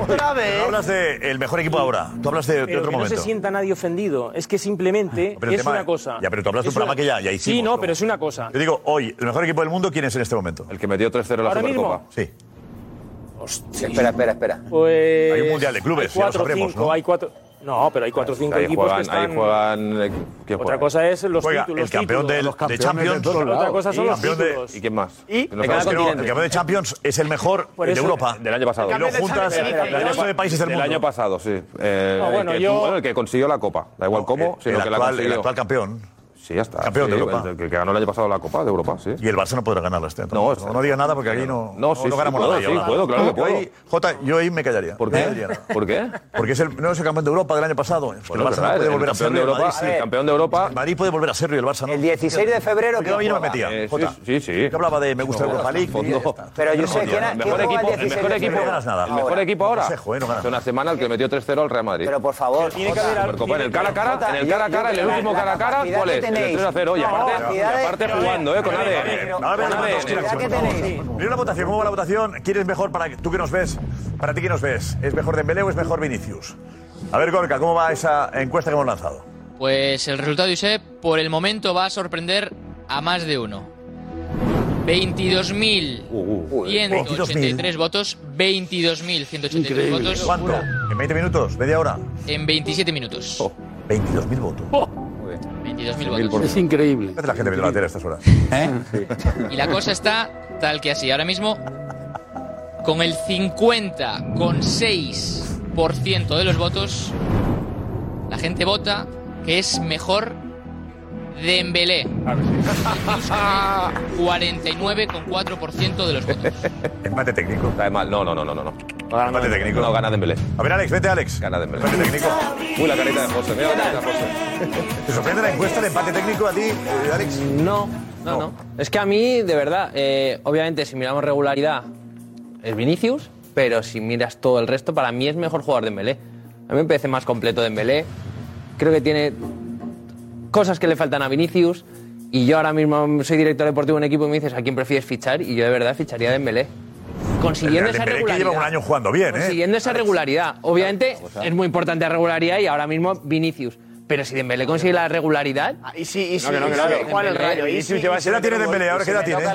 Speaker 11: Otra
Speaker 3: Tú hablas del mejor equipo de ahora. Tú hablas de, de
Speaker 6: Pero
Speaker 3: otro
Speaker 6: que
Speaker 3: momento. Ah,
Speaker 6: No se sienta nadie ofendido. Es que simplemente
Speaker 3: Pero el
Speaker 6: es
Speaker 3: tema-
Speaker 6: una cosa.
Speaker 3: Ya, pero tú hablas de un
Speaker 6: Es
Speaker 3: programa
Speaker 6: una-
Speaker 3: que ya, ya hicimos.
Speaker 6: Sí, no, pero es una cosa.
Speaker 3: Yo digo, hoy, el mejor equipo del mundo, ¿quién es en este momento?
Speaker 9: El que metió 3-0 en
Speaker 6: la ¿Ahora mismo? Supercopa.
Speaker 3: Sí.
Speaker 10: Espera, espera, espera.
Speaker 6: Pues,
Speaker 9: Hay un Mundial de clubes,
Speaker 6: hay
Speaker 9: ya lo
Speaker 6: cuatro,
Speaker 9: sabremos,
Speaker 6: cinco,
Speaker 9: ¿no?
Speaker 6: Hay cuatro, no, pero hay cuatro o cinco
Speaker 9: Ahí
Speaker 6: equipos
Speaker 9: juegan,
Speaker 6: que están.
Speaker 9: ahí juegan. eh, ¿quién
Speaker 6: Otra
Speaker 9: juega?
Speaker 6: cosa es los
Speaker 9: Juega
Speaker 6: títulos.
Speaker 9: el campeón
Speaker 6: títulos.
Speaker 9: del-
Speaker 6: Los
Speaker 9: de
Speaker 6: campeones
Speaker 9: Champions.
Speaker 6: todos lados. Otra cosa son los
Speaker 3: Campeón de-
Speaker 6: títulos.
Speaker 9: ¿Y quién más?
Speaker 6: Y-
Speaker 9: Que no
Speaker 3: el,
Speaker 9: sabemos
Speaker 3: campeón,
Speaker 9: quién
Speaker 3: el
Speaker 9: es.
Speaker 3: campeón de Champions es el mejor
Speaker 9: Por
Speaker 3: de
Speaker 9: eso-
Speaker 3: Europa.
Speaker 9: Del año pasado.
Speaker 3: Y lo juntas
Speaker 9: Del
Speaker 3: el resto de países del mundo.
Speaker 9: año pasado, sí. Eh,
Speaker 3: No, bueno,
Speaker 9: el, que,
Speaker 3: yo-
Speaker 9: bueno, el que consiguió la Copa. Da igual cómo,
Speaker 3: el-
Speaker 9: sino
Speaker 3: el
Speaker 9: que la
Speaker 3: actual- el
Speaker 9: consiguió.
Speaker 3: actual campeón.
Speaker 9: Sí, ya está.
Speaker 3: Campeón
Speaker 9: sí,
Speaker 3: de
Speaker 9: el-
Speaker 3: Europa.
Speaker 9: El, que ganó el año pasado la Copa de Europa, sí.
Speaker 3: Y el Barça no podrá ganarla este año.
Speaker 9: No,
Speaker 3: No, no digas nada porque aquí no,
Speaker 9: No, sí, sí,
Speaker 3: ganamos
Speaker 9: puedo,
Speaker 3: nada.
Speaker 9: sí,
Speaker 3: Yo-
Speaker 9: puedo, claro que
Speaker 3: yo ahí-
Speaker 9: puedo.
Speaker 3: Jota, yo ahí me callaría. ¿Por
Speaker 9: qué? ¿Por qué?
Speaker 3: Porque es el, no es el campeón de Europa del año pasado. Es que
Speaker 9: Bueno,
Speaker 3: el Barça
Speaker 9: verdad,
Speaker 3: no puede
Speaker 9: el
Speaker 3: volver a
Speaker 9: campeón
Speaker 3: serlo.
Speaker 9: de
Speaker 3: el
Speaker 9: Europa-
Speaker 3: Madrid sí.
Speaker 9: el campeón de Europa-
Speaker 3: El Madrid puede volver a serlo y el Barça no. El
Speaker 10: 16 de febrero,
Speaker 3: Yo ahí
Speaker 10: ¿quién
Speaker 3: no me
Speaker 10: juega?
Speaker 3: metía.
Speaker 9: Eh, sí,
Speaker 3: Jota.
Speaker 9: sí, sí.
Speaker 3: Yo hablaba de me gusta
Speaker 9: No,
Speaker 3: Europa League.
Speaker 9: fondo.
Speaker 3: y ya está.
Speaker 10: Pero
Speaker 3: No
Speaker 10: yo sé
Speaker 3: jodía.
Speaker 10: quién ha- quién
Speaker 3: El
Speaker 10: juega
Speaker 3: mejor equipo-
Speaker 10: el
Speaker 3: el
Speaker 10: 16
Speaker 3: mejor
Speaker 10: de
Speaker 3: equipo.
Speaker 10: febrero.
Speaker 3: No ganas nada.
Speaker 9: El mejor equipo ahora.
Speaker 3: Consejo, eh, no ganas
Speaker 9: Hace una semana el que metió 3-0 al Real Madrid. Pero
Speaker 10: por favor.
Speaker 9: Tiene que haber Supercopa. En el cara a cara, en el cara a cara, en el último cara a cara, ¿cuál es? El 3-0. Y aparte, y aparte jugando, ¿eh? Con ADN.
Speaker 3: No, a ver,
Speaker 9: Con
Speaker 3: no,
Speaker 9: ADN.
Speaker 3: no, no, no, no. Mira la votación, ¿cómo va la votación? ¿Quién es mejor para tú que nos ves? Para ti, ¿quién nos ves? ¿Es mejor Dembélé o es mejor Vinicius? A ver, Gorka, ¿cómo va esa encuesta que hemos lanzado?
Speaker 26: Pues el resultado, Josep, por el momento va a sorprender a más de uno.
Speaker 9: Uh,
Speaker 26: 22.183 votos, 22.183 votos.
Speaker 3: ¿Cuánto? Oh. ¿En 20 minutos? ¿Media hora?
Speaker 26: En 27 minutos.
Speaker 3: 22.000 votos.
Speaker 26: 22.000 votos.
Speaker 2: Es increíble.
Speaker 3: la gente viendo la tele a estas horas?
Speaker 9: ¿Eh?
Speaker 26: Y la cosa está tal que así. Ahora mismo, con el 50,6% de los votos, la gente vota que es mejor Dembélé. Embelé. 49,4% de los votos.
Speaker 3: Empate técnico.
Speaker 9: Está de mal. No, no, no, no, no. no.
Speaker 3: Empate técnico.
Speaker 9: No, gana Dembélé.
Speaker 3: A ver, Alex, vete, Alex.
Speaker 9: Gana Dembélé.
Speaker 3: Empate técnico.
Speaker 9: Uy, la carita de José. Mira la carita de José.
Speaker 3: ¿Te sorprende la encuesta de empate técnico a ti, eh, Alex?
Speaker 4: No, no, no. Es que a mí, de verdad, eh, obviamente, si miramos regularidad, es Vinicius, pero si miras todo el resto, para mí es mejor jugador Dembélé. A mí me parece más completo Dembélé. Creo que tiene cosas que le faltan a Vinicius. Y yo ahora mismo soy director deportivo de un equipo y me dices a quién prefieres fichar. Y yo de verdad ficharía a Dembélé. Consiguiendo
Speaker 3: El
Speaker 4: esa
Speaker 3: Dembélé que
Speaker 4: regularidad.
Speaker 3: lleva un año jugando bien, ¿eh?
Speaker 4: Consiguiendo esa regularidad. Obviamente es muy importante la regularidad y ahora mismo Vinicius. Pero si Dembélé consigue la regularidad.
Speaker 25: Ah,
Speaker 11: Y sí, y sí.
Speaker 4: No, que no, que no, que-
Speaker 11: Juan el Rayo. Y sí,
Speaker 4: lleva
Speaker 11: y sí.
Speaker 4: ¿Qué edad tiene Dembélé ahora? ¿Qué edad tiene?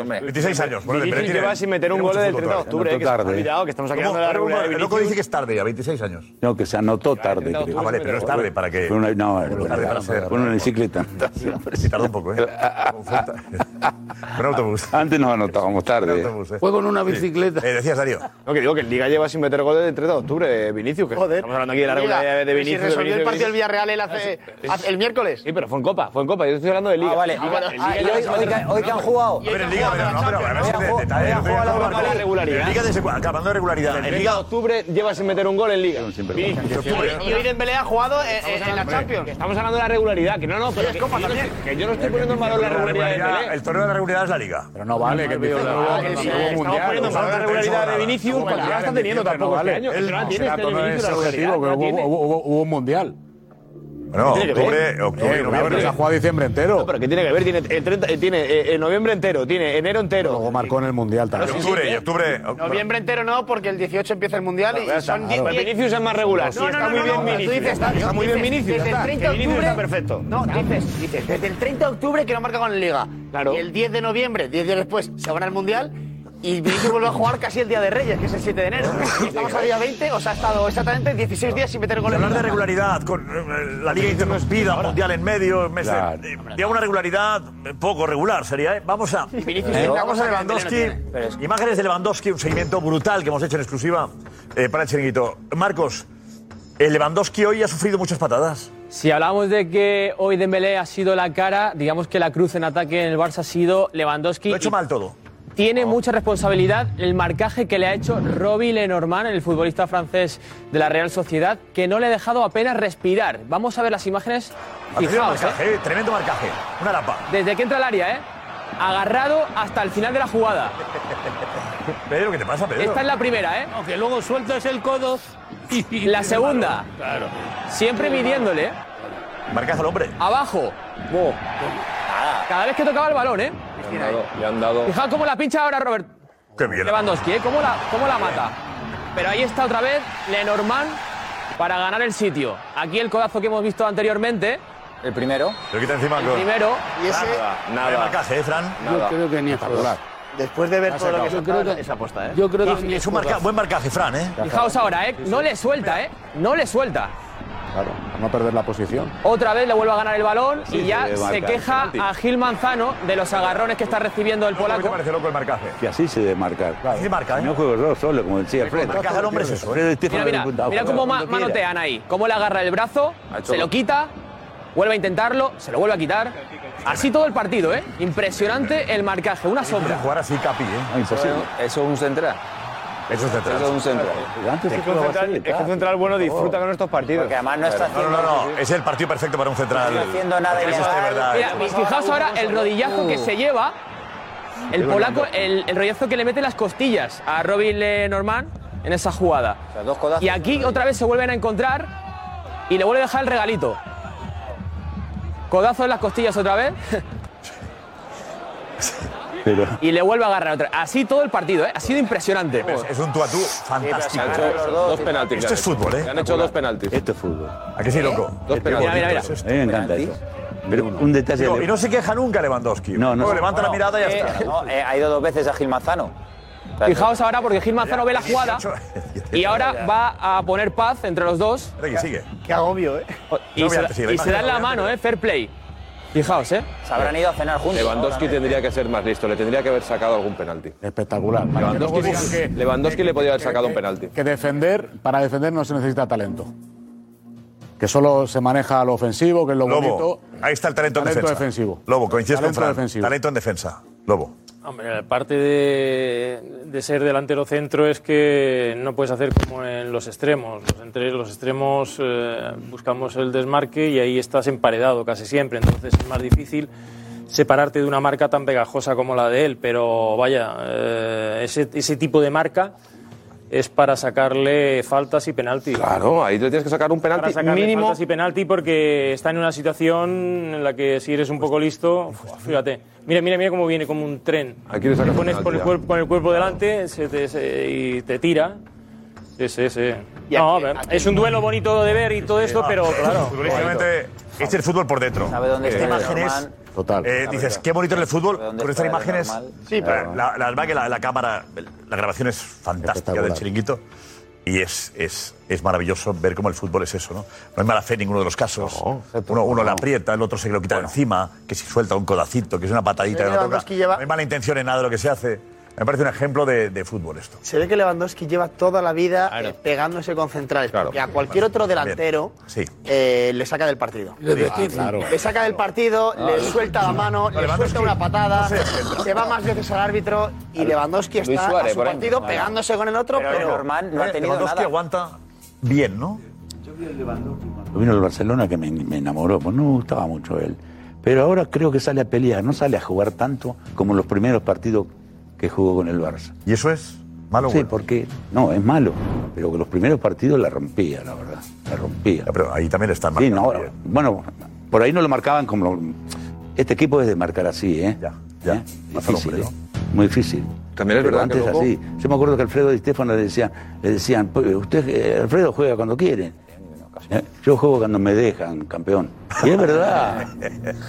Speaker 11: hombre.
Speaker 3: 26 años. Bueno,
Speaker 7: Vinicius
Speaker 3: Dembélé
Speaker 7: lleva
Speaker 3: tiene-
Speaker 7: sin meter un
Speaker 3: tiene
Speaker 7: gol
Speaker 3: mucho
Speaker 7: del
Speaker 3: fútbol
Speaker 7: 30
Speaker 3: todavía.
Speaker 7: de octubre, que
Speaker 5: tarde.
Speaker 7: se ha olvidado, que estamos aquí
Speaker 3: ¿Cómo?
Speaker 7: hablando de la
Speaker 3: Ahora,
Speaker 7: regularidad de
Speaker 3: El loco dice
Speaker 7: Vinicius.
Speaker 3: que es tarde, a 26 años.
Speaker 5: No, que se anotó tarde. creo.
Speaker 3: Ah, vale, pero es tarde para que.
Speaker 5: Fue una, no,
Speaker 3: tarde para ser.
Speaker 5: fue una bicicleta.
Speaker 3: Sí, tarda un poco, ¿eh?
Speaker 7: ah,
Speaker 3: Un autobús.
Speaker 5: Antes nos anotábamos tarde.
Speaker 3: ¿eh?
Speaker 2: Fue con una bicicleta.
Speaker 3: decías, Darío.
Speaker 7: No, que digo que el Liga lleva sin meter gol del 3 de octubre, eh, Vinicius. Que
Speaker 11: Joder.
Speaker 7: Estamos hablando aquí de la
Speaker 11: Liga.
Speaker 7: regularidad de
Speaker 11: Si
Speaker 7: Vinicius. de
Speaker 11: resolvió el
Speaker 7: Vinicius,
Speaker 11: partido
Speaker 7: de
Speaker 11: del Villarreal el, hace, hace- el miércoles.
Speaker 7: Sí, pero fue en Copa, fue en Copa. Yo estoy hablando de Liga.
Speaker 11: Ah, vale.
Speaker 7: Liga-
Speaker 11: Ah,
Speaker 7: el
Speaker 11: ah,
Speaker 7: Liga
Speaker 11: y
Speaker 7: lleva
Speaker 11: hoy-
Speaker 7: sin
Speaker 11: hoy
Speaker 7: meter
Speaker 11: que-
Speaker 7: gol.
Speaker 11: hoy que han jugado.
Speaker 3: A ver, en Liga, pero no, pero a ver si te- te-
Speaker 7: Hoy
Speaker 3: te- te-
Speaker 7: han jugado la Copa de la
Speaker 3: Marco.
Speaker 7: regularidad.
Speaker 3: En Liga de acabando de regularidad.
Speaker 7: El
Speaker 3: En
Speaker 7: 30
Speaker 3: Liga
Speaker 7: de octubre lleva sin meter un gol en Liga.
Speaker 11: Y hoy- y hoy Dembélé ha jugado eh, eh, en la Champions.
Speaker 7: Estamos hablando de la regularidad, que no, no, pero que,
Speaker 11: Copa
Speaker 7: que yo no
Speaker 11: también.
Speaker 7: estoy- que yo no estoy poniendo en valor la regularidad de Ah, Dembélé.
Speaker 3: El torneo de la regularidad es la Liga. Pero no vale, que
Speaker 7: empiece el nuevo- el nuevo mundial.
Speaker 3: la regularidad de
Speaker 7: Vinicius, porque no la están teniendo tampoco este año.
Speaker 3: Él
Speaker 7: No la
Speaker 3: no,
Speaker 7: tiene
Speaker 3: será
Speaker 7: este
Speaker 3: todo
Speaker 7: Vinicius,
Speaker 3: ese
Speaker 7: la
Speaker 3: objetivo,
Speaker 7: regularidad.
Speaker 3: que
Speaker 2: Hubo, hubo- hubo un mundial.
Speaker 3: Bueno,
Speaker 7: ¿Qué tiene que ver?
Speaker 3: octubre, octubre,
Speaker 7: Eh,
Speaker 3: noviembre.
Speaker 7: se ha
Speaker 3: jugado diciembre entero.
Speaker 7: pero ¿qué tiene que ver? Tiene, el 30, eh, tiene eh, eh, noviembre entero, tiene enero entero. Luego
Speaker 27: marcó en el Mundial
Speaker 3: también. Octubre, y octubre.
Speaker 11: Noviembre entero no, porque el 18 empieza el Mundial y son
Speaker 7: Claro.
Speaker 11: die- die-
Speaker 7: Vinicius es más regular, sí,
Speaker 11: No, no,
Speaker 7: está
Speaker 11: no,
Speaker 7: muy
Speaker 11: no,
Speaker 7: bien
Speaker 11: no, pero tú
Speaker 7: Vinicius,
Speaker 11: dices,
Speaker 7: está- está muy bien
Speaker 11: dices,
Speaker 7: Vinicius, ya
Speaker 11: Desde el
Speaker 7: está,
Speaker 11: 30 de
Speaker 7: que Vinicius
Speaker 11: octubre...
Speaker 7: está perfecto.
Speaker 11: No, dices, dices, desde el 30 de octubre que no marca con la Liga. Claro. El 10 de noviembre, 10 días después, se van al Mundial y Vinicius vuelve a jugar casi el Día de Reyes, que es el 7 de enero. Estamos a día 20, o sea, ha estado exactamente 16 días sin meter
Speaker 3: Y
Speaker 11: goles.
Speaker 3: hablar de regularidad, con eh, la liga interrumpida, mundial en medio, meses.
Speaker 5: Claro.
Speaker 3: eh, de una regularidad eh, poco regular sería. ¿eh? Vamos a,
Speaker 11: es
Speaker 3: eh,
Speaker 11: una
Speaker 3: vamos
Speaker 11: cosa
Speaker 3: a
Speaker 11: que
Speaker 3: Lewandowski.
Speaker 11: Dembélé no tiene.
Speaker 3: Imágenes de Lewandowski, un seguimiento brutal que hemos hecho en exclusiva eh, para el chiringuito. Marcos, el Lewandowski hoy ha sufrido muchas patadas.
Speaker 4: Si hablamos de que hoy Dembélé ha sido la cara, digamos que la cruz en ataque en el Barça ha sido Lewandowski. Lo ha hecho mal
Speaker 3: todo.
Speaker 4: Tiene mucha responsabilidad el marcaje que le ha hecho Robbie Lenormand, el futbolista francés de la Real Sociedad, que no le ha dejado apenas respirar. Vamos a ver las imágenes.
Speaker 3: Atención al
Speaker 4: Fijaos, ¿eh?
Speaker 3: marcaje, eh, tremendo marcaje. Una lapa.
Speaker 4: Desde que entra al área, ¿eh?
Speaker 8: agarrado hasta el final de la jugada.
Speaker 3: Pedro, ¿qué te pasa, Pedro?
Speaker 8: Esta es la primera, ¿eh? Aunque luego sueltas el codo y... La segunda. Claro. Siempre midiéndole.
Speaker 3: Marcas al hombre.
Speaker 8: Abajo. Cada vez que tocaba el balón, ¿eh?
Speaker 9: Le han dado- le han dado.
Speaker 8: Fijaos cómo la pincha ahora Robert Lewandowski, ¿eh? Cómo la, cómo la mata. Pero ahí está otra vez Lenormand para ganar el sitio. Aquí el codazo que hemos visto anteriormente.
Speaker 10: El primero.
Speaker 3: Lo quita encima
Speaker 8: El
Speaker 3: gol.
Speaker 8: primero.
Speaker 11: Y ese- Nada,
Speaker 3: nada. Hay marcaje, ¿eh, Fran?
Speaker 13: Yo creo que ni es jugador.
Speaker 11: Después de ver
Speaker 13: Ha
Speaker 11: todo lo que se ha
Speaker 13: sacado. Yo creo
Speaker 11: dado,
Speaker 13: que-
Speaker 11: esa aposta, ¿eh?
Speaker 13: yo creo que
Speaker 11: Sí,
Speaker 13: ni
Speaker 11: es un marca-
Speaker 3: buen marcaje, Fran, ¿eh?
Speaker 8: Fijaos ahora, ¿eh? No le suelta, ¿eh? No le suelta.
Speaker 2: Claro, para no perder la posición.
Speaker 8: Otra vez le vuelve a ganar el balón
Speaker 2: Sí,
Speaker 8: y ya
Speaker 2: se
Speaker 8: se,
Speaker 2: marca el
Speaker 8: queja
Speaker 2: penalti.
Speaker 8: a Gil Manzano de los agarrones que está recibiendo el polaco.
Speaker 3: parece loco el marcaje?
Speaker 5: Y así se debe marcar.
Speaker 3: se marca, ¿eh?
Speaker 5: No juego yo solo, como decía Fred.
Speaker 8: marcaje al hombre es eso, ¿eh?
Speaker 5: Fred Stefano
Speaker 8: Mira,
Speaker 5: era
Speaker 8: mira,
Speaker 5: un punta.
Speaker 8: mira cómo ma- manotean ahí. Cómo le agarra el brazo,
Speaker 5: Ha hecho
Speaker 8: se lo
Speaker 5: gol.
Speaker 8: quita, vuelve a intentarlo, se lo vuelve a quitar. Así todo el partido, ¿eh? Impresionante el marcaje, una sombra.
Speaker 3: Jugar así, Capi, ¿eh?
Speaker 8: Ah,
Speaker 16: Eso es un central.
Speaker 3: Eso es central.
Speaker 16: Eso es un central.
Speaker 5: Antes
Speaker 7: Es que un central, es que un central bueno disfruta con estos partidos.
Speaker 10: Porque además Ah, no está
Speaker 3: No, no, no, no, es el partido perfecto para un central.
Speaker 10: No está haciendo nada
Speaker 3: Eso es de
Speaker 10: ilegal.
Speaker 3: verdad. eh.
Speaker 8: Mira, fijaos ahora el rodillazo que se lleva, el
Speaker 3: Qué
Speaker 8: polaco,
Speaker 3: bonito.
Speaker 8: el, el rodillazo que le mete en las costillas a Robin Lenormand en esa jugada. y aquí otra vez se vuelven a encontrar y le vuelve a dejar el regalito. Codazo en las costillas otra vez
Speaker 5: Pero
Speaker 8: y le vuelve a agarrar otra. Así todo el partido, ¿eh? Ha sido impresionante.
Speaker 3: Es un tú a tú fantástico.
Speaker 9: Se han hecho dos penaltis.
Speaker 3: Esto es fútbol, ¿eh?
Speaker 9: Se han hecho dos penaltis.
Speaker 5: Esto es fútbol.
Speaker 3: ¿A que sí, loco?
Speaker 9: Dos
Speaker 3: Qué
Speaker 9: penaltis.
Speaker 3: bonito
Speaker 9: Mira, mira,
Speaker 3: es esto.
Speaker 5: A mí me encanta eso. Pero un detalle.
Speaker 3: Digo,
Speaker 5: de-
Speaker 3: y no se queja nunca Lewandowski.
Speaker 5: No, no.
Speaker 3: Luego levanta la mirada y ya
Speaker 10: Eh,
Speaker 3: está.
Speaker 10: no, eh, ha ido dos veces a Gil Manzano.
Speaker 8: Fijaos ahora porque Gil Manzano ve la jugada y ahora va a poner paz entre los dos.
Speaker 3: Sigue, sigue.
Speaker 11: Qué agobio, ¿eh?
Speaker 8: Y,
Speaker 11: No,
Speaker 8: se,
Speaker 11: voy antes, sí, la
Speaker 8: y
Speaker 11: imagen,
Speaker 8: se dan
Speaker 11: voy
Speaker 8: la
Speaker 11: antes.
Speaker 8: mano, ¿eh? Fair play. Fijaos, ¿eh?
Speaker 10: Se habrán ido a cenar juntos.
Speaker 9: Lewandowski tendría que ser más listo, le tendría que haber sacado algún penalti.
Speaker 2: Espectacular.
Speaker 9: Lewandowski, Lewandowski le podía haber sacado un penalti.
Speaker 2: Que defender, para defender no se necesita talento. Que solo se maneja lo ofensivo, que es lo
Speaker 3: Lobo.
Speaker 2: bonito.
Speaker 3: Ahí está el talento, en
Speaker 2: Talento
Speaker 3: defensa.
Speaker 2: defensivo.
Speaker 3: Lobo, coincides
Speaker 2: Talento
Speaker 3: con Fran.
Speaker 2: defensivo.
Speaker 3: Talento en defensa. Lobo.
Speaker 8: Hombre,
Speaker 6: aparte de, de ser delantero centro es que no puedes hacer como en los extremos. Los, entre los extremos eh, buscamos el desmarque y ahí estás emparedado casi siempre. Entonces es más difícil separarte de una marca tan pegajosa como la de él. Pero vaya, eh, ese, ese tipo de marca es para sacarle faltas y penaltis.
Speaker 9: Claro, ahí te tienes que sacar un penalti
Speaker 6: Para sacarle
Speaker 9: mínimo.
Speaker 6: faltas y penalti porque está en una situación en la que si eres un poco listo, uf, fíjate. Mira, mira, mira cómo viene como un tren.
Speaker 9: Aquí le sacas
Speaker 6: pones
Speaker 9: penalti,
Speaker 6: con el,
Speaker 9: ya.
Speaker 6: cuerpo, con el cuerpo delante se te- se- y te tira. Sí, sí, sí.
Speaker 11: Y
Speaker 6: No,
Speaker 11: aquí-
Speaker 6: a ver,
Speaker 11: aquí-
Speaker 6: es un duelo bonito de ver y todo esto,
Speaker 3: Ah, eh,
Speaker 6: pero claro.
Speaker 3: Futbolísticamente, este es el fútbol por dentro.
Speaker 10: Sabe
Speaker 7: Eh,
Speaker 10: dónde
Speaker 3: Esta
Speaker 10: está
Speaker 3: imagen es.
Speaker 10: Lenormand.
Speaker 2: Total.
Speaker 3: Eh, dices, qué bonito era el fútbol
Speaker 10: dónde
Speaker 3: con
Speaker 10: está
Speaker 3: estas imágenes.
Speaker 10: Lenormand.
Speaker 3: Sí,
Speaker 10: Claro.
Speaker 3: la, la verdad que la, la cámara, la grabación es fantástica
Speaker 2: Espectacular.
Speaker 3: del chiringuito. Y es, es, es maravilloso ver cómo el fútbol es eso, ¿no? No hay mala fe en ninguno de los casos. uno uno la aprieta, el otro se lo quita de encima, que si suelta un codacito, que es una patadita.
Speaker 11: Sí,
Speaker 3: que no, toca.
Speaker 11: Lewandowski lleva-
Speaker 3: no hay mala intención en nada de lo que se hace. Me parece un ejemplo de, de fútbol esto.
Speaker 11: Se ve que Lewandowski lleva toda la vida eh, pegándose con centrales.
Speaker 3: Claro.
Speaker 11: porque a cualquier otro delantero
Speaker 3: Sí.
Speaker 11: eh, le saca del partido.
Speaker 3: Le defiende. Ah, claro.
Speaker 11: Le saca del partido,
Speaker 3: Ah,
Speaker 11: le
Speaker 3: sí.
Speaker 11: suelta la mano, le
Speaker 3: Lewandowski
Speaker 11: suelta una patada,
Speaker 3: no se defiende.
Speaker 11: se va más veces al árbitro y Lewandowski
Speaker 10: Luis
Speaker 11: está
Speaker 10: Suárez,
Speaker 11: a su
Speaker 10: por
Speaker 11: partido
Speaker 10: ejemplo.
Speaker 11: pegándose con el otro,
Speaker 10: Pero
Speaker 11: pero,
Speaker 10: Lenormand no ha tenido
Speaker 11: Lewandowski
Speaker 10: nada.
Speaker 3: aguanta bien, ¿no?
Speaker 5: Vino el Barcelona que me, me enamoró, pues no me gustaba mucho él. Pero ahora creo que sale a pelear, no sale a jugar tanto como los primeros partidos que jugó con el Barça.
Speaker 3: ¿Y eso es malo?
Speaker 5: Sí, porque no, es malo, pero que los primeros partidos la rompía, la verdad, la rompía.
Speaker 3: Ah, Pero ahí también están
Speaker 5: Sí, no, bueno, por ahí no lo marcaban como lo- este equipo es de marcar así, ¿eh?
Speaker 3: Ya,
Speaker 5: ya. Difícil, ¿eh? Muy difícil.
Speaker 9: También es
Speaker 5: Pero
Speaker 9: verdad que
Speaker 5: antes
Speaker 9: luego-
Speaker 5: así. Yo me acuerdo que Alfredo y Estefano le decían, le decían, "Pues, usted eh, Alfredo juega cuando quiere. Eh, Yo juego cuando me dejan, campeón. Y es verdad.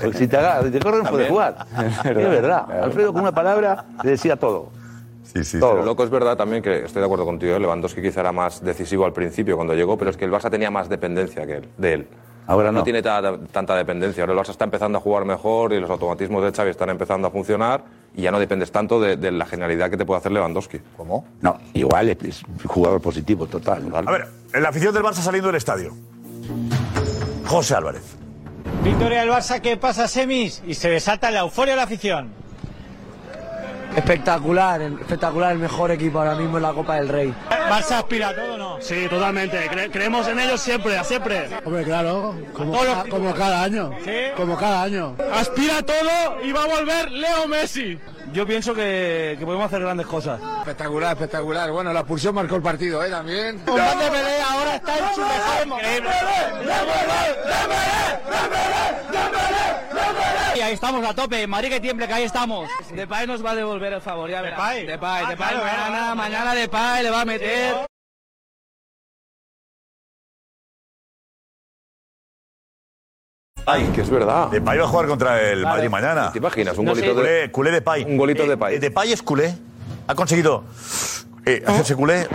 Speaker 5: Porque si te agarran, te corren por
Speaker 9: También.
Speaker 5: jugar.
Speaker 9: Es
Speaker 5: Es
Speaker 9: verdad.
Speaker 5: verdad. Alfredo con una palabra le decía todo.
Speaker 9: Pero loco es verdad también que estoy de acuerdo contigo. ¿eh? Lewandowski quizá era más decisivo al principio cuando llegó, pero es que el Barça tenía más dependencia que él- de él.
Speaker 5: Ahora no.
Speaker 9: tiene ta- tanta dependencia. Ahora el Barça está empezando a jugar mejor y los automatismos de Xavi están empezando a funcionar y ya no dependes tanto de, de la genialidad que te puede hacer Lewandowski.
Speaker 3: ¿Cómo?
Speaker 5: No, igual es, es un jugador positivo, total.
Speaker 3: A ver, la afición del Barça saliendo del estadio. José Álvarez.
Speaker 25: Victoria del Barça que pasa a semis y se desata la euforia de la afición.
Speaker 28: Espectacular, el- espectacular, el mejor equipo ahora mismo en la Copa del Rey.
Speaker 25: ¿Barça aspira a todo o no?
Speaker 8: no? Sí, totalmente. Cre- creemos en ellos siempre, siempre.
Speaker 29: Hombre, claro, como,
Speaker 8: Todos los
Speaker 29: ca- como cada año. Como cada año.
Speaker 8: Aspira todo y va a volver Leo Messi. Yo pienso que, podemos hacer grandes cosas.
Speaker 28: Espectacular, espectacular. Bueno, la expulsión marcó el partido, ¿eh? También.
Speaker 8: ahora está en su mejor
Speaker 25: Y ahí estamos a tope, Madrid que tiemble, que ahí estamos. Depay nos va a devolver el favor, ya verás. Depay, Depay, mañana, mañana Depay le va a meter.
Speaker 9: Ay, que es verdad.
Speaker 3: Depay va a jugar contra el
Speaker 9: Claro.
Speaker 3: Madrid mañana.
Speaker 9: ¿Te imaginas? Un
Speaker 3: No
Speaker 9: golito
Speaker 3: sé.
Speaker 9: de
Speaker 3: Culé, culé de Pay.
Speaker 9: Un golito de
Speaker 3: Eh, Depay es culé. Ha conseguido eh, hacerse culé.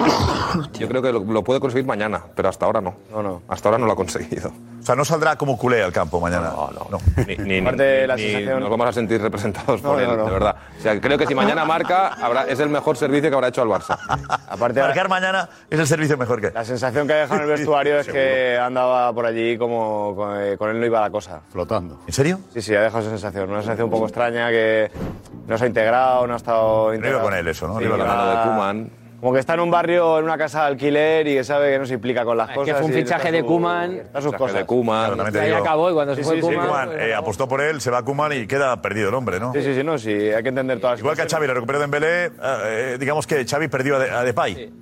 Speaker 9: Yo creo que lo, lo puede conseguir mañana, pero hasta ahora no. No, no. Hasta ahora no lo ha conseguido.
Speaker 3: O sea, no saldrá como culé al campo mañana. No, no.
Speaker 9: Ni, ni- ni- ni nos vamos a sentir representados por
Speaker 3: No,
Speaker 9: él,
Speaker 3: no, no.
Speaker 9: de verdad. O sea, creo que si mañana marca, habrá, es el mejor servicio que habrá hecho al Barça.
Speaker 7: Aparte, Marcar
Speaker 3: mañana es el servicio mejor que.
Speaker 7: La sensación que ha dejado en el vestuario es que andaba por allí como con, eh, con él no iba la cosa.
Speaker 2: Flotando.
Speaker 3: ¿En serio?
Speaker 7: Sí, sí, ha dejado esa sensación. Una sensación un poco extraña que no se ha integrado, no ha estado integrado.
Speaker 3: con él eso, ¿no?
Speaker 7: Sí,
Speaker 3: No iba con
Speaker 7: que
Speaker 3: él.
Speaker 7: va-
Speaker 3: Lo de
Speaker 7: Como que está en un barrio, en una casa de alquiler y que sabe que no se implica con las
Speaker 4: Es que
Speaker 7: cosas.
Speaker 4: fue un
Speaker 7: y está
Speaker 4: fichaje de
Speaker 7: su-
Speaker 4: Koeman.
Speaker 7: está sus
Speaker 4: Fichaje
Speaker 7: cosas.
Speaker 4: de Koeman.
Speaker 7: Claro,
Speaker 3: También te
Speaker 7: ahí
Speaker 3: digo.
Speaker 7: acabó y cuando se
Speaker 3: Sí,
Speaker 7: fue
Speaker 3: sí, sí,
Speaker 7: Koeman,
Speaker 3: Koeman,
Speaker 7: pues,
Speaker 3: eh, apostó por él, se va Kuman y queda perdido el hombre, ¿no?
Speaker 7: Sí, sí, sí, no, sí, hay que entender todas las
Speaker 3: Igual que a Xavi lo recuperó Dembélé, eh, eh, digamos que Xavi perdió a, De- a Depay.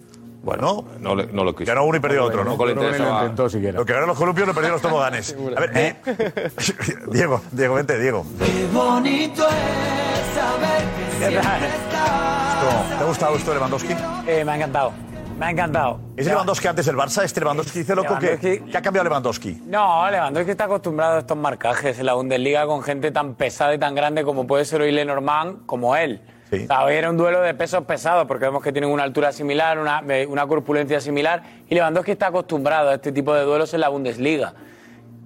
Speaker 3: Bueno,
Speaker 9: no, le- no lo quiso.
Speaker 3: Ganó uno y perdió otro, ¿no?
Speaker 9: Tampoco le
Speaker 3: Creo que ni lo
Speaker 9: interesaba.
Speaker 3: intentó Lo que ganaron los columpios lo perdieron los toboganes. A ver, eh, Diego, Diego, vente, Diego.
Speaker 30: Qué bonito es saber que siempre
Speaker 3: Esto, ¿Te ha gustado esto de Lewandowski?
Speaker 31: Eh, me ha encantado. Me ha encantado.
Speaker 3: ¿Es Lewandowski antes del Barça? Este Lewandowski dice loco que,
Speaker 31: Lewandowski-
Speaker 3: que ha cambiado Lewandowski.
Speaker 31: No, Lewandowski está acostumbrado a estos marcajes en la Bundesliga con gente tan pesada y tan grande como puede ser hoy Lenormand, como él. O sea, hoy era un duelo de pesos pesados porque vemos que tienen una altura similar, una, eh, una corpulencia similar y Lewandowski está acostumbrado a este tipo de duelos en la Bundesliga.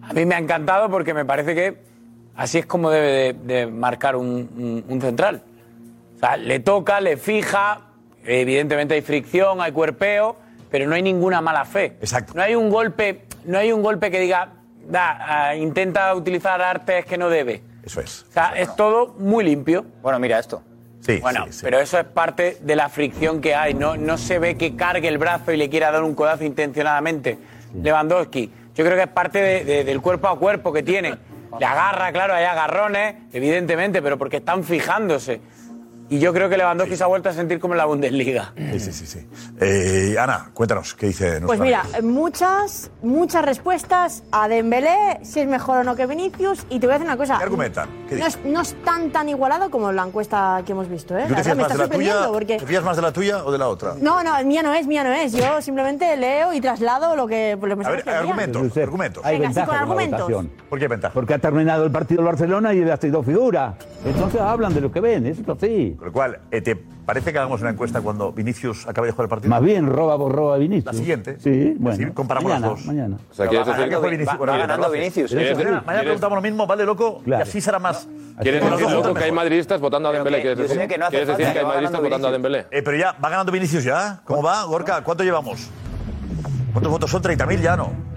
Speaker 31: A mí me ha encantado porque me parece que así es como debe de, de marcar un, un- un central. O sea, le toca, le fija, evidentemente hay fricción, hay cuerpeo, pero no hay ninguna mala fe. Exacto. No hay un golpe, no hay un golpe que diga, da, ah, intenta utilizar artes que no debe.
Speaker 3: Eso es.
Speaker 31: O sea, es todo muy limpio.
Speaker 10: Bueno, mira esto.
Speaker 3: Sí,
Speaker 31: bueno, pero eso es parte de la fricción que hay. No, no se ve que cargue el brazo y le quiera dar un codazo intencionadamente. Lewandowski, yo creo que es parte de- de- del cuerpo a cuerpo que tiene. Le agarra, claro, hay agarrones, evidentemente, pero porque están fijándose. Y yo creo que Lewandowski se ha vuelto a sentir como en la Bundesliga.
Speaker 3: Sí, sí, sí. sí. Eh, Ana, cuéntanos, ¿qué dice
Speaker 1: Pues
Speaker 3: nuestra
Speaker 1: mira, muchas, muchas respuestas a Dembélé, si es mejor o no que Vinicius, y te voy a decir una cosa.
Speaker 3: ¿Qué argumentan? ¿Qué
Speaker 1: no, es, no es tan tan igualado como la encuesta que hemos visto, ¿eh?
Speaker 3: ¿Tú te
Speaker 1: verdad
Speaker 3: fías
Speaker 1: me
Speaker 3: más
Speaker 1: está
Speaker 3: de la tuya?
Speaker 1: sorprendiendo porque... Mm.
Speaker 3: ¿Te fías más de la tuya o de la otra?
Speaker 1: No, no, mía no es, mía no es. Yo simplemente leo y traslado lo que pues, lo que me
Speaker 3: A ver,
Speaker 1: surge el día.
Speaker 3: argumentos, argumentos.
Speaker 1: Hay Venga, sí, ventaja con con la argumentos. votación.
Speaker 3: ¿Por qué ventaja?
Speaker 32: Porque ha terminado el partido del Barcelona y él ha sido figura. Entonces hablan de lo que ven, eso es así.
Speaker 3: Con lo cual, eh, ¿te parece que hagamos una encuesta cuando Vinicius acabe de jugar el partido?
Speaker 32: Más bien roba por roba Vinicius. La
Speaker 3: siguiente.
Speaker 32: Sí, bueno.
Speaker 3: Sí, comparamos
Speaker 32: mañana,
Speaker 3: las dos.
Speaker 32: Mañana.
Speaker 3: O sea, ¿quieres decir-
Speaker 32: que fue
Speaker 3: Va- va ganando Vinicius.
Speaker 32: Eso,
Speaker 3: Mañana,
Speaker 32: mañana
Speaker 3: mañana preguntamos lo mismo, ¿vale, loco? Y así será más.
Speaker 9: ¿Quieres
Speaker 3: Con los
Speaker 9: decir
Speaker 3: dos votan
Speaker 9: loco, que hay
Speaker 3: mejor.
Speaker 9: madridistas votando a Dembélé? ¿Quieres decir ¿Quieres decir que hay madridistas votando a Dembélé?
Speaker 3: Eh, pero ya, ¿va ganando Vinicius ya? ¿Cómo va, Gorka? ¿Cuánto llevamos? ¿Cuántos votos son? ¿30.000 ya no?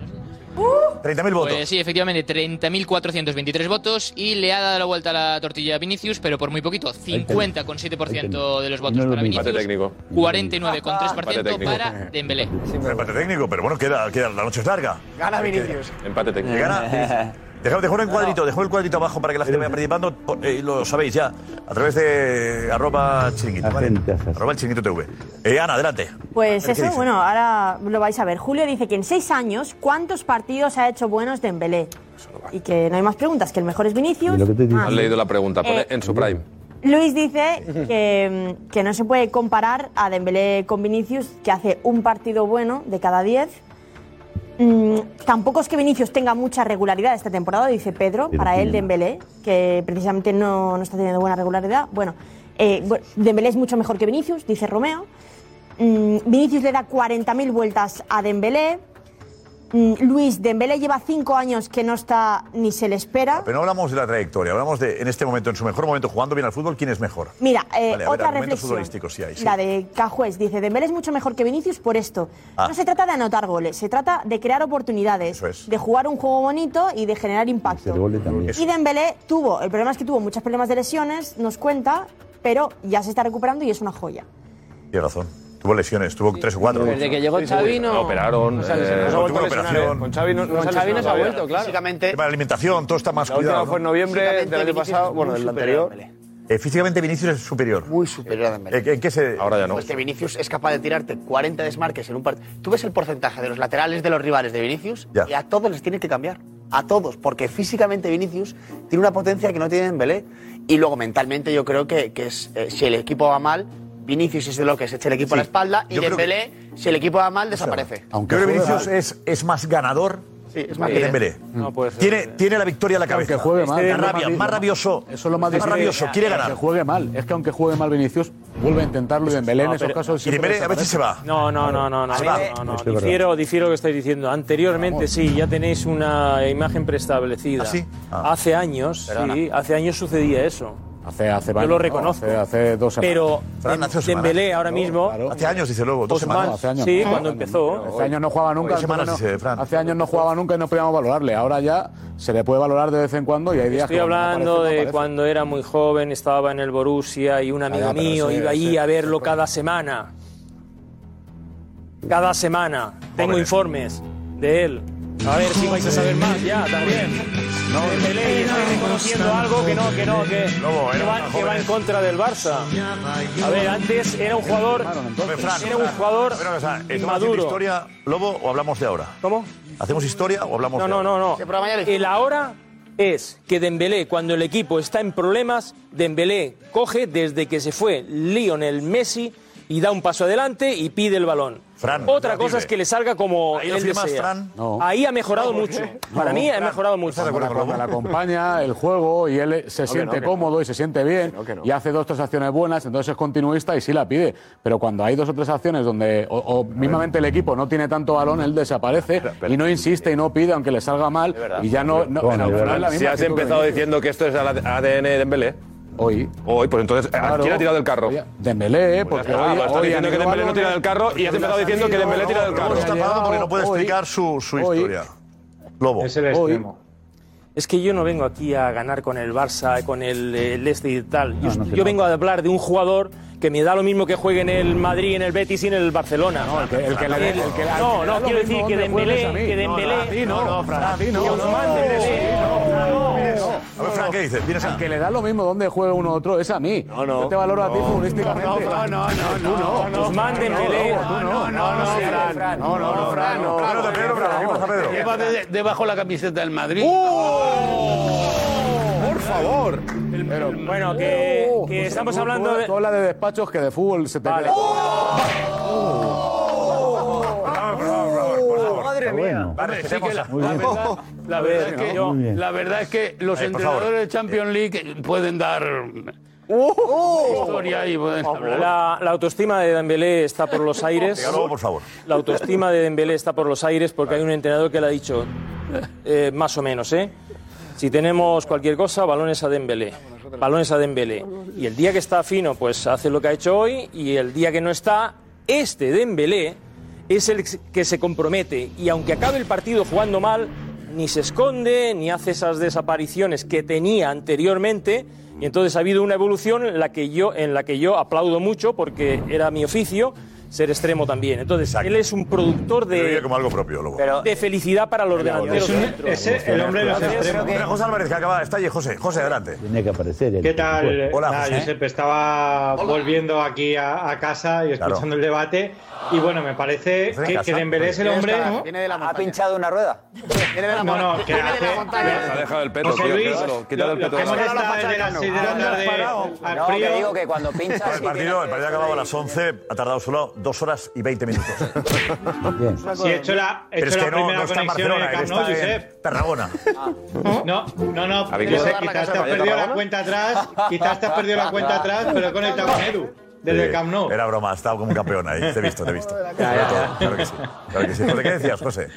Speaker 3: ¿30.000 votos?
Speaker 14: Pues sí, efectivamente, 30.423 votos y le ha dado la vuelta a la tortilla a Vinicius, pero por muy poquito, 50,7% de los votos para
Speaker 9: Empate
Speaker 14: Vinicius,
Speaker 9: técnico.
Speaker 14: 49,3%
Speaker 9: Empate técnico.
Speaker 14: para Dembélé.
Speaker 3: Empate técnico, pero bueno, queda, queda- la noche es larga.
Speaker 14: Gana Vinicius.
Speaker 9: Empate técnico.
Speaker 3: Que gana- Dejad, dejad un cuadrito, dejad el cuadrito abajo para que la gente vaya participando. por- eh, lo sabéis ya, a través de arroba chiringuito. ¿vale? Arroba el chiringuito TV. Eh, Ana, adelante.
Speaker 1: Pues
Speaker 3: ¿Qué
Speaker 1: eso,
Speaker 3: dice?
Speaker 1: bueno, ahora lo vais a ver. Julio dice que en seis años, ¿cuántos partidos ha hecho buenos Dembélé? Y que no hay más preguntas, que el mejor es Vinicius. Ah,
Speaker 9: Has leído la pregunta, pone
Speaker 1: Eh,
Speaker 9: en su prime.
Speaker 1: Luis dice que, mm, que no se puede comparar a Dembélé con Vinicius, que hace un partido bueno de cada diez. Mm, tampoco es que Vinicius tenga mucha regularidad esta temporada, dice Pedro,
Speaker 33: Pero
Speaker 1: para él
Speaker 33: tiene
Speaker 1: Dembélé, que precisamente no, no está teniendo buena regularidad. Bueno, eh, bueno, Dembélé es mucho mejor que Vinicius, dice Romeo. Mm, Vinicius le da 40.000 vueltas a Dembélé. Mm, Luis, Dembélé lleva cinco años que no está ni se le espera.
Speaker 3: Pero no hablamos de la trayectoria, hablamos de en este momento, en su mejor momento, jugando bien al fútbol, ¿quién es mejor?
Speaker 1: Mira, eh,
Speaker 3: Vale, a ver,
Speaker 1: otra
Speaker 3: argumentos
Speaker 1: reflexión.
Speaker 3: futbolísticos, sí hay, sí.
Speaker 1: La de Cajuez dice, Dembélé es mucho mejor que Vinicius por esto.
Speaker 3: Ah.
Speaker 1: No se trata de anotar goles, se trata de crear oportunidades,
Speaker 3: Eso es.
Speaker 1: de jugar un juego bonito y de generar impacto. Y Dembélé tuvo, el problema es que tuvo muchos problemas de lesiones, nos cuenta, pero ya se está recuperando y es una joya.
Speaker 3: Tiene razón. Tuvo lesiones, tuvo tres o cuatro.
Speaker 4: Desde que llegó Xavi no-
Speaker 3: Lo operaron,
Speaker 4: no se ha lesionado.
Speaker 3: eh,
Speaker 4: Se ha vuelto
Speaker 3: tuvo
Speaker 4: a lesionar,
Speaker 3: operación.
Speaker 4: ¿eh? Con Xavi no- no Con se ha Xavi no lesionado se ha todavía. vuelto, claro.
Speaker 11: Físicamente-
Speaker 3: Tema de Eh, alimentación, todo está más
Speaker 7: La
Speaker 3: cuidado.
Speaker 7: última fue en noviembre del año pasado, bueno, del anterior.
Speaker 3: Eh, físicamente Vinicius es superior. Eh,
Speaker 11: Muy superior a Dembélé.
Speaker 3: ¿En qué se...? Ahora ya
Speaker 11: Pues que Vinicius es capaz de tirarte 40 desmarques en un partido. Tú ves el porcentaje de los laterales de los rivales de Vinicius
Speaker 3: Ya.
Speaker 11: y a todos les tienen que cambiar. A todos, porque físicamente Vinicius tiene una potencia que no tiene Dembélé. Y luego mentalmente yo creo que, que es, eh, si el equipo va mal, Vinicius es de lo que se echa el equipo a la
Speaker 3: Sí,
Speaker 11: espalda y
Speaker 3: yo creo que-
Speaker 11: Dembélé, si el equipo va mal, desaparece.
Speaker 3: Aunque creo que Vinicius es, es más ganador
Speaker 11: es más
Speaker 3: que
Speaker 11: líder.
Speaker 3: Dembélé.
Speaker 11: No puede
Speaker 7: pues,
Speaker 11: ser.
Speaker 7: eh,
Speaker 3: tiene, tiene la victoria en la cabeza.
Speaker 2: Aunque juegue mal.
Speaker 3: Tiene
Speaker 2: Es lo
Speaker 3: rabia,
Speaker 2: di-
Speaker 3: más rabioso.
Speaker 2: Eso es lo más
Speaker 3: Más
Speaker 2: difícil.
Speaker 3: rabioso, quiere
Speaker 2: Aunque
Speaker 3: ganar.
Speaker 2: juegue mal. Es que aunque juegue mal Vinicius, vuelve a intentarlo y Dembélé en
Speaker 6: No,
Speaker 2: esos
Speaker 6: pero-
Speaker 2: casos siempre desaparece.
Speaker 6: No, no, no, no, no.
Speaker 2: Se
Speaker 6: no,
Speaker 2: va.
Speaker 6: no, no.
Speaker 2: Estoy de
Speaker 6: Difiero, difiero lo que estáis diciendo. Anteriormente sí, ya tenéis una imagen preestablecida.
Speaker 2: ¿Ah, sí?
Speaker 6: Hace años,
Speaker 2: Perdona.
Speaker 6: sí, hace años sucedía eso.
Speaker 2: Hace, hace
Speaker 6: Yo
Speaker 2: varios,
Speaker 6: lo
Speaker 2: ¿no?
Speaker 6: reconozco.
Speaker 2: Hace, hace dos semanas.
Speaker 6: Pero Dem- Dembélé ahora mismo.
Speaker 3: Hace años, dice luego, dos
Speaker 6: Osman,
Speaker 3: semanas.
Speaker 2: Hace años,
Speaker 6: Sí,
Speaker 2: no,
Speaker 6: cuando
Speaker 2: no, no,
Speaker 6: empezó.
Speaker 2: Hace años no jugaba nunca.
Speaker 3: Dos semanas,
Speaker 2: entonces
Speaker 3: dice
Speaker 2: no,
Speaker 3: Fran.
Speaker 2: hace años no jugaba nunca y no podíamos valorarle. Ahora ya se le puede valorar de vez en cuando y hay días
Speaker 6: Estoy
Speaker 2: que cuando
Speaker 6: hablando
Speaker 2: aparece, no
Speaker 6: de
Speaker 2: aparece.
Speaker 6: cuando era muy joven, estaba en el Borussia y un amigo
Speaker 2: ya, Ah, pero
Speaker 6: mío
Speaker 2: ese-
Speaker 6: iba ahí
Speaker 2: ese-
Speaker 6: a verlo cada semana. Cada semana. Tengo informes de él. A ver si vais a saber más ya también. No, Dembélé, y estáis reconociendo algo que no, que no, que, que va, que va en contra del Barça. A ver, antes era un jugador, era un jugador
Speaker 3: ¿Hacemos
Speaker 6: inmaduro.
Speaker 3: historia, Lobo, o hablamos de ahora?
Speaker 6: ¿Cómo?
Speaker 3: ¿Hacemos historia o hablamos
Speaker 6: No,
Speaker 3: de
Speaker 6: no,
Speaker 3: ahora?
Speaker 6: no, no. El ahora es que Dembélé, cuando el equipo está en problemas, Dembélé coge desde que se fue Lionel Messi y da un paso adelante y pide el balón. Otra
Speaker 3: ya
Speaker 6: cosa
Speaker 3: vive.
Speaker 6: es que le salga como
Speaker 3: Ahí lo
Speaker 6: él
Speaker 3: firmas,
Speaker 6: desea.
Speaker 3: Fran.
Speaker 2: No.
Speaker 6: Ahí ha mejorado
Speaker 2: No, ¿por
Speaker 6: mucho.
Speaker 2: qué?
Speaker 6: Para
Speaker 2: No,
Speaker 6: mí ha
Speaker 2: Fran,
Speaker 6: mejorado mucho.
Speaker 2: Cuando la acompaña el juego y él eh, se
Speaker 6: que no,
Speaker 2: siente
Speaker 6: que no.
Speaker 2: cómodo y se siente bien y hace dos tres acciones buenas, entonces es continuista y sí la pide. Pero cuando hay dos o tres acciones donde o, o mismamente el equipo no tiene tanto balón, él desaparece y no insiste y no pide aunque le salga mal y ya no. no- en el final es la misma
Speaker 9: Si has
Speaker 2: actitud que
Speaker 9: empezado
Speaker 2: Vinicius.
Speaker 9: diciendo que esto es el ADN de Dembélé.
Speaker 2: Hoy.
Speaker 9: Hoy, pues entonces, ¿a
Speaker 2: Claro.
Speaker 9: ¿quién ha tirado del carro?
Speaker 2: Dembélé, porque
Speaker 9: Ah,
Speaker 2: hoy,
Speaker 9: pues estás
Speaker 2: hoy
Speaker 9: diciendo
Speaker 2: han
Speaker 9: que
Speaker 2: ido
Speaker 9: Dembélé no tira
Speaker 2: balones,
Speaker 9: del carro y has
Speaker 2: porque
Speaker 9: empezado
Speaker 2: los han
Speaker 9: diciendo que
Speaker 2: ido,
Speaker 9: Dembélé tira del
Speaker 2: no,
Speaker 9: carro.
Speaker 2: no,
Speaker 9: Está
Speaker 2: ha
Speaker 9: parado
Speaker 2: llegado
Speaker 9: porque no puede
Speaker 2: hoy.
Speaker 9: explicar
Speaker 3: su, su
Speaker 2: Hoy.
Speaker 3: historia. Lobo.
Speaker 6: Es el extremo. Es que yo no vengo aquí a ganar con el Barça, con el, el este y tal. Yo, yo vengo a hablar de un jugador que me da lo mismo que juegue en el Madrid, en el Betis y en el Barcelona. No,
Speaker 2: el que le- el que le-
Speaker 6: no, no,
Speaker 2: al que le da lo mismo
Speaker 6: quiero decir que
Speaker 2: donde juegues a
Speaker 6: Dembélé,
Speaker 2: mí.
Speaker 6: que
Speaker 2: No, no,
Speaker 6: Dembélé,
Speaker 2: a ti no, Fran, a ti no.
Speaker 6: que Ousmane Dembélé,
Speaker 3: A ver, Fran, ¿qué dices? ¿Vienes
Speaker 2: Al que le da lo mismo donde juegue uno u otro, es a mí. Yo te valoro a ti futbolísticamente. No, no, no,
Speaker 3: pues
Speaker 2: no, no.
Speaker 6: Ousmane Dembélé.
Speaker 2: No,
Speaker 13: No, no, Fran. No, no, no, Fran. No, Pedro, Pedro, ¿qué pasa,
Speaker 3: Pedro?
Speaker 13: Llévate de- debajo la camiseta del Madrid.
Speaker 6: Por favor. bueno, que, que estamos hablando de...
Speaker 2: Oh, pues, Tú hablas de despachos que de fútbol se te vale.
Speaker 13: Madre mía. Sí que la, la verdad, la verdad es que,
Speaker 6: Muy bien.
Speaker 13: la verdad es que los
Speaker 6: Ay, por favor.
Speaker 13: entrenadores de Champions League pueden dar historia y
Speaker 2: pues,
Speaker 13: pueden hablar.
Speaker 6: Uh, La, la autoestima de Dembélé está por los aires.
Speaker 3: Dígalo, por favor.
Speaker 6: La autoestima de Dembélé está por los aires porque hay un entrenador que le ha dicho, eh, más o menos, ¿eh? Si tenemos cualquier cosa, balones a Dembélé. Balones a Dembélé. Y el día que está fino, pues hace lo que ha hecho hoy. Y el día que no está, este Dembélé es el que se compromete. Y aunque acabe el partido jugando mal, ni se esconde, ni hace esas desapariciones que tenía anteriormente. Y entonces ha habido una evolución en la que yo, en la que yo aplaudo mucho porque era mi oficio ser extremo también. Entonces, él es un productor
Speaker 3: Yo
Speaker 6: de,
Speaker 3: diría como algo propio, Lobo.
Speaker 6: de felicidad para los delanteros. centros.
Speaker 3: Espera, José Álvarez, que acaba. Está allí, José. José, adelante.
Speaker 32: Tiene que aparecer. el-
Speaker 15: ¿Qué tal?
Speaker 3: Hola,
Speaker 15: Nada,
Speaker 3: José.
Speaker 15: Josep, estaba volviendo aquí a, a casa y escuchando el debate. Y bueno, me parece que, que Dembélé es el hombre.
Speaker 10: Viene de la ¿Ha pinchado una rueda?
Speaker 15: No, no, que hace.
Speaker 9: Ha dejado el peto,
Speaker 15: José
Speaker 9: tío.
Speaker 15: Luis,
Speaker 9: quítalo, Quítale el
Speaker 15: lo- lo
Speaker 9: peto.
Speaker 15: que hemos
Speaker 9: de la-
Speaker 15: estado desde las seis de la tarde al
Speaker 10: No,
Speaker 15: frío.
Speaker 10: que digo que cuando
Speaker 3: Bueno,
Speaker 10: pinchas...
Speaker 3: el partido, el partido acababa a las 11, ha tardado solo 2 horas y 20 minutos.
Speaker 15: Si he hecho la, he
Speaker 3: Pero es
Speaker 15: hecho la
Speaker 3: que no,
Speaker 15: primera
Speaker 3: no está en
Speaker 15: conexión en
Speaker 3: Barcelona,
Speaker 15: el
Speaker 3: él
Speaker 15: Camp Nou,
Speaker 3: está en
Speaker 15: Josep.
Speaker 3: Tarragona.
Speaker 15: No, no, no,
Speaker 3: ¿Habéis
Speaker 15: Josep,
Speaker 3: quedado?
Speaker 15: quizás
Speaker 3: ¿Habéis
Speaker 15: te has perdido
Speaker 3: quedado?
Speaker 15: la cuenta atrás, quizás te has perdido la cuenta atrás, pero he conectado con Edu, desde
Speaker 3: Sí,
Speaker 15: el Camp Nou.
Speaker 3: Era broma, estaba como un campeón ahí. Te he visto, te he visto.
Speaker 15: Ya, ya, ya.
Speaker 3: Claro que sí. Claro que sí. José, ¿Qué decías, José?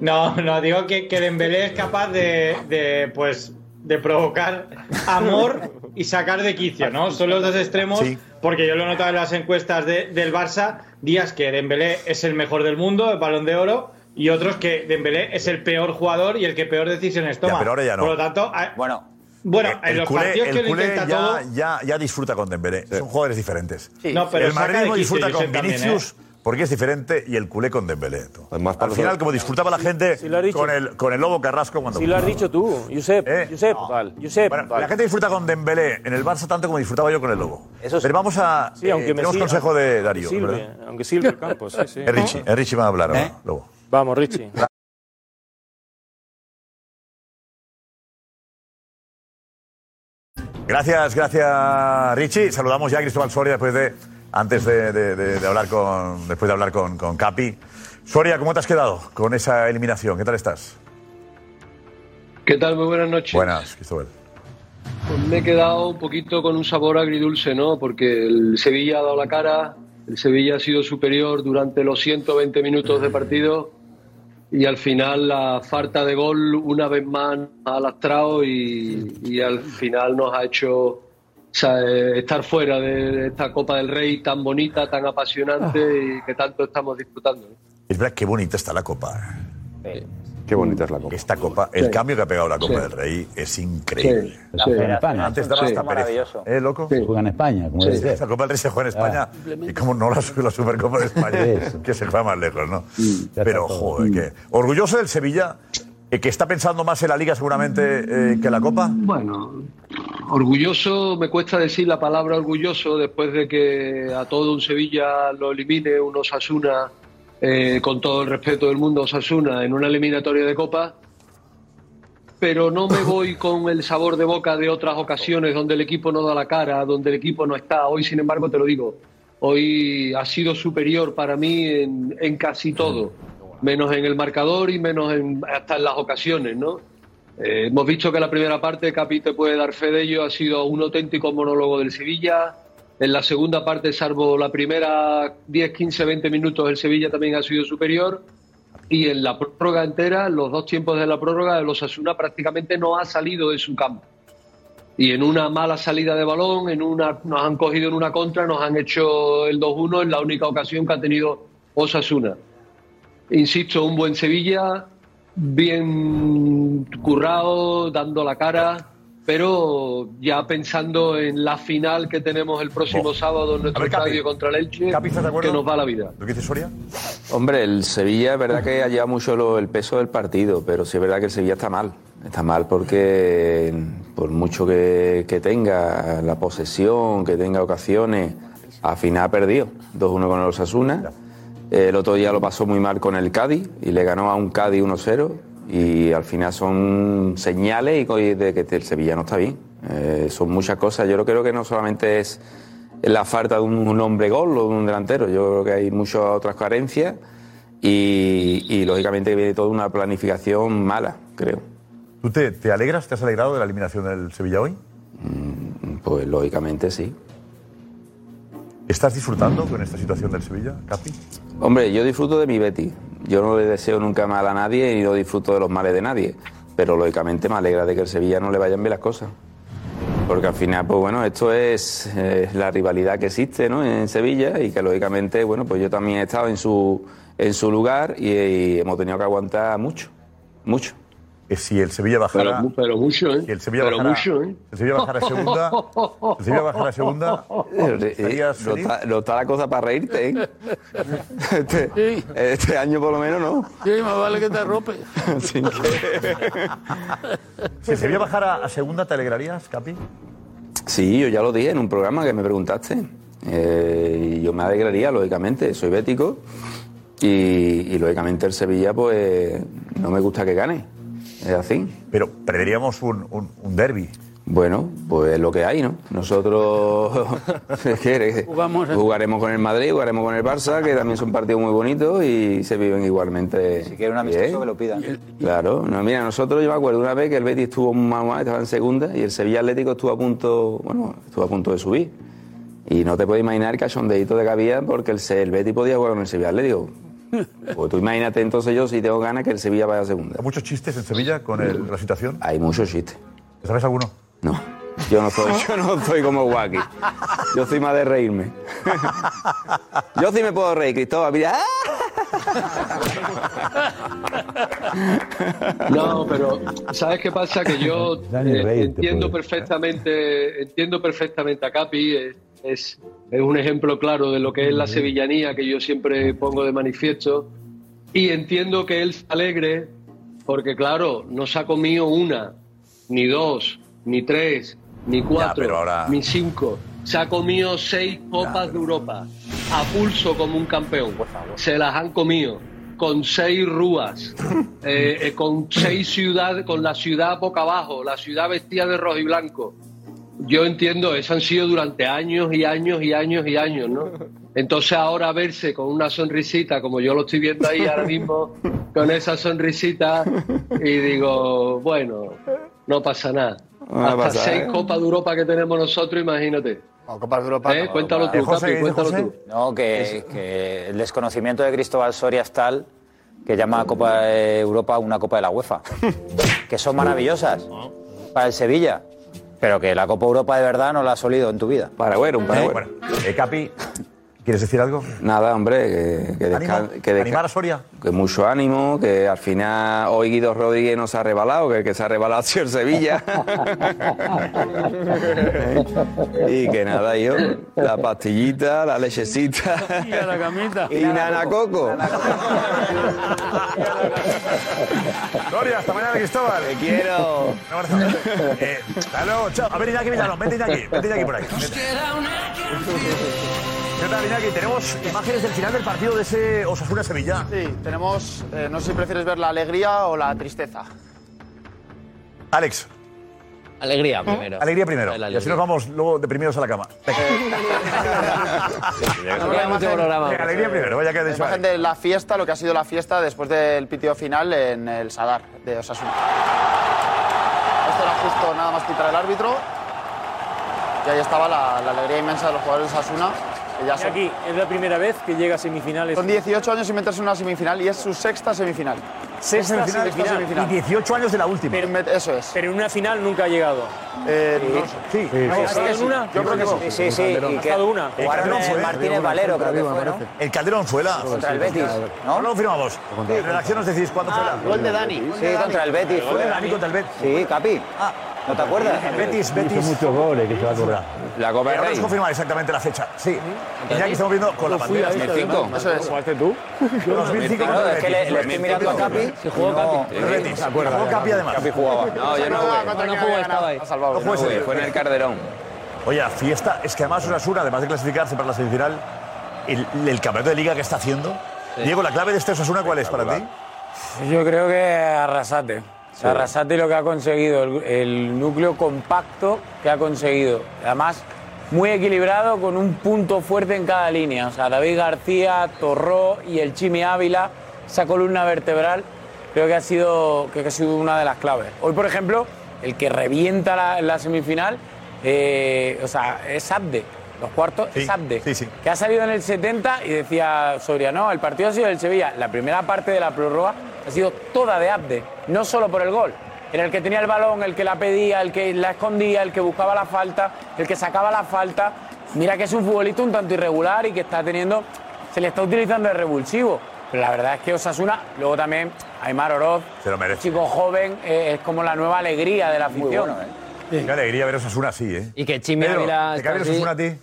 Speaker 15: No, no, digo que, que Dembélé es capaz de, de, pues, de provocar amor y sacar de quicio, ¿no? Son los dos extremos, porque yo lo he notado en las encuestas de- del Barça, días que Dembélé es el mejor del mundo, el Balón de Oro, y otros que Dembélé es el peor jugador y el que peor decisiones toma.
Speaker 3: pero ahora ya no.
Speaker 15: Por lo tanto, bueno, Bueno,
Speaker 3: Eh,
Speaker 15: en los
Speaker 3: culé-
Speaker 15: partidos que
Speaker 3: el
Speaker 15: lo
Speaker 3: culé
Speaker 15: intenta
Speaker 3: ya,
Speaker 15: todo-
Speaker 3: ya, ya disfruta con Dembélé. Son jugadores diferentes.
Speaker 15: Sí. No, pero
Speaker 3: el
Speaker 15: saca de
Speaker 3: madridismo
Speaker 15: quicio
Speaker 3: disfruta
Speaker 15: Josep
Speaker 3: con
Speaker 15: también, ¿eh?
Speaker 3: Vinicius porque es diferente y el culé con Dembélé.
Speaker 13: Pues
Speaker 3: Al final, como disfrutaba la gente con, el, con el Lobo Carrasco cuando... ¿Eh?
Speaker 13: Sí lo has dicho tú, Josep. Josep, Josep.
Speaker 3: La gente disfruta con Dembélé en el Barça tanto como disfrutaba yo con el Lobo. Pero vamos a... eh,
Speaker 13: Sí, aunque
Speaker 3: tenemos
Speaker 13: Messi-
Speaker 3: consejo de Darío,
Speaker 13: Silve,
Speaker 3: ¿verdad?
Speaker 13: aunque Silve el campo, sí, sí.
Speaker 3: Eh, Richie, eh, Richie va a hablar ahora,
Speaker 13: ¿Eh?
Speaker 3: Lobo.
Speaker 13: Vamos, Richie.
Speaker 3: Gracias, gracias Ah, Richie. Saludamos ya a Cristóbal Soria después de antes de, de- de- de hablar con después de hablar con, con Capi. Soria, ¿cómo te has quedado con esa eliminación? ¿Qué tal estás?
Speaker 12: ¿Qué tal? Muy buenas noches.
Speaker 3: Buenas, Cristóbal.
Speaker 12: Pues me he quedado un poquito con un sabor agridulce, ¿no? Porque el Sevilla ha dado la cara, el Sevilla ha sido superior durante los 120 minutos de partido y al final la falta de gol una vez más nos ha lastrado y, y al final nos ha hecho o sea, eh, estar fuera de esta Copa del Rey tan bonita, tan apasionante y que tanto estamos disfrutando. ¿no?
Speaker 3: Es verdad, qué bonita está la copa. Qué bonita es la copa. Esta copa, el
Speaker 12: Sí.
Speaker 3: cambio que ha pegado la Copa
Speaker 12: Sí.
Speaker 3: del Rey es increíble.
Speaker 12: Sí. La Sí. federación
Speaker 3: Antes daba
Speaker 12: sí.
Speaker 3: hasta pereza.
Speaker 12: Maravilloso. Ah.
Speaker 3: ¿Eh, loco?
Speaker 32: Juega en España, como
Speaker 3: Sí,
Speaker 32: debe ser.
Speaker 3: esa Copa del Rey se juega en España. Y como no la, la Supercopa de España, que se juega más lejos, ¿no? Pero, joder, que. Orgulloso del Sevilla, eh, que está pensando más en la Liga seguramente eh, que en la Copa.
Speaker 12: Bueno, Orgulloso, me cuesta decir la palabra orgulloso después de que a todo un Sevilla lo elimine un Osasuna, eh, con todo el respeto del mundo, Osasuna, en una eliminatoria de Copa. Pero no me voy con el sabor de boca de otras ocasiones donde el equipo no da la cara, donde el equipo no está. Hoy, sin embargo, te lo digo, hoy ha sido superior para mí en, en casi todo, menos en el marcador y menos en, hasta en las ocasiones, ¿no? Eh, hemos visto que la primera parte, Capi te puede dar fe de ello, ha sido un auténtico monólogo del Sevilla. En la segunda parte, salvo la primera 10, 15, 20 minutos, el Sevilla también ha sido superior. Y en la prórroga entera, los dos tiempos de la prórroga, el Osasuna prácticamente no ha salido de su campo. Y en una mala salida de balón, en una, nos han cogido en una contra, nos han hecho el 2-1 en la única ocasión que ha tenido Osasuna. Insisto, un buen Sevilla, bien currado, dando la cara, pero ya pensando en la final que tenemos el próximo sábado en nuestro estadio contra el Elche, que nos va la vida.
Speaker 3: ¿Lo que dice Soria?
Speaker 16: Hombre, el Sevilla es verdad que ha llevado mucho lo- el peso del partido, pero sí es verdad que el Sevilla está mal. Está mal porque por mucho que, que tenga la posesión, que tenga ocasiones, al final ha perdido 2-1 con el Osasuna. El otro día lo pasó muy mal con el Cádiz y le ganó a un Cádiz 1-0 y al final son señales y co- y de que el Sevilla no está bien. Eh, son muchas cosas. Yo creo que no solamente es la falta de un, un hombre gol o de un delantero. Yo creo que hay muchas otras carencias y, y, lógicamente viene toda una planificación mala, creo.
Speaker 3: ¿Tú te, te alegras, te has alegrado de la eliminación del Sevilla hoy?
Speaker 16: Pues lógicamente sí.
Speaker 3: ¿Estás disfrutando con esta situación del Sevilla, Capi?
Speaker 16: Hombre, yo disfruto de mi Betty. Yo no le deseo nunca mal a nadie y no disfruto de los males de nadie. Pero lógicamente me alegra de que el Sevilla no le vayan bien las cosas. Porque al final, pues bueno, esto es eh, la rivalidad que existe ¿no? en Sevilla y que lógicamente, bueno, pues yo también he estado en su, en su lugar y, y hemos tenido que aguantar mucho, mucho.
Speaker 3: Si el Sevilla bajara-
Speaker 16: Pero,
Speaker 12: mucho, ¿eh?
Speaker 3: el Sevilla
Speaker 16: Pero
Speaker 3: bajara,
Speaker 16: mucho, ¿eh?
Speaker 3: el Sevilla bajara a segunda, el Sevilla bajara a segunda, ¿estarías
Speaker 16: Eh, no,
Speaker 3: feliz?
Speaker 16: está, no está la cosa para reírte, ¿eh? Este, este año por lo menos no.
Speaker 34: Sí, más vale que te arrope.
Speaker 16: Así que-
Speaker 3: Si el Sevilla bajara a segunda, ¿te alegrarías, Capi?
Speaker 16: Sí, yo ya lo dije en un programa que me preguntaste. Eh, y yo me alegraría, lógicamente, soy bético. Y, y, lógicamente el Sevilla, pues no me gusta que gane. Es así.
Speaker 3: Pero perderíamos un, derby.
Speaker 16: Bueno, pues es lo que hay, ¿no? Nosotros ¿qué quieres? jugaremos con el Madrid, jugaremos con el Barça, que también son partidos muy bonitos y se viven igualmente. Si quieren un
Speaker 12: ¿Eh?
Speaker 10: amistoso, que lo pidan.
Speaker 16: Claro, no, mira, nosotros yo me acuerdo una vez que el Betis estuvo más mal, estaba en segunda y el Sevilla Atlético estuvo a punto, bueno, estuvo a punto de subir. Y no te puedes imaginar el cachondeíto de que había porque el, Se- el Betis podía jugar con el Sevilla Atlético. Pues tú imagínate entonces yo si tengo ganas que el Sevilla vaya a segunda.
Speaker 3: ¿Hay muchos chistes en Sevilla con el- la situación?
Speaker 16: Hay muchos chistes.
Speaker 3: ¿Te sabes alguno?
Speaker 16: No. Yo no soy, yo no soy como Wacky. Yo soy más de reírme. Yo sí me puedo reír, Cristóbal. Mira, ¡ah!
Speaker 12: No, pero ¿sabes qué pasa? Que yo
Speaker 13: Dani,
Speaker 12: eh,
Speaker 13: reírte,
Speaker 12: entiendo perfectamente, entiendo perfectamente a Capi, es, es, es un ejemplo claro de lo que es la sevillanía que yo siempre pongo de manifiesto. Y entiendo que él se alegre, porque claro, no se ha comido una, ni dos, ni tres, ni cuatro,
Speaker 3: pero ahora-
Speaker 12: ni cinco. Se ha comido seis copas de Europa, a pulso como un campeón. Se las han comido con seis rúas, eh, eh, con seis ciudades, con la ciudad boca abajo, la ciudad vestida de rojo y blanco. Yo entiendo, eso han sido durante años y años y años y años, ¿no? Entonces ahora verse con una sonrisita, como yo lo estoy viendo ahí ahora mismo, con esa sonrisita, y digo, bueno, no pasa nada.
Speaker 16: No
Speaker 12: Hasta
Speaker 16: pasa
Speaker 12: seis
Speaker 16: nada.
Speaker 12: copas de Europa que tenemos nosotros, imagínate.
Speaker 7: copas de Europa.
Speaker 12: Eh, cuéntalo tú, Capi, cuéntalo tú.
Speaker 31: No, que, que el desconocimiento de Cristóbal Soria es tal que llama a Copa de Europa una Copa de la UEFA. que son maravillosas para el Sevilla. Pero que la Copa Europa de verdad no la has olido en tu vida.
Speaker 16: Paragüero, un paragüero.
Speaker 3: Eh, Capi, ¿quieres decir algo?
Speaker 16: Nada, hombre, que, que, desca- que desca-
Speaker 3: ¿Animar a Soria?
Speaker 16: que mucho ánimo, que al final hoy Guido Rodríguez no se ha rebalado, que el que se ha rebalado ha sido el Sevilla. y que nada, yo, la pastillita, la lechecita.
Speaker 35: Y a la camita.
Speaker 16: Y Nana Coco.
Speaker 3: Soria, hasta mañana, Cristóbal. Te
Speaker 16: quiero.
Speaker 3: Un abrazo. Eh, hasta luego, chao. A ver, Iñaki Villalón, vete aquí, vete aquí por aquí. ¿Qué tal, Iñaki? Tenemos imágenes del final del partido de ese Osasuna-Sevilla.
Speaker 34: Sí, tenemos, eh, no sé si prefieres ver la alegría o la tristeza.
Speaker 3: Alex. ¿Eh?
Speaker 20: Alegría primero.
Speaker 3: Alegría primero. Y así nos vamos luego deprimidos a la cama.
Speaker 34: Tenemos la
Speaker 20: mucho
Speaker 34: imagen-
Speaker 20: programa.
Speaker 34: eh,
Speaker 3: Alegría primero, vaya que ha
Speaker 34: la
Speaker 3: dicho
Speaker 34: imagen de la fiesta, lo que ha sido la fiesta después del pitido final en el Sadar de Osasuna. Esto era justo nada más quitar el árbitro. Y ahí estaba la, la alegría inmensa de los jugadores de Osasuna. que ya son-
Speaker 6: Aquí es la primera vez que llega a semifinales.
Speaker 34: Son 18 años sin meterse en una semifinal y es su sexta semifinal.
Speaker 6: Sexta semifinal. Y
Speaker 3: 18 años de la última.
Speaker 34: eso es.
Speaker 6: Pero en una final nunca ha llegado.
Speaker 3: Eh, Sí.
Speaker 6: ¿Ha
Speaker 3: Sí,
Speaker 6: estado
Speaker 3: sí,
Speaker 6: en una?
Speaker 3: sí. Yo creo que sí.
Speaker 6: Sí, sí, y
Speaker 3: Calderón.
Speaker 6: que-
Speaker 3: Ha estado una.
Speaker 6: jugaron en Martínez Valero, creo que fue, ¿no?
Speaker 3: El Calderón fue la.
Speaker 31: Contra el Betis,
Speaker 3: ¿no? lo firmamos. En redacción nos decís cuándo fue la.
Speaker 31: gol de Dani. Sí, contra el Betis.
Speaker 3: Gol de Dani contra el Betis.
Speaker 31: Sí, Capi. Ah, ¿No te acuerdas?
Speaker 3: El Betis, Betis.
Speaker 31: Hizo
Speaker 3: muchos goles que se va a cobrar.
Speaker 16: La Copa del
Speaker 3: Ahora
Speaker 16: Rey.
Speaker 3: nos confirma exactamente la fecha. Sí. Y ya que estamos viendo con la pantalla.
Speaker 34: Eso es.
Speaker 7: ¿Jugaste tú?
Speaker 3: 2005 contra el Betis.
Speaker 34: Se jugó Capi.
Speaker 3: El Betis. Jugó Capi además.
Speaker 16: Capi jugaba. No, yo no jugué.
Speaker 34: no jugó, estaba ahí.
Speaker 3: No
Speaker 16: No jugué, fue en el Calderón.
Speaker 3: Oye, la fiesta, es que además Osasuna, además de clasificarse para la semifinal, el, el campeonato de liga que está haciendo. Diego, ¿la clave de este Osasuna cuál es para ti?
Speaker 31: Yo creo que Arrasate. Arrasate lo que ha conseguido, el, el núcleo compacto que ha conseguido. Además, muy equilibrado, con un punto fuerte en cada línea. O sea, David García, Torró y el Chimi Ávila, esa columna vertebral, creo que ha sido, creo que ha sido una de las claves. Hoy, por ejemplo, el que revienta la, la semifinal, eh, o sea, es Abde. Los cuartos es Abde que ha salido en el 70 y decía Soria, no, el partido ha sido del Sevilla. La primera parte de la prórroga ha sido toda de Abde, no solo por el gol. Era el que tenía el balón, el que la pedía, el que la escondía, el que buscaba la falta, el que sacaba la falta. Mira que es un futbolista un tanto irregular y que está teniendo, se le está utilizando el revulsivo. Pero la verdad es que Osasuna, luego también Aymar Oroz,
Speaker 3: Se lo merece.
Speaker 31: chico joven, eh, es como la nueva alegría de la afición.
Speaker 3: Qué alegría ver a Osasuna así, ¿eh?
Speaker 20: Y que
Speaker 3: Chimi Pedro, Ávila ¿te está cabe el así. Osasuna a ti?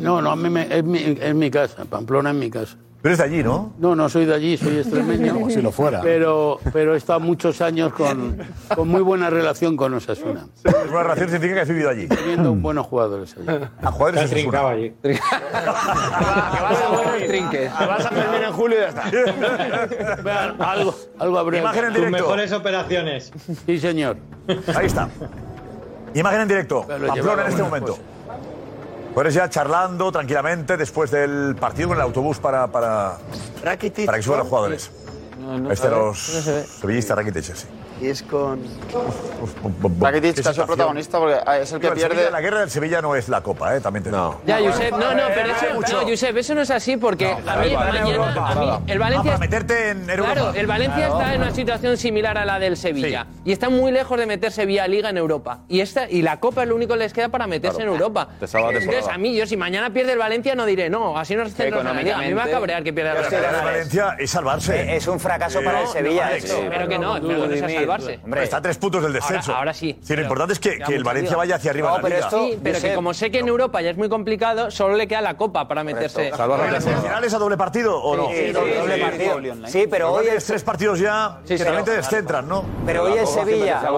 Speaker 13: No, no, a mí me- es, mi, es mi casa, Pamplona es mi casa.
Speaker 3: Pero es de allí, ¿no?
Speaker 13: No, no soy de allí, soy extremeño.
Speaker 36: Como si lo fuera.
Speaker 13: Pero, pero he estado muchos años con, con muy buena relación con Osasuna.
Speaker 3: Es una relación significa que has vivido allí.
Speaker 13: Teniendo buenos jugadores allí.
Speaker 3: A jugadores
Speaker 13: Osasuna.
Speaker 3: Osasuna.
Speaker 13: allí.
Speaker 7: Vas a perder en julio y ya
Speaker 13: está. Algo, algo habría.
Speaker 37: Tus mejores operaciones.
Speaker 13: Sí, señor.
Speaker 3: Ahí está. Imagen en directo. Pamplona en este momento. Pues ya charlando tranquilamente después del partido con el autobús para, para, para que suban los jugadores. Este de los sevillistas, Rakitic, sí.
Speaker 34: Y es con.
Speaker 3: ¿Qué
Speaker 34: Rakitic, que es el
Speaker 3: sensación?
Speaker 34: protagonista porque ah, es el que
Speaker 3: Digo, el Sevilla,
Speaker 34: pierde.
Speaker 3: la guerra del Sevilla no es la Copa, ¿eh? También te digo.
Speaker 4: Ya, Josep, no, no, pero eso, no, Josep, eso no es así porque a mí mañana- a mí el Valencia...
Speaker 3: para meterte en Europa.
Speaker 4: Claro, el Valencia
Speaker 3: Claro.
Speaker 4: está en una situación similar a la del Sevilla y está muy lejos de meterse vía Liga en Europa. Y esta y la Copa es lo único que les queda para meterse
Speaker 16: Claro.
Speaker 4: en Europa.
Speaker 16: Te salva la
Speaker 4: Entonces,
Speaker 16: temporada.
Speaker 4: a mí, yo si mañana pierde el Valencia no diré, no, así no se centra en la Liga. A mí me va a cabrear que pierda el
Speaker 3: Pero
Speaker 4: Valencia.
Speaker 3: ganar Valencia es salvarse.
Speaker 4: Es un fracaso para el Sevilla,
Speaker 3: Alex.
Speaker 4: esto. Pero que no, pero que no es a salvarse. Hombre.
Speaker 3: Está a tres puntos del descenso. Ahora, sí. lo
Speaker 4: pero-
Speaker 3: importante es que,
Speaker 4: Ya
Speaker 3: que el
Speaker 4: mucho
Speaker 3: Valencia
Speaker 4: lío.
Speaker 3: vaya hacia arriba. en la liga.
Speaker 4: sí, pero que como sé que en Europa ya es muy complicado, solo le queda la Copa para meterse.
Speaker 3: ¿Las semifinales a doble partido o no?
Speaker 4: Sí, sí, doble- doble partido.
Speaker 3: Sí, pero hoy
Speaker 4: es-
Speaker 3: es tres partidos ya
Speaker 4: Sí,
Speaker 3: que
Speaker 4: sí,
Speaker 3: también
Speaker 4: pero-
Speaker 3: te descentran, ¿no?
Speaker 10: pero hoy el Sevilla-
Speaker 3: La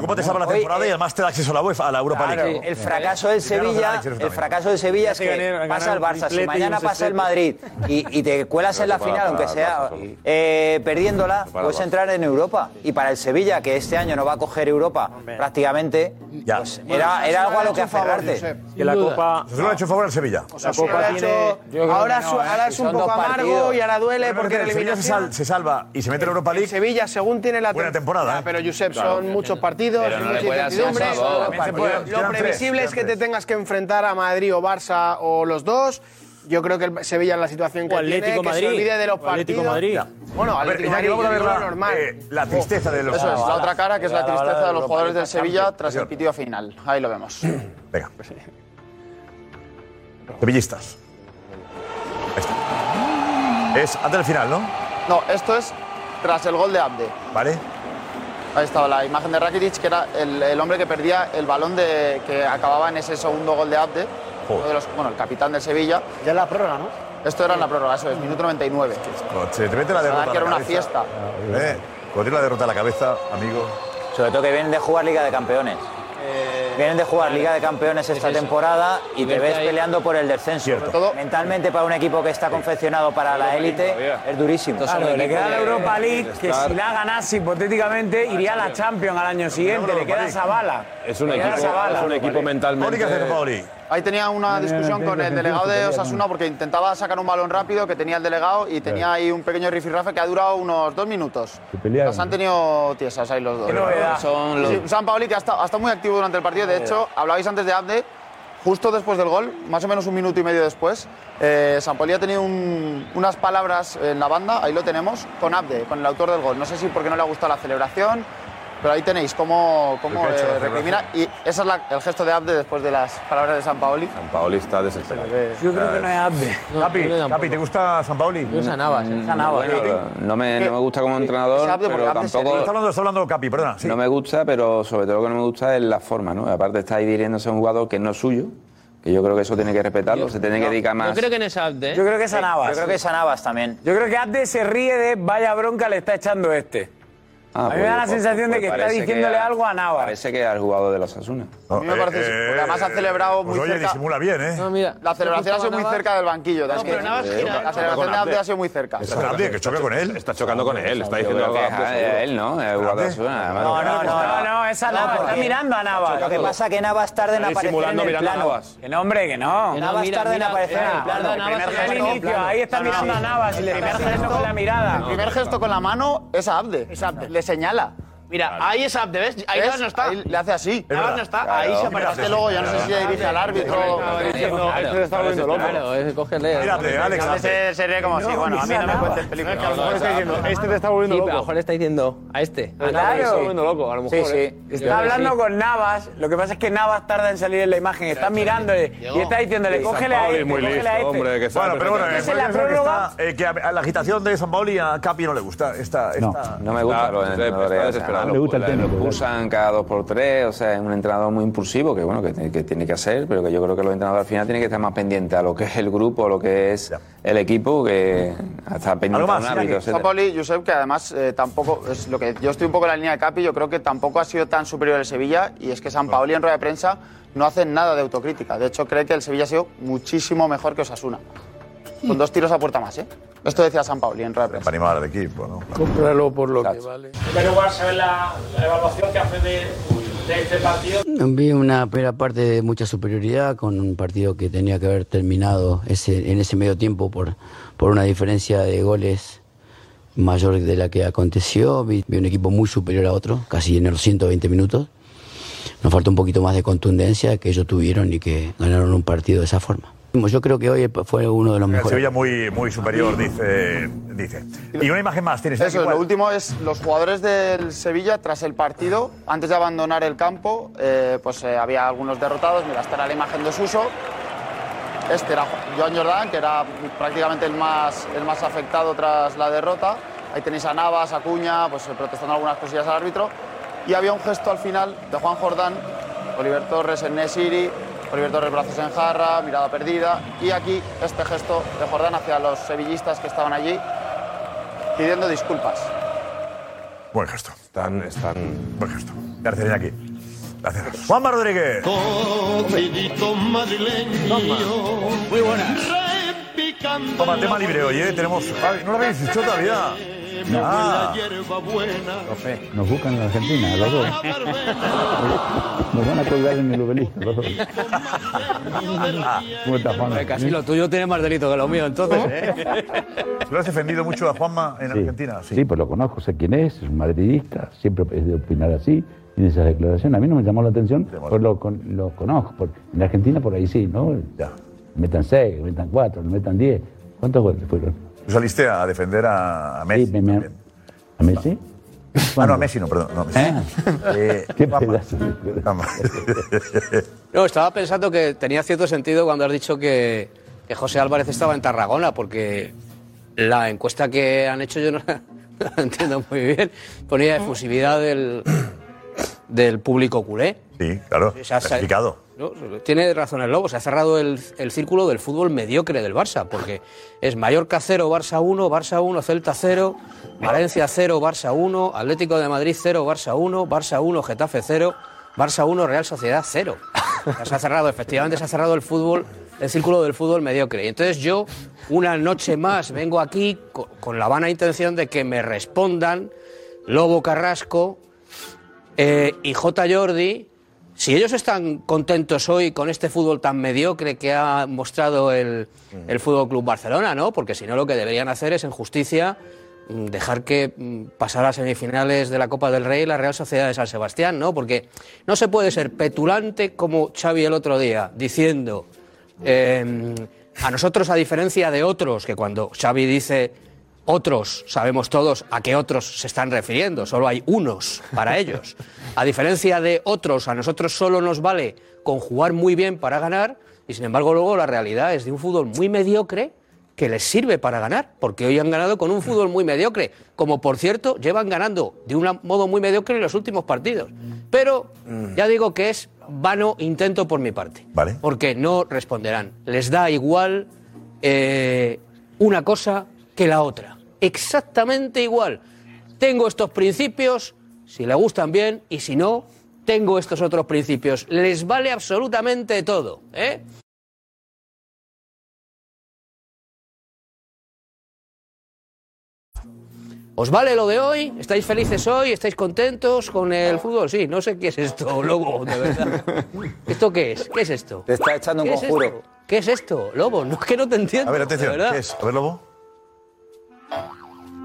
Speaker 3: Copa te salva la
Speaker 10: Hoy-
Speaker 3: temporada y además te da acceso a la UEFA, a la Europa
Speaker 10: Claro,
Speaker 3: League.
Speaker 10: el fracaso del
Speaker 3: Sí, ya nos da
Speaker 10: Sevilla,
Speaker 3: Alex
Speaker 10: el
Speaker 3: directamente.
Speaker 10: fracaso del Sevilla es
Speaker 3: Ya se
Speaker 10: que
Speaker 3: gané-
Speaker 10: pasa el
Speaker 3: ganaron
Speaker 10: Barça. Si
Speaker 3: triplete y
Speaker 10: mañana
Speaker 3: un
Speaker 10: pasa el
Speaker 3: sextete.
Speaker 10: Madrid y, y te cuelas en la
Speaker 3: Pero
Speaker 10: final,
Speaker 3: para-
Speaker 10: aunque
Speaker 3: para
Speaker 10: sea
Speaker 3: el Barça,
Speaker 10: eh, perdiéndola,
Speaker 3: Para el
Speaker 10: puedes
Speaker 3: Barça.
Speaker 10: entrar en Europa. Y para el Sevilla, que este año no va a coger Europa prácticamente, pues era, era algo a lo que aferrarte.
Speaker 3: Que la Copa. Se lo ha hecho un favor al Sevilla.
Speaker 10: La Copa
Speaker 34: Ahora
Speaker 10: tiene-
Speaker 34: es-
Speaker 10: Yo creo
Speaker 34: ahora
Speaker 10: que no,
Speaker 34: su-
Speaker 10: ¿eh?
Speaker 34: ahora
Speaker 10: Si
Speaker 34: es un
Speaker 10: son dos
Speaker 34: poco amargo
Speaker 10: partidos.
Speaker 34: y ahora duele
Speaker 3: Pero
Speaker 34: porque
Speaker 3: el
Speaker 34: la
Speaker 3: Sevilla se,
Speaker 34: eliminación.
Speaker 3: sal- se salva y se
Speaker 7: Eh,
Speaker 3: mete en Europa
Speaker 34: El
Speaker 3: League.
Speaker 34: Sevilla, según tiene la
Speaker 3: Buena
Speaker 34: tem-
Speaker 3: temporada,
Speaker 34: Ah,
Speaker 3: ¿eh?
Speaker 34: pero Josep,
Speaker 3: Claro.
Speaker 34: son muchos partidos,
Speaker 3: Pero no
Speaker 34: mucha
Speaker 3: le puede hacer
Speaker 34: incertidumbre.
Speaker 3: así, Sabo.
Speaker 34: También se puede-
Speaker 3: Eran
Speaker 34: Lo
Speaker 3: tres,
Speaker 34: previsible
Speaker 3: eran
Speaker 34: es que
Speaker 3: tres.
Speaker 34: te tengas que enfrentar a Madrid o Barça o los dos. Yo creo que el Sevilla en la situación que
Speaker 3: O
Speaker 34: tiene,
Speaker 3: Atlético
Speaker 34: que se
Speaker 3: Madrid.
Speaker 34: olvide de los
Speaker 3: O Atlético
Speaker 34: partidos.
Speaker 3: Madrid.
Speaker 34: Ya. Bueno,
Speaker 3: A ver,
Speaker 34: Atlético
Speaker 3: ya que
Speaker 34: Madrid,
Speaker 3: vamos a ver
Speaker 34: yo creo
Speaker 3: la-
Speaker 34: normal.
Speaker 3: eh, la tristeza de los-
Speaker 34: Eso es,
Speaker 3: la
Speaker 34: la
Speaker 3: bala.
Speaker 34: otra cara que es la
Speaker 3: La bala
Speaker 34: tristeza
Speaker 3: de
Speaker 34: de los
Speaker 3: Europa,
Speaker 34: jugadores del
Speaker 3: esta
Speaker 34: Sevilla
Speaker 3: Champions.
Speaker 34: tras el pitido final. Ahí lo vemos.
Speaker 3: Venga. Sevillistas. Ahí está. Es antes del final, ¿no?
Speaker 34: No, esto es tras el gol de Abde.
Speaker 3: Vale.
Speaker 34: Ahí estaba la imagen de Rakitic, que era el, el hombre que perdía el balón de, que acababa en ese segundo gol de Abde.
Speaker 3: Joder.
Speaker 34: uno de los- bueno, el capitán del Sevilla. Ya en la prórroga, ¿no? Esto era en la prórroga, eso es, minuto 99.
Speaker 3: Cuando se te mete la
Speaker 34: O sea,
Speaker 3: derrota. a
Speaker 34: Ah, que
Speaker 3: la
Speaker 34: era una
Speaker 3: cabeza,
Speaker 34: fiesta. Ah,
Speaker 3: eh, Cuando tiene la derrota a la cabeza, amigo.
Speaker 10: Sobre todo que vienen de jugar Liga de Campeones. Vienen de jugar Liga de Campeones esta temporada y
Speaker 34: Y
Speaker 10: te
Speaker 34: verte
Speaker 10: ves
Speaker 34: ahí.
Speaker 10: peleando por el descenso.
Speaker 34: Sobre todo-
Speaker 10: Mentalmente para un equipo que está confeccionado para la élite es durísimo.
Speaker 31: Claro, le queda la Europa League, que si la ganase
Speaker 16: Ah,
Speaker 31: hipotéticamente iría a la
Speaker 10: Champions al año
Speaker 31: siguiente. Le queda esa bala.
Speaker 16: Es un equipo, es un equipo mentalmente.
Speaker 34: Ahí tenía una discusión con el delegado de Osasuna porque intentaba sacar un balón rápido que tenía el delegado y tenía ahí un pequeño rifirrafe que ha durado unos dos minutos.
Speaker 7: pelearon.
Speaker 34: Las han tenido tiesas ahí los dos.
Speaker 7: Qué novedad.
Speaker 34: Son
Speaker 7: los-
Speaker 34: Sí, San Paoli que ha estado, ha estado muy activo durante el partido. De
Speaker 7: Qué
Speaker 34: hecho, hablabais antes de Abde, justo después del gol, más o menos un minuto y medio después, eh, San Paoli ha tenido un- unas palabras en la banda, ahí lo tenemos, con Abde, con el autor del gol. No sé si porque no le ha gustado la celebración, pero ahí tenéis cómo, cómo
Speaker 16: El pecho,
Speaker 34: eh,
Speaker 16: la celebración.
Speaker 34: recrimina. Y ese es la- el gesto de Abde después de las palabras de San Paoli.
Speaker 16: Paoli está desesperado.
Speaker 34: Yo
Speaker 16: creo que no es
Speaker 34: Abde.
Speaker 3: Capi, Capi, ¿te gusta San Paoli? Me
Speaker 34: gusta Navas, eh.
Speaker 3: Navas.
Speaker 16: Bueno, no, me, no me gusta como entrenador,
Speaker 3: Está
Speaker 16: pero tampoco...
Speaker 3: hablando, está hablando Capi, perdona.
Speaker 16: No me gusta, pero sobre todo lo que no me gusta es la forma, ¿no? Aparte está ahí dirigiéndose a un jugador que no es suyo, que yo creo que eso tiene que respetarlo, se tiene que dedicar más...
Speaker 4: Yo creo que en esa Abde.
Speaker 10: Yo creo que es a Navas.
Speaker 16: Yo creo que es a
Speaker 10: Navas también. Yo creo que Abde se ríe de vaya bronca le está echando este.
Speaker 16: Ah,
Speaker 10: a mí me da la
Speaker 16: pues,
Speaker 10: sensación de
Speaker 16: pues
Speaker 10: que está
Speaker 16: parece
Speaker 10: diciéndole
Speaker 16: a-
Speaker 10: algo a Navas.
Speaker 16: Parece que al jugador de los Asuna.
Speaker 34: A mí me parece, porque además ha celebrado
Speaker 16: Pues
Speaker 34: muy cerca.
Speaker 3: Pues bien, ¿eh?
Speaker 34: la celebración ha sido muy cerca del banquillo.
Speaker 16: No, pero Navas gira, ¿eh?
Speaker 34: La celebración de Abde ha sido muy cerca.
Speaker 3: que choca con él.
Speaker 16: Está chocando con él, está
Speaker 9: Yo
Speaker 16: diciendo
Speaker 9: creo
Speaker 16: algo
Speaker 9: que
Speaker 16: a Abde,
Speaker 9: es
Speaker 16: seguro. él, ¿no? El jugador de Osasuna, además.
Speaker 10: No, no, es a Navas, está
Speaker 31: porque-
Speaker 10: mirando a Navas.
Speaker 31: Está
Speaker 10: Lo que
Speaker 31: chocando.
Speaker 10: pasa es que Navas tarda en
Speaker 31: Está
Speaker 10: aparecer en
Speaker 31: disimulando
Speaker 10: el
Speaker 31: mirando a
Speaker 10: plano.
Speaker 31: Navas.
Speaker 10: Que no, hombre, que no.
Speaker 31: no,
Speaker 10: Navas
Speaker 31: mira,
Speaker 10: tarda en
Speaker 31: mira,
Speaker 10: aparecer en
Speaker 31: mira,
Speaker 10: el plano.
Speaker 31: Navas
Speaker 10: El
Speaker 31: está
Speaker 10: primer
Speaker 31: en el
Speaker 10: inicio,
Speaker 31: plano.
Speaker 10: ahí está
Speaker 31: No, no,
Speaker 10: mirando a Navas y le está haciendo con la mirada.
Speaker 34: El primer gesto con la mano es a Abde. Le señala. Mira,
Speaker 11: ahí es Abde, ¿ves? Ahí Navas no está.
Speaker 34: le hace así.
Speaker 11: Navas verdad. no está, ahí se aparece.
Speaker 34: Este luego ya no sé si le dirige al árbitro.
Speaker 4: Claro, Claro, es- cógele.
Speaker 34: Mírate, Alex. A veces sería como así, bueno, a mí no me cuentes películas.
Speaker 4: No, no, no, no.
Speaker 34: Este te está volviendo loco.
Speaker 4: Sí, pero
Speaker 34: Ah,
Speaker 4: A lo mejor le está diciendo a este. a
Speaker 10: Claro.
Speaker 4: Navas.
Speaker 10: Sí, sí.
Speaker 34: ¿eh?
Speaker 10: eh. Está hablando con Navas. Lo que pasa es que Navas tarda en salir en la imagen. Está mirándole y está diciéndole, cógele a este, cógele a este.
Speaker 3: Bueno, pero bueno,
Speaker 10: Esa es
Speaker 3: puede
Speaker 10: la
Speaker 3: ser que
Speaker 10: prórroga.
Speaker 3: está, eh, que a, a la agitación de San Paoli a Capi no le gusta. Esta, esta-
Speaker 16: No me gusta los entrenadores.
Speaker 3: pues, está
Speaker 16: o sea,
Speaker 3: desesperado. Pues,
Speaker 16: lo-
Speaker 3: Le gusta el
Speaker 16: lo
Speaker 3: técnico, claro.
Speaker 16: Impulsan cada dos por tres, o sea, es un entrenador muy impulsivo que, bueno, que, te- que tiene que hacer, pero que yo creo que los entrenadores al final tienen que estar más pendientes a lo que es el grupo, a lo que es el equipo, que
Speaker 3: Mm.
Speaker 16: hasta pendiente de un árbitro,
Speaker 34: San
Speaker 16: etcétera.
Speaker 34: Pauli, Josep, que además eh, tampoco es lo que yo estoy un poco en la línea de Capi, yo creo que tampoco ha sido tan superior el Sevilla y es que San Paoli en rueda de prensa no hace nada de autocrítica. De hecho, cree que el Sevilla ha sido muchísimo mejor que Osasuna. Con dos tiros a puerta más, ¿eh? Esto decía San Pauli en rueda de prensa.
Speaker 3: Para animar al equipo, ¿no?
Speaker 34: Cómpralo por lo que
Speaker 3: vale.
Speaker 31: Pero igual saber la, la evaluación que hace de, de este partido.
Speaker 28: Vi una primera parte de mucha superioridad con un partido que tenía que haber terminado ese, en ese medio tiempo por, por una diferencia de goles mayor de la que aconteció. Vi, vi un equipo muy superior a otro, casi en los 120 minutos. Nos falta un poquito más de contundencia que ellos tuvieron y que ganaron un partido de esa forma. Yo creo que hoy fue uno de los
Speaker 3: El
Speaker 28: mejores.
Speaker 3: Sevilla muy, muy superior, dice, dice. Y una imagen más tienes.
Speaker 34: Eso,
Speaker 3: Iñaki,
Speaker 34: lo
Speaker 3: ¿cuál?
Speaker 34: último es los jugadores del Sevilla tras el partido, antes de abandonar el campo, eh, pues eh, había algunos derrotados. Mira, esta era la imagen de Suso. Este era Joan Jordán, que era prácticamente el más, el más afectado tras la derrota. Ahí tenéis a Navas, a Cuña, pues eh, protestando algunas cosillas al árbitro. Y había un gesto al final de Juan Jordán, Oliver Torres en Nesiri, Oliver Torres brazos en jarra, mirada perdida. Y aquí este gesto de Jordán hacia los sevillistas que estaban allí pidiendo disculpas.
Speaker 3: Buen gesto. Están, están. Buen gesto. Gracias, aquí. Gracias. Juanma Rodríguez.
Speaker 38: Muy buenas.
Speaker 3: Toma, tema libre hoy, ¿eh? Tenemos. Ay, No lo habéis hecho todavía.
Speaker 5: No.
Speaker 3: Ah.
Speaker 5: Nos buscan en Argentina, los dos. Nos van a colgar en el obelisco, los dos. ¿Cómo estás, Juan?
Speaker 14: Ah, Casi lo tuyo tiene más delito que lo mío, entonces. ¿eh?
Speaker 3: ¿Lo has defendido mucho a Juanma en Argentina?
Speaker 5: Sí, pues lo conozco, sé quién es, es un madridista, siempre es de opinar así, tiene esas declaraciones. A mí no me llamó la atención, pues lo, con- lo conozco. porque en Argentina por ahí sí, ¿no? Metan seis, metan cuatro, metan diez. ¿Cuántos goles fueron?
Speaker 3: Tú saliste a defender a, a Messi. también.
Speaker 5: ¿A Messi?
Speaker 3: Ah, no, a Messi no, perdón. No, a Messi. Eh,
Speaker 5: Qué
Speaker 3: Juanma.
Speaker 5: pedazo de-
Speaker 3: Juanma.
Speaker 14: No, estaba pensando que tenía cierto sentido cuando has dicho que, que José Álvarez estaba en Tarragona, porque la encuesta que han hecho yo no la, no la entiendo muy bien. Ponía efusividad del, del público culé.
Speaker 3: Sí, claro.
Speaker 14: O sea, se-
Speaker 3: explicado.
Speaker 14: No, tiene razón el Lobo, se ha cerrado el, el círculo del fútbol mediocre del Barça, porque es Mallorca 0, Barça 1, Barça 1, Celta 0, Valencia 0, Barça 1, Atlético de Madrid 0, Barça 1, Barça 1, Getafe 0, Barça 1, Real Sociedad 0. O sea, Se ha cerrado, efectivamente se ha cerrado el fútbol, el círculo del fútbol mediocre. Y entonces yo, una noche más, vengo aquí co- con la vana intención de que me respondan Lobo Carrasco, eh, y J. Jordi, si ellos están contentos hoy con este fútbol tan mediocre que ha mostrado el, el Fútbol Club Barcelona, ¿no? Porque si no, lo que deberían hacer es, en justicia, mm, dejar que mm, pasara a semifinales de la Copa del Rey la Real Sociedad de San Sebastián, ¿no? Porque no se puede ser petulante como Xavi el otro día, diciendo. eh, a nosotros, a diferencia de otros, que cuando Xavi dice otros, sabemos todos a qué otros se están refiriendo, solo hay unos para ellos. A diferencia de otros, a nosotros solo nos vale conjugar muy bien para ganar y sin embargo luego la realidad es de un fútbol muy mediocre que les sirve para ganar, porque hoy han ganado con un fútbol muy mediocre, como por cierto llevan ganando de un modo muy mediocre en los últimos partidos. Pero ya digo que es vano intento por mi parte, porque no responderán, les da igual eh, una cosa que la otra. Exactamente igual. Tengo estos principios, si le gustan bien, y si no, tengo estos otros principios. Les vale absolutamente todo, ¿eh? ¿Os vale lo de hoy? ¿Estáis felices hoy? ¿Estáis contentos con el fútbol? Sí, no sé qué es esto, Lobo, de verdad. ¿Esto qué es? ¿Qué es esto?
Speaker 37: Te está echando un
Speaker 14: ¿Qué es esto?
Speaker 37: conjuro.
Speaker 14: ¿Qué es esto, Lobo? No, es que no te entiendo.
Speaker 3: A ver, atención.
Speaker 14: de verdad.
Speaker 3: ¿Qué es? A ver, Lobo.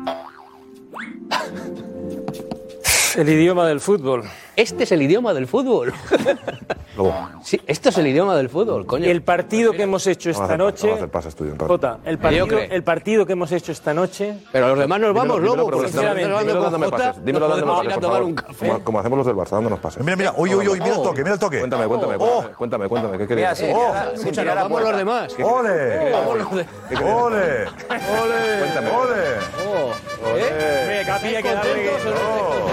Speaker 6: El idioma del fútbol.
Speaker 14: Este es el idioma del fútbol. Sí, esto es el idioma del fútbol, coño.
Speaker 6: El partido que hemos hecho esta noche. Jota, el partido,
Speaker 14: Mediocre.
Speaker 6: el partido que hemos hecho esta noche.
Speaker 14: Pero los demás nos vamos,
Speaker 9: Dímelo,
Speaker 14: Lobo,
Speaker 9: pero
Speaker 14: porque
Speaker 9: estamos-
Speaker 14: sinceramente,
Speaker 9: dímelo
Speaker 14: con
Speaker 9: dándome
Speaker 14: Jota
Speaker 9: pases. Dímelo
Speaker 14: no
Speaker 9: dándome pases,
Speaker 14: podemos ir a
Speaker 9: por
Speaker 14: tomar
Speaker 9: favor.
Speaker 14: un café.
Speaker 9: Como, como hacemos los del Barça, dándonos pases.
Speaker 3: Mira, mira, uy, uy, uy, mira el toque, mira el toque.
Speaker 9: Cuéntame, cuéntame, cuéntame, cuéntame, cuéntame, ¿qué querías
Speaker 3: Mira,
Speaker 9: decir?
Speaker 3: sin
Speaker 9: Oh.
Speaker 14: Escúchanos, vamos los demás.
Speaker 3: ¡Ole!
Speaker 14: Vamos los demás.
Speaker 9: ¿Qué querías decir?
Speaker 3: ¡Ole! ¡Ole! ¡Ole!
Speaker 6: Oye, Capi, hay que darle-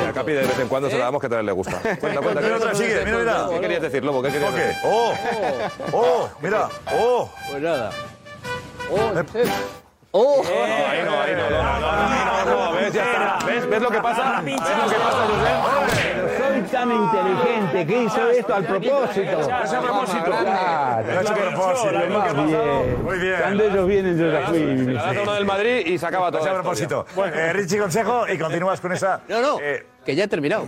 Speaker 9: Mira, Capi, de vez en cuando se la damos que también le gusta. Cuenta, cuenta.
Speaker 3: Mira otra, sigue, mira, mira.
Speaker 9: ¿Qué querías decir, Lobo? ¿Qué querías
Speaker 3: Toque.
Speaker 9: decir?
Speaker 3: ¡Oh! ¡Oh! Mira, ¡oh!
Speaker 14: Pues nada.
Speaker 9: Eh.
Speaker 14: ¡Oh!
Speaker 9: Ahí no, ahí no, no, no, no, no, no, ¿Ves? Ya está. ¿Ves? ¿Ves lo que pasa? ¿Ves lo que pasa, José?
Speaker 5: Soy tan inteligente que hice esto al propósito. Es a propósito.
Speaker 9: Lo ha hecho a propósito, lo que ha pasado. Muy bien.
Speaker 5: Cuando ellos vienen, yo ya
Speaker 9: Se la da
Speaker 5: fui.
Speaker 9: todo del Madrid y se acaba todo.
Speaker 3: Ese a propósito. Eh, Richie, consejo y continúas con esa.
Speaker 14: No, no.
Speaker 3: eh,
Speaker 14: que ya he terminado.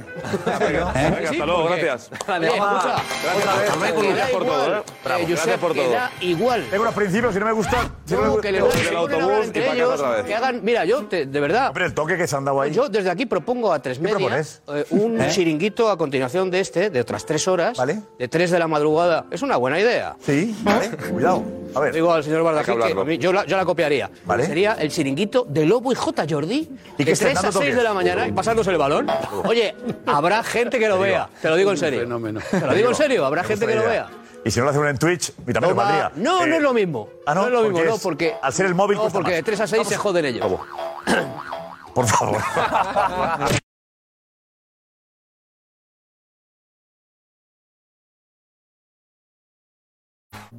Speaker 9: Venga, hasta luego,
Speaker 14: porque-
Speaker 9: gracias.
Speaker 14: Vale, escucha.
Speaker 9: Gracias, Michael, gracias por todo. ¿eh? Bravo, gracias por todo.
Speaker 14: igual. Uh,
Speaker 3: Tengo unos principios, si no me gusta. Si no, me
Speaker 14: que le
Speaker 3: gusta.
Speaker 14: den entre ellos, que hagan, mira, yo te- de verdad.
Speaker 3: Hombre, el toque que se han dado ahí.
Speaker 14: Yo desde aquí propongo a tres media
Speaker 3: propones?
Speaker 14: eh, un
Speaker 3: ¿Eh?
Speaker 14: chiringuito a continuación de este, de otras tres horas, de tres de la madrugada. Es una buena idea.
Speaker 3: Sí, vale, cuidado. A ver.
Speaker 14: Digo al señor
Speaker 3: Hay que
Speaker 14: Bardají que
Speaker 3: hablarlo.
Speaker 14: a mí- yo, la, yo la copiaría.
Speaker 3: Vale.
Speaker 14: Sería el chiringuito de Lobo y J. Jordi
Speaker 3: ¿Y qué
Speaker 14: de
Speaker 3: están
Speaker 14: 3 a
Speaker 3: dando
Speaker 14: 6 de la
Speaker 3: toques?
Speaker 14: mañana y pasándose el balón. Oye, habrá gente que lo
Speaker 3: Te digo.
Speaker 14: vea. Te lo digo en serio. Te lo digo en serio, habrá gente que lo vea.
Speaker 3: Y si no lo hacen en Twitch, y también lo
Speaker 14: Toma-
Speaker 3: valdría.
Speaker 14: No, no es lo mismo.
Speaker 3: ah, no,
Speaker 14: es lo mismo,
Speaker 3: porque
Speaker 14: no,
Speaker 3: es-
Speaker 14: porque.
Speaker 3: al ser el móvil
Speaker 14: No,
Speaker 3: cuesta
Speaker 14: porque
Speaker 3: más.
Speaker 14: de 3 a 6 se joden ellos.
Speaker 3: Por favor.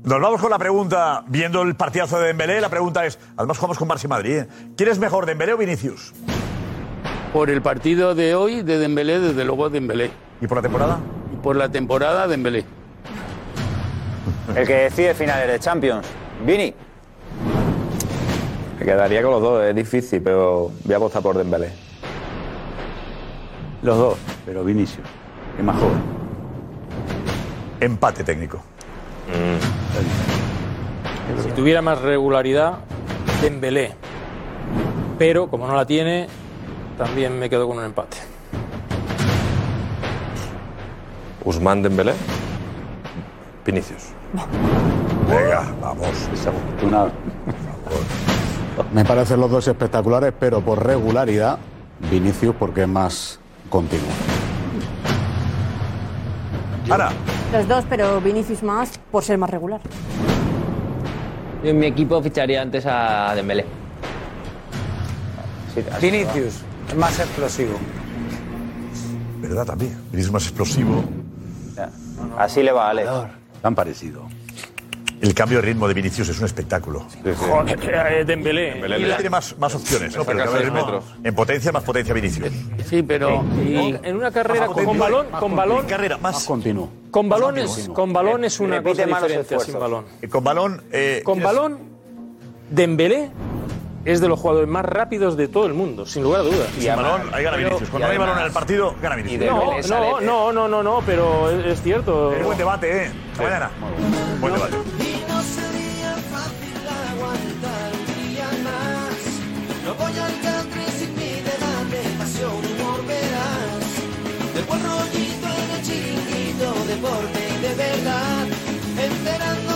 Speaker 3: Nos vamos con la pregunta, viendo el partidazo de Dembélé, la pregunta es, además jugamos con Barça y Madrid, ¿eh? ¿quién es mejor, Dembélé o Vinicius?
Speaker 1: Por el partido de hoy de Dembélé, desde luego Dembélé.
Speaker 3: ¿Y por la temporada?
Speaker 1: Por la temporada Dembélé.
Speaker 10: El que decide finales de Champions. Vini.
Speaker 16: Me quedaría con los dos, es difícil, pero voy a apostar por Dembélé.
Speaker 32: Los dos, pero Vinicius, que es más joven.
Speaker 3: Empate técnico.
Speaker 6: Si tuviera más regularidad, Dembélé. Pero como no la tiene, también me quedo con un empate.
Speaker 9: Usman Dembélé. Vinicius.
Speaker 3: Venga, vamos.
Speaker 2: Una- Me parecen los dos espectaculares, pero por regularidad, Vinicius porque es más continuo.
Speaker 3: Ahora.
Speaker 29: Los dos, pero Vinicius más por ser más regular.
Speaker 4: Yo en mi equipo ficharía antes a Dembélé.
Speaker 31: Vinicius, es más explosivo.
Speaker 3: ¿Verdad también? Vinicius más explosivo.
Speaker 10: Así le va a Alex.
Speaker 3: Tan parecido. El cambio de ritmo de Vinicius es un espectáculo.
Speaker 6: Joder, eh, Dembélé.
Speaker 3: Y él tiene más, más opciones, ¿no?
Speaker 6: saca
Speaker 3: Pero el
Speaker 6: seis
Speaker 3: cambio de ritmo, En potencia, más potencia Vinicius.
Speaker 1: Sí, pero
Speaker 6: Y en una carrera
Speaker 3: Más
Speaker 6: con,
Speaker 3: continuo,
Speaker 6: balón,
Speaker 3: más
Speaker 6: con
Speaker 3: continuo.
Speaker 6: balón,
Speaker 3: En carrera, más, continuo.
Speaker 6: con balón es, con balón es una
Speaker 3: Repite
Speaker 6: cosa
Speaker 3: malos
Speaker 6: diferente a sin
Speaker 3: esfuerzos.
Speaker 6: balón.
Speaker 3: Eh, Con balón, eh,
Speaker 6: Con balón, Dembélé es de los jugadores más rápidos de todo el mundo, sin lugar a dudas.
Speaker 3: sin balón, ahí gana Vinicius. Cuando no hay balón en el partido, gana Vinicius.
Speaker 6: No, no, no, no, no, no, pero es, es cierto.
Speaker 3: Es buen debate, ¿eh? Hasta mañana. Buen debate.
Speaker 37: Y no sería fácil aguantar un día más. No voy al country sin mi debate, pasión, humor, verás. De buen rollito en el chiringuito, deporte y de verdad. Enterando